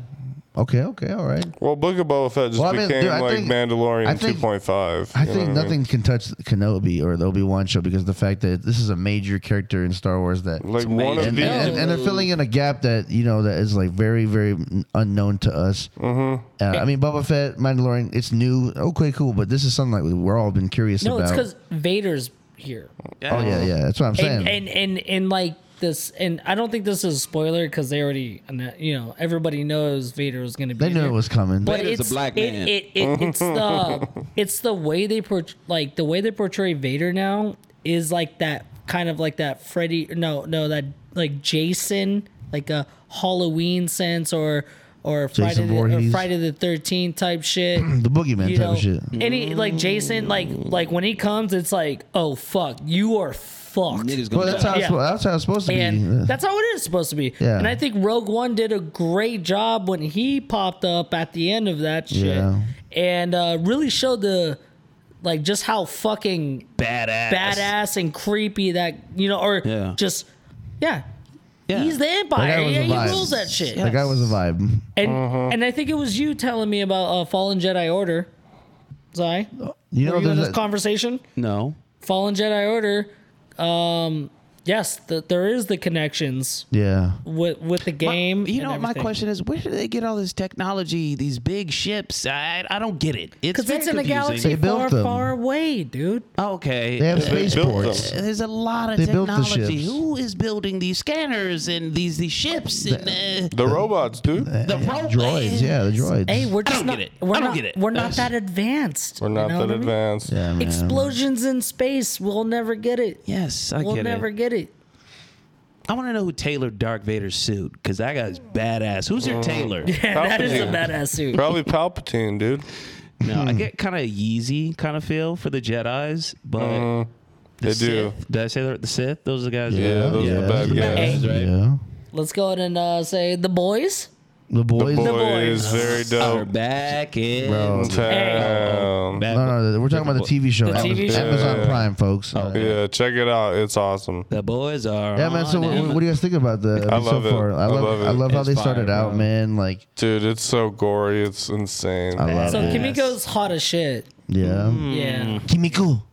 Okay. Okay. All right.
Well, Book of Boba Fett just
Well, I mean,
became
dude, I
like
think- I
Mandalorian
think-
2.5.
I
you know
think
what mean?
nothing can touch Kenobi or the Obi Wan show because the fact that this is a major character in Star Wars that
Like one of
amazing.
and,
these.
and, and they're filling in a gap that you know that is like very very unknown to us. Mm-hmm. Uh, I mean, Boba Fett, Mandalorian, it's new. Okay, cool, but this is something like we're all been curious
No,
about.
it's because Vader's here,
oh yeah, yeah, that's what I'm saying.
and, and and and like this, and I don't think this is a spoiler because they already, you know, everybody knows Vader was going to be.
they knew
there.
it was coming.
but
Vader's a
it's
black
it,
man.
It, it,
Mm-hmm.
it's the it's the way they port- like the way they portray Vader now is like that kind of like that Freddy no no that like Jason like a Halloween sense or or Friday
Jason
the, or
Voorhees.
Friday the Thirteenth type shit.
the boogeyman
You
type
know,
of shit.
any like Jason, like like when he comes, it's like, oh fuck, you are fucked.
Niggas gonna
Well, that's how,
Yeah.
it's, that's how it's supposed to be.
And that's how it is supposed to be.
Yeah.
And I think Rogue One did a great job when he popped up at the end of that shit,
Yeah.
and uh, really showed the like just how fucking
badass.
badass and creepy that you know, or
Yeah.
just yeah.
Yeah.
He's the
That
empire.
guy was
Yeah,
a
he
vibe.
rules that shit.
That guy was a vibe.
And
Mm-hmm.
and I think it was you telling me about uh, Fallen Jedi Order. Zai,
Oh,
You know,
were you in
there's
this
a,
conversation?
No.
Fallen Jedi Order. Um, yes, th there is the connections
Yeah.
with with the game.
My- you know,
and
my
everything.
question is, where do they get all this technology? These big ships? I, I don't get it. It's
Because
very
it's in a
confusing.
galaxy
They built
far,
them.
far away, dude.
Okay.
They have
Uh,
spaceports.
them.
There's a lot of
They built the
technology.
ships.
Who is building these scanners and these these ships and uh,
The robots, dude.
the robot?
Droids. Yeah, the droids.
Hey, we're just
don't
not.
get it.
We're
I don't
not,
get it.
We're not that advanced.
We're
you
not
know what
that
I mean?
advanced.
yeah, man.
Explosions in space. We'll never get it.
Yes, I
we'll
get
never
it.
get it.
I want to know who tailored Dark Vader's suit because that guy's badass. Who's your tailor?
Uh. Yeah, that is a
Palpatine.
badass suit.
Probably Palpatine, dude.
no, I get kind of Yeezy kind of feel for the Jedi's, but the
Uh-huh. They do.
Sith- Did I say the, the Sith? Those are the guys.
Yeah, those are the bad
yeah,
guys.
Hey.
Yeah.
Let's go ahead and uh, say the boys.
The boys.
Boy
boys.
is very
Are
dope.
back in.
Bro.
Town.
Back
No, no, we're talking about the TV show.
The
Amazon,
TV show.
Amazon
Yeah. Oh,
Prime, folks. Uh,
Yeah, check it out. It's awesome.
The boys are.
Yeah, man. So,
on
what,
it.
what do you guys think about the? I mean,
love
so
it.
far, I
I
love,
love it.
I love how
It's
they
fire,
started out,
bro.
man. Like,
Dude, it's so gory. It's insane.
I love
So Mm.
it.
Kimiko's hot as shit.
Yeah,
Yeah.
Kimiko.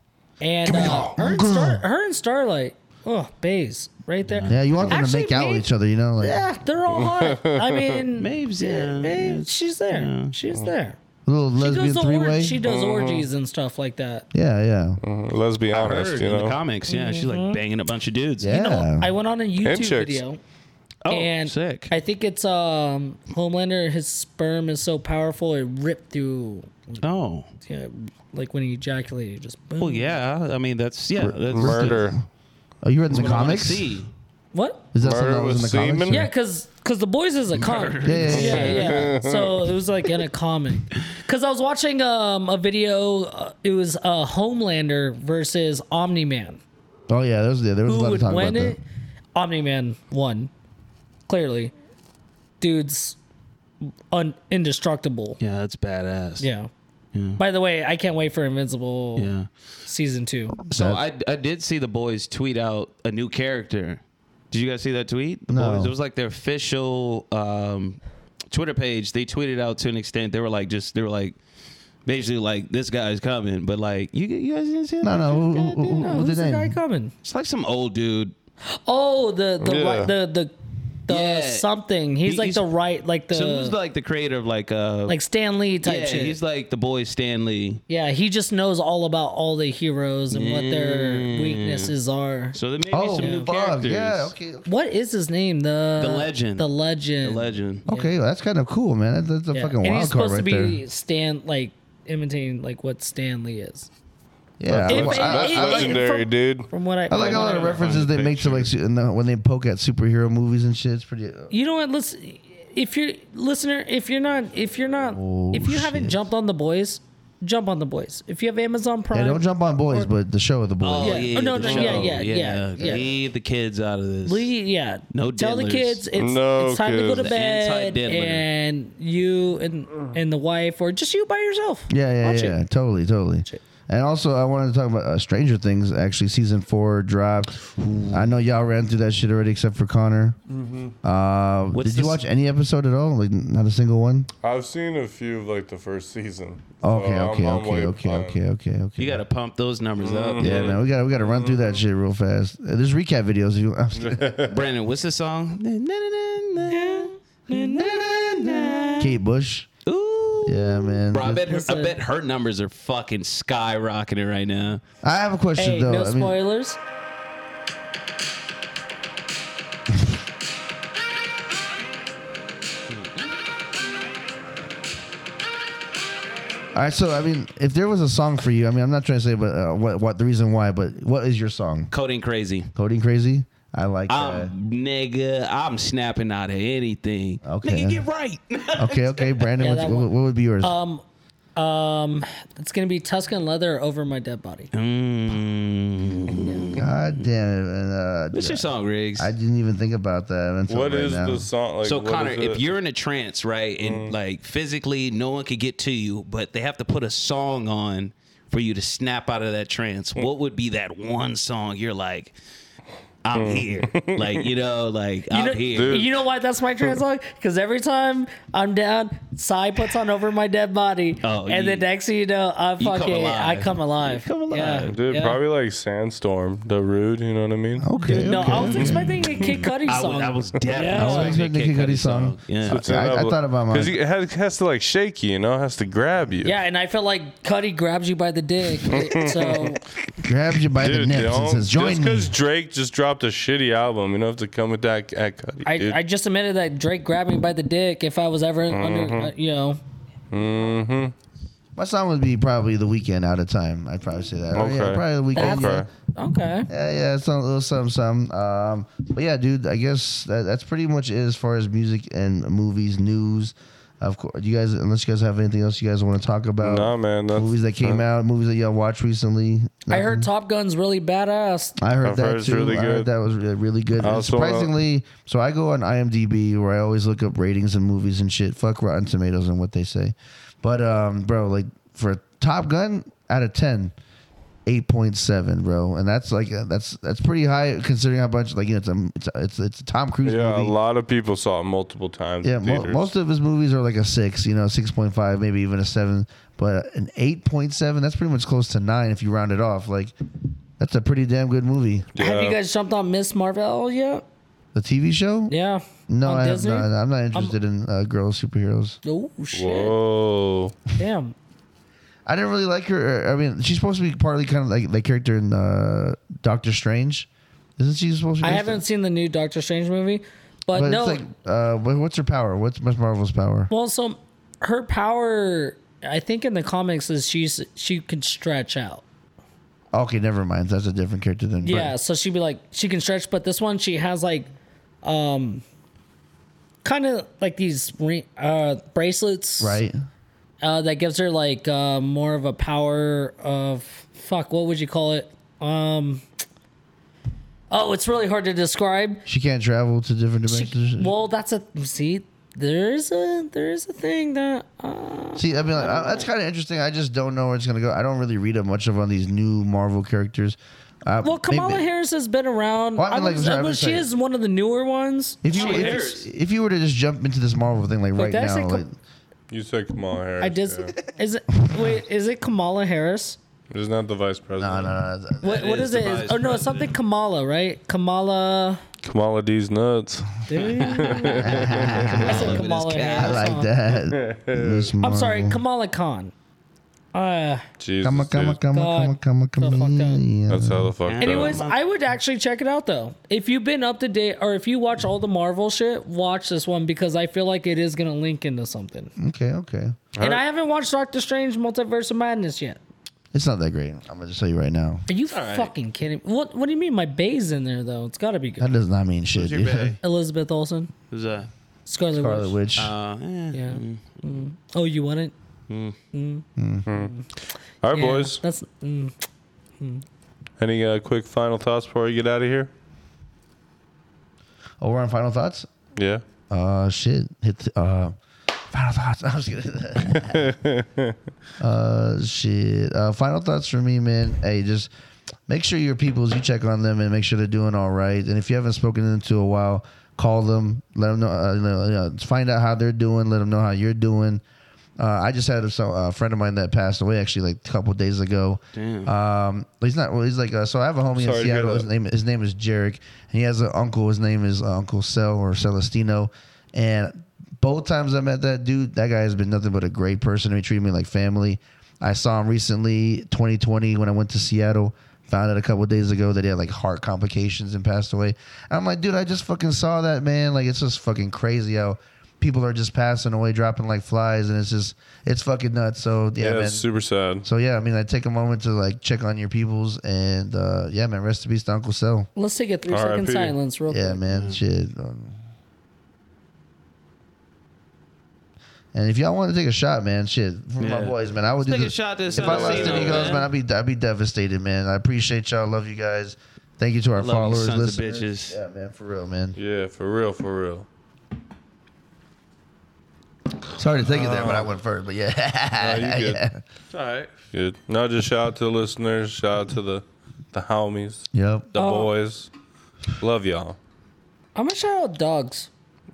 And uh, her, and
Kimiko.
Star, her and Starlight. Oh, Baze. Right there.
Yeah, you want them
Actually,
to make out with
me-
each other, you know? Like,
Yeah, they're all hot. I mean,
Maves, yeah.
eh, she's there. She's there.
a little
She
lesbian
goes to org-
three-way.
She does orgies and stuff like that.
yeah, yeah,
Let's be honest,
Heard
you
in the
know.
comics, yeah. She's like banging a bunch of dudes.
Mm-hmm. yeah.
I went on a YouTube
chicks.
video.
Oh,
and
sick.
I think it's um Homelander. His sperm is so powerful it ripped through,
oh.
yeah, like when he ejaculated, it just boom.
Well, yeah. I mean, that's yeah. That's
Murder.
oh, you read in the
What I wanna
comics? Is
see.
What?
that something
Murder
that was in the
with
comics?
semen?
Yeah, cause cause the boys is a comic.
Yeah, yeah, yeah.
Yeah, yeah. So it was like in a comic. Cause I was watching um a video. Uh, it was uh, Homelander versus Omni Man.
Oh yeah, there was yeah, there was a
Who
lot of
would
talk about
win
that.
it? Omni Man won. Clearly, dude's un- indestructible.
Yeah, that's badass.
Yeah. By the way, I can't wait for Invincible
Yeah.
season two.
So I, I did see the boys tweet out a new character. Did you guys see that tweet? The
No.
boys. It was like their official um, Twitter page. They tweeted out to an extent. They were like just they were like basically like this guy's coming, but like you you guys didn't see that?
No, no, who, who, who,
No,
what's
who's
the
the guy
name?
coming?
It's like some old dude.
Oh, the the
Yeah.
right, the the, the
Yeah.
something. He's
He-
like
he's-
the right, like the
So who's like the creator of like uh
like Stan Lee type
yeah,
shit.
he's like the boy Stanley.
yeah, he just knows all about all the heroes and what their
Mm.
weaknesses are.
So there may be
Oh,
some new
fuck.
characters.
Yeah, okay. okay.
What is his name? The
The legend.
The legend.
The legend.
Okay, well, that's kind of cool, man. That, that's a
Yeah.
fucking
and
wild
he's
card
supposed to
right there.
be Stan like imitating like what Stan Lee is.
yeah, I
If-
like-
That's,
it-
I,
that's
it- it-
legendary,
from-
dude.
From what I,
I like
from
all
what
the
I-
references they make to like su- in the- when they poke at superhero movies and shit. It's pretty.
You know what? Listen, if you're listener, if you're not, if you're not,
Oh,
if you haven't
shit.
jumped on the boys, jump on the boys. If you have Amazon Prime,
Yeah, don't jump on boys, but the show of the boys.
Oh,
Yeah.
yeah.
Oh, no,
the
no,
show.
yeah, yeah, yeah, yeah.
Leave the kids out of this.
Lee, yeah,
No
Tell the
diddlers.
kids it's,
No
it's time to go to
kids.
The
bed,
anti-diddler.
and you and and the wife, or just you by yourself.
Yeah, yeah,
Watch
yeah,
it.
totally, totally.
it.
And also, I wanted to talk about uh, Stranger Things. Actually, season four dropped. I know y'all ran through that shit already, except for Connor. Uh,
Mm-hmm. What's
did you
this-
watch any episode at all? Like, not a single one.
I've seen a few of like the first season.
Oh,
Okay,
So I'm-
okay,
I'm way
okay, okay,
behind.
okay, okay, okay.
You got to pump those numbers up.
Mm-hmm. yeah, man, we got to we got to run through that shit real fast. Uh, There's recap videos. If you want.
Brandon, what's the song? Na, na, na, na, na, na, na.
Kate Bush.
Ooh.
Yeah, man.
Bro, I bet, her,
What's
I
that?
bet her numbers are fucking skyrocketing right now.
I have a question
Hey,
though.
no
I mean,
spoilers.
all right, so I mean, if there was a song for you, I mean, I'm not trying to say, but uh, what what the reason why, but what is your song?
Coding crazy.
Coding Crazy. I like.
I'm
that.
Um.
nigga. I'm snapping out of anything.
Okay.
Nigga, get right.
Okay, okay, Brandon,
Yeah,
what's-
that
what, what would be yours?
Um, um, it's gonna be Tuscan leather over my dead body.
Mm.
God damn it! man, Uh,
What's your song, Riggs?
I didn't even think about that until
What
right
is
now.
the song? Like,
so
what
Connor,
is
if
it?
you're in a trance, right, and like physically no one could get to you, but they have to put a song on for you to snap out of that trance, what would be that one song you're like, I'm here. Like you know, like
You
I'm
know,
here.
Dude.
you know why that's my trans song? Because every time I'm down, Psy puts on over my dead body,
Oh,
and
you-
the next thing you know, I
come
fucking I
alive.
come alive.
Come alive.
Yeah.
Dude,
yeah.
probably like Sandstorm, the Rude, you know what I mean?
Okay.
No,
okay.
I was expecting a Kid Cudi
I
song.
was, I was definitely
Yeah. I was
expecting a Kid Cudi song.
Yeah.
So- I- I thought about mine.
Because it has, has to like shake you, you know? It has to grab you.
yeah, and I felt like Cuddy grabs you by the dick. so
Grabs you by the
Dude,
nips and
don't-
says,
just
"Join me."
because Drake just dropped a shitty album, you don't have to come with that at Cudi.
I,
dude.
I just admitted that Drake grabbed me by the dick if I was ever under, uh, you know.
My song would be probably the weekend out of time. I'd probably say that. Okay.
Okay.
Yeah, probably the weekend.
okay.
Okay.
Yeah, yeah, it's a little something, something. Um, but yeah, dude, I guess that, that's pretty much it as far as music and movies, news. Of course, you guys, unless you guys have anything else you guys want to talk about.
Nah, man. That's,
movies that came out, movies that y'all watched recently.
I heard Top Gun's really badass.
I heard
I've
that
heard it's
too.
really
I heard
good.
that was re- really good.
I
And
also uh, wanna-
surprisingly, so I go on IMDb where I always look up ratings and movies and shit. Fuck Rotten Tomatoes and what they say. But um, bro, like for Top Gun out of ten. 8.7 bro and that's like uh, that's that's pretty high considering how much like you know, it's a it's a, it's, a- it's a tom cruise
Yeah,
movie
a lot of people saw it multiple times.
yeah
in
mo-
theaters.
most of his movies are like a six you know 6.5 maybe even a seven but an 8.7 that's pretty much close to nine if you round it off like that's a pretty damn good movie
Have
Yeah.
you guys jumped on Miss Marvel yet?
the tv show
Yeah.
No,
on
I
Disney?
have not. I'm not interested in uh, girl superheroes.
Oh shit!
Whoa.
Damn.
I didn't really like her. uh, I mean, she's supposed to be partly kind of like the character in uh, Doctor Strange. Isn't she supposed to? be
I
based
haven't
on-
seen the new Doctor Strange movie, but,
But
no.
it's like, uh, what- what's her power? What's Miss Marvel's power?
well, so her power, I think in the comics is she's she can stretch out.
Okay, never mind. That's a different character than.
Yeah, so she'd be like she can stretch, but this one she has like, um, kind of like these ring, uh bracelets,
Right.
Uh, that gives her like uh, more of a power of fuck. What would you call it? Um. Oh, it's really hard to describe.
She can't travel to different
She-
dimensions.
well, that's a see. There's a there's a thing that uh,
See, I mean, like, I, that's kind of interesting. I just don't know where it's gonna go. I don't really read up much of on these new Marvel characters. Uh,
well Kamala
maybe-
Harris has been around.
Well, I mean,
I was-
like,
I
I'm
was-
just
she
saying-
is one of the newer ones.
If you,
Kamala
if,
Harris.
if you were to just jump into this Marvel thing like right
did I
now,
say Kam-
like,
You said Kamala Harris.
I just
yeah.
is it wait is it Kamala Harris?
Isn't that the vice president?
no, no, no, no.
What, what
is
is it?
the
Is-
vice
oh no, it's something Kamala, right? Kamala.
Kamala D's nuts.
Dude. I said Kamala
I
Harris.
like that. Miss
I'm sorry,
Marvel.
Kamala Khan. Uh,
Jesus.
Come on, come on,
dude.
come on,
God.
come on,
So
come
fucked
on.
up.
That's
Yeah.
how the fuck.
anyways,
that-
I would actually check it out though. If you've been up to date, or if you watch all the Marvel shit, watch this one because I feel like it is gonna link into something.
Mm, Okay, okay.
And
Alright.
I haven't watched Doctor Strange Multiverse of Madness yet.
It's not that great. I'm gonna just tell you right now.
Are you fucking kidding me? What What do you mean my bay's in there though? It's got to be
That
good.
does not mean shit.
your
dude.
bae?
Elizabeth Olsen,
Who's that?
Scarlet,
Scarlet
Witch.
Witch.
Uh, eh.
Yeah. Mm. Oh, you want it?
All right,
Yeah,
boys.
That's mm.
Any uh, quick final thoughts before we get out of here?
oh, we're on final thoughts.
Yeah.
Uh, shit. Hit. The, uh, final thoughts. I was gonna. uh, shit. Uh, final thoughts for me, man. Hey, just make sure your peoples. You check on them and make sure they're doing all right. And if you haven't spoken to them to a while, call them. Let them know. Uh, you know, you know, find out how they're doing. Let them know how you're doing. Uh, I just had a, so, a friend of mine that passed away actually like a couple days ago. Um, he's not. Well, he's like. Uh, so I have a
Sorry
homie
to
in
hear
Seattle. His
that.
name his name is Jarek, and he has an uncle. His name is uh, Uncle Cel or Celestino, and both times I met that dude, that guy has been nothing but a great person. He treated me like family. I saw him recently, 2020, when I went to Seattle. Found out a couple days ago that he had like heart complications and passed away. And I'm like, dude, I just fucking saw that man. Like, it's just fucking crazy how people are just passing away, dropping like flies, and it's just it's fucking nuts. So yeah,
Yeah,
man.
it's super sad.
So yeah, I mean, I take a moment to like check on your peoples, and uh, yeah, man, rest in peace to Uncle Cell.
Let's take a three second
R.I.P.
silence, real
Yeah,
quick.
man, shit. um, and if y'all want to take a shot, man, shit, for my
Yeah.
boys, man, I would do
Take a
this.
shot this
if I lost
Celestino,
any goals, man,
man.
I'd be I'd be devastated, man. I appreciate y'all, love you guys. Thank you to our
Love you
followers,
sons of
listeners.
bitches.
Yeah, man, for real, man.
Yeah, for real, for real.
Sorry to take it there,
Uh,
but I went first. But yeah,
No, you good.
yeah.
All right. Good.
Oh.
Not just shout out to the listeners, shout out to the the homies,
Yep.
the boys. Love y'all.
I'm gonna shout out dogs.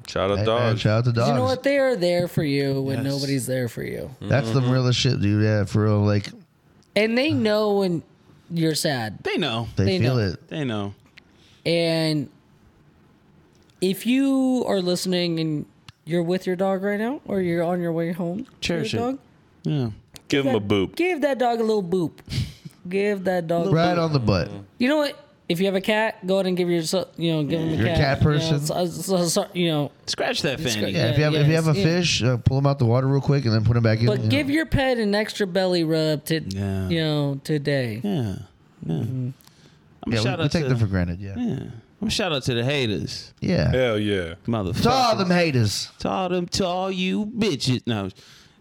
Shout out
Hey, man,
dogs.
shout out to dogs.
You know what? They are there for you when nobody's there for you,
That's
Mm-hmm.
the realest shit, dude. Yeah, for real. Like
and they know when you're sad.
They know.
they,
They
feel
know.
it.
They know.
And if you are listening and you're with your dog right now, or you're on your way home, to
Cherish
your
it.
dog,
Yeah.
Give him a boop.
Give that dog a little boop. give that dog.
Right on the butt.
You know what? If you have a cat, go ahead and give your so- you know give him a
You're a
cat.
cat person.
You know, so- so- so- you know,
Scratch that fanny.
Yeah, if you have if you
yes,
have a
yeah.
fish, uh, pull them out the water real quick and then put them back in.
but
you know.
give your pet an extra belly rub to
Yeah.
you know today.
Yeah. Yeah. I'm
yeah,
shout
we,
out
we take
to,
them for granted. Yeah,
yeah. I'm gonna shout out to the haters.
yeah.
Hell yeah.
Motherfucker.
To all them haters.
To all them to all you bitches. No.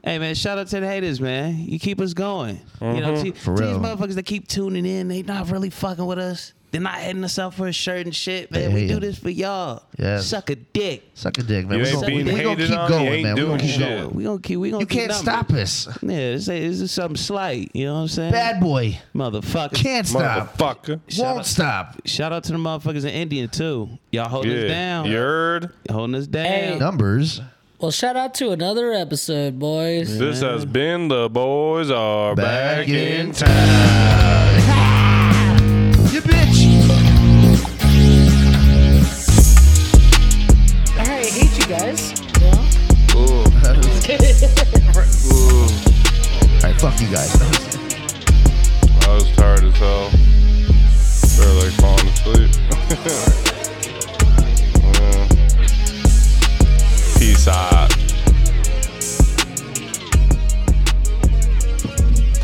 Hey man, shout out to the haters, man. You keep us going. You know, to,
Mm-hmm. For
to
real.
these motherfuckers that keep tuning in, they not really fucking with us. They're not hitting us up for a shirt and shit, man.
They
we
hate
do
'em.
this for y'all.
Yeah.
Suck a dick.
Suck a dick, man.
You
We
ain't
gon-
being
we gon'
hated
keep
on,
going,
you ain't
man. We
doing
gon' keep
shit.
going.
We gonna keep we gonna
You
keep
can't
numbers.
stop us.
Yeah, this, this is something slight. You know what I'm saying?
Bad boy
motherfucker.
can't stop.
Motherfucker.
Won't stop.
Shout out to the motherfuckers in Indian too. Y'all holding us
Yeah.
down.
You heard?
Holding us down.
Hey.
Numbers.
Well, shout out to another episode, boys.
This has been the boys are
Back
back,
in
in town.
You bitch.
All right, I hate you guys.
Ooh,
All right, fuck you guys.
I was tired as hell. Barely falling asleep. Uh, Yeah. Peace out.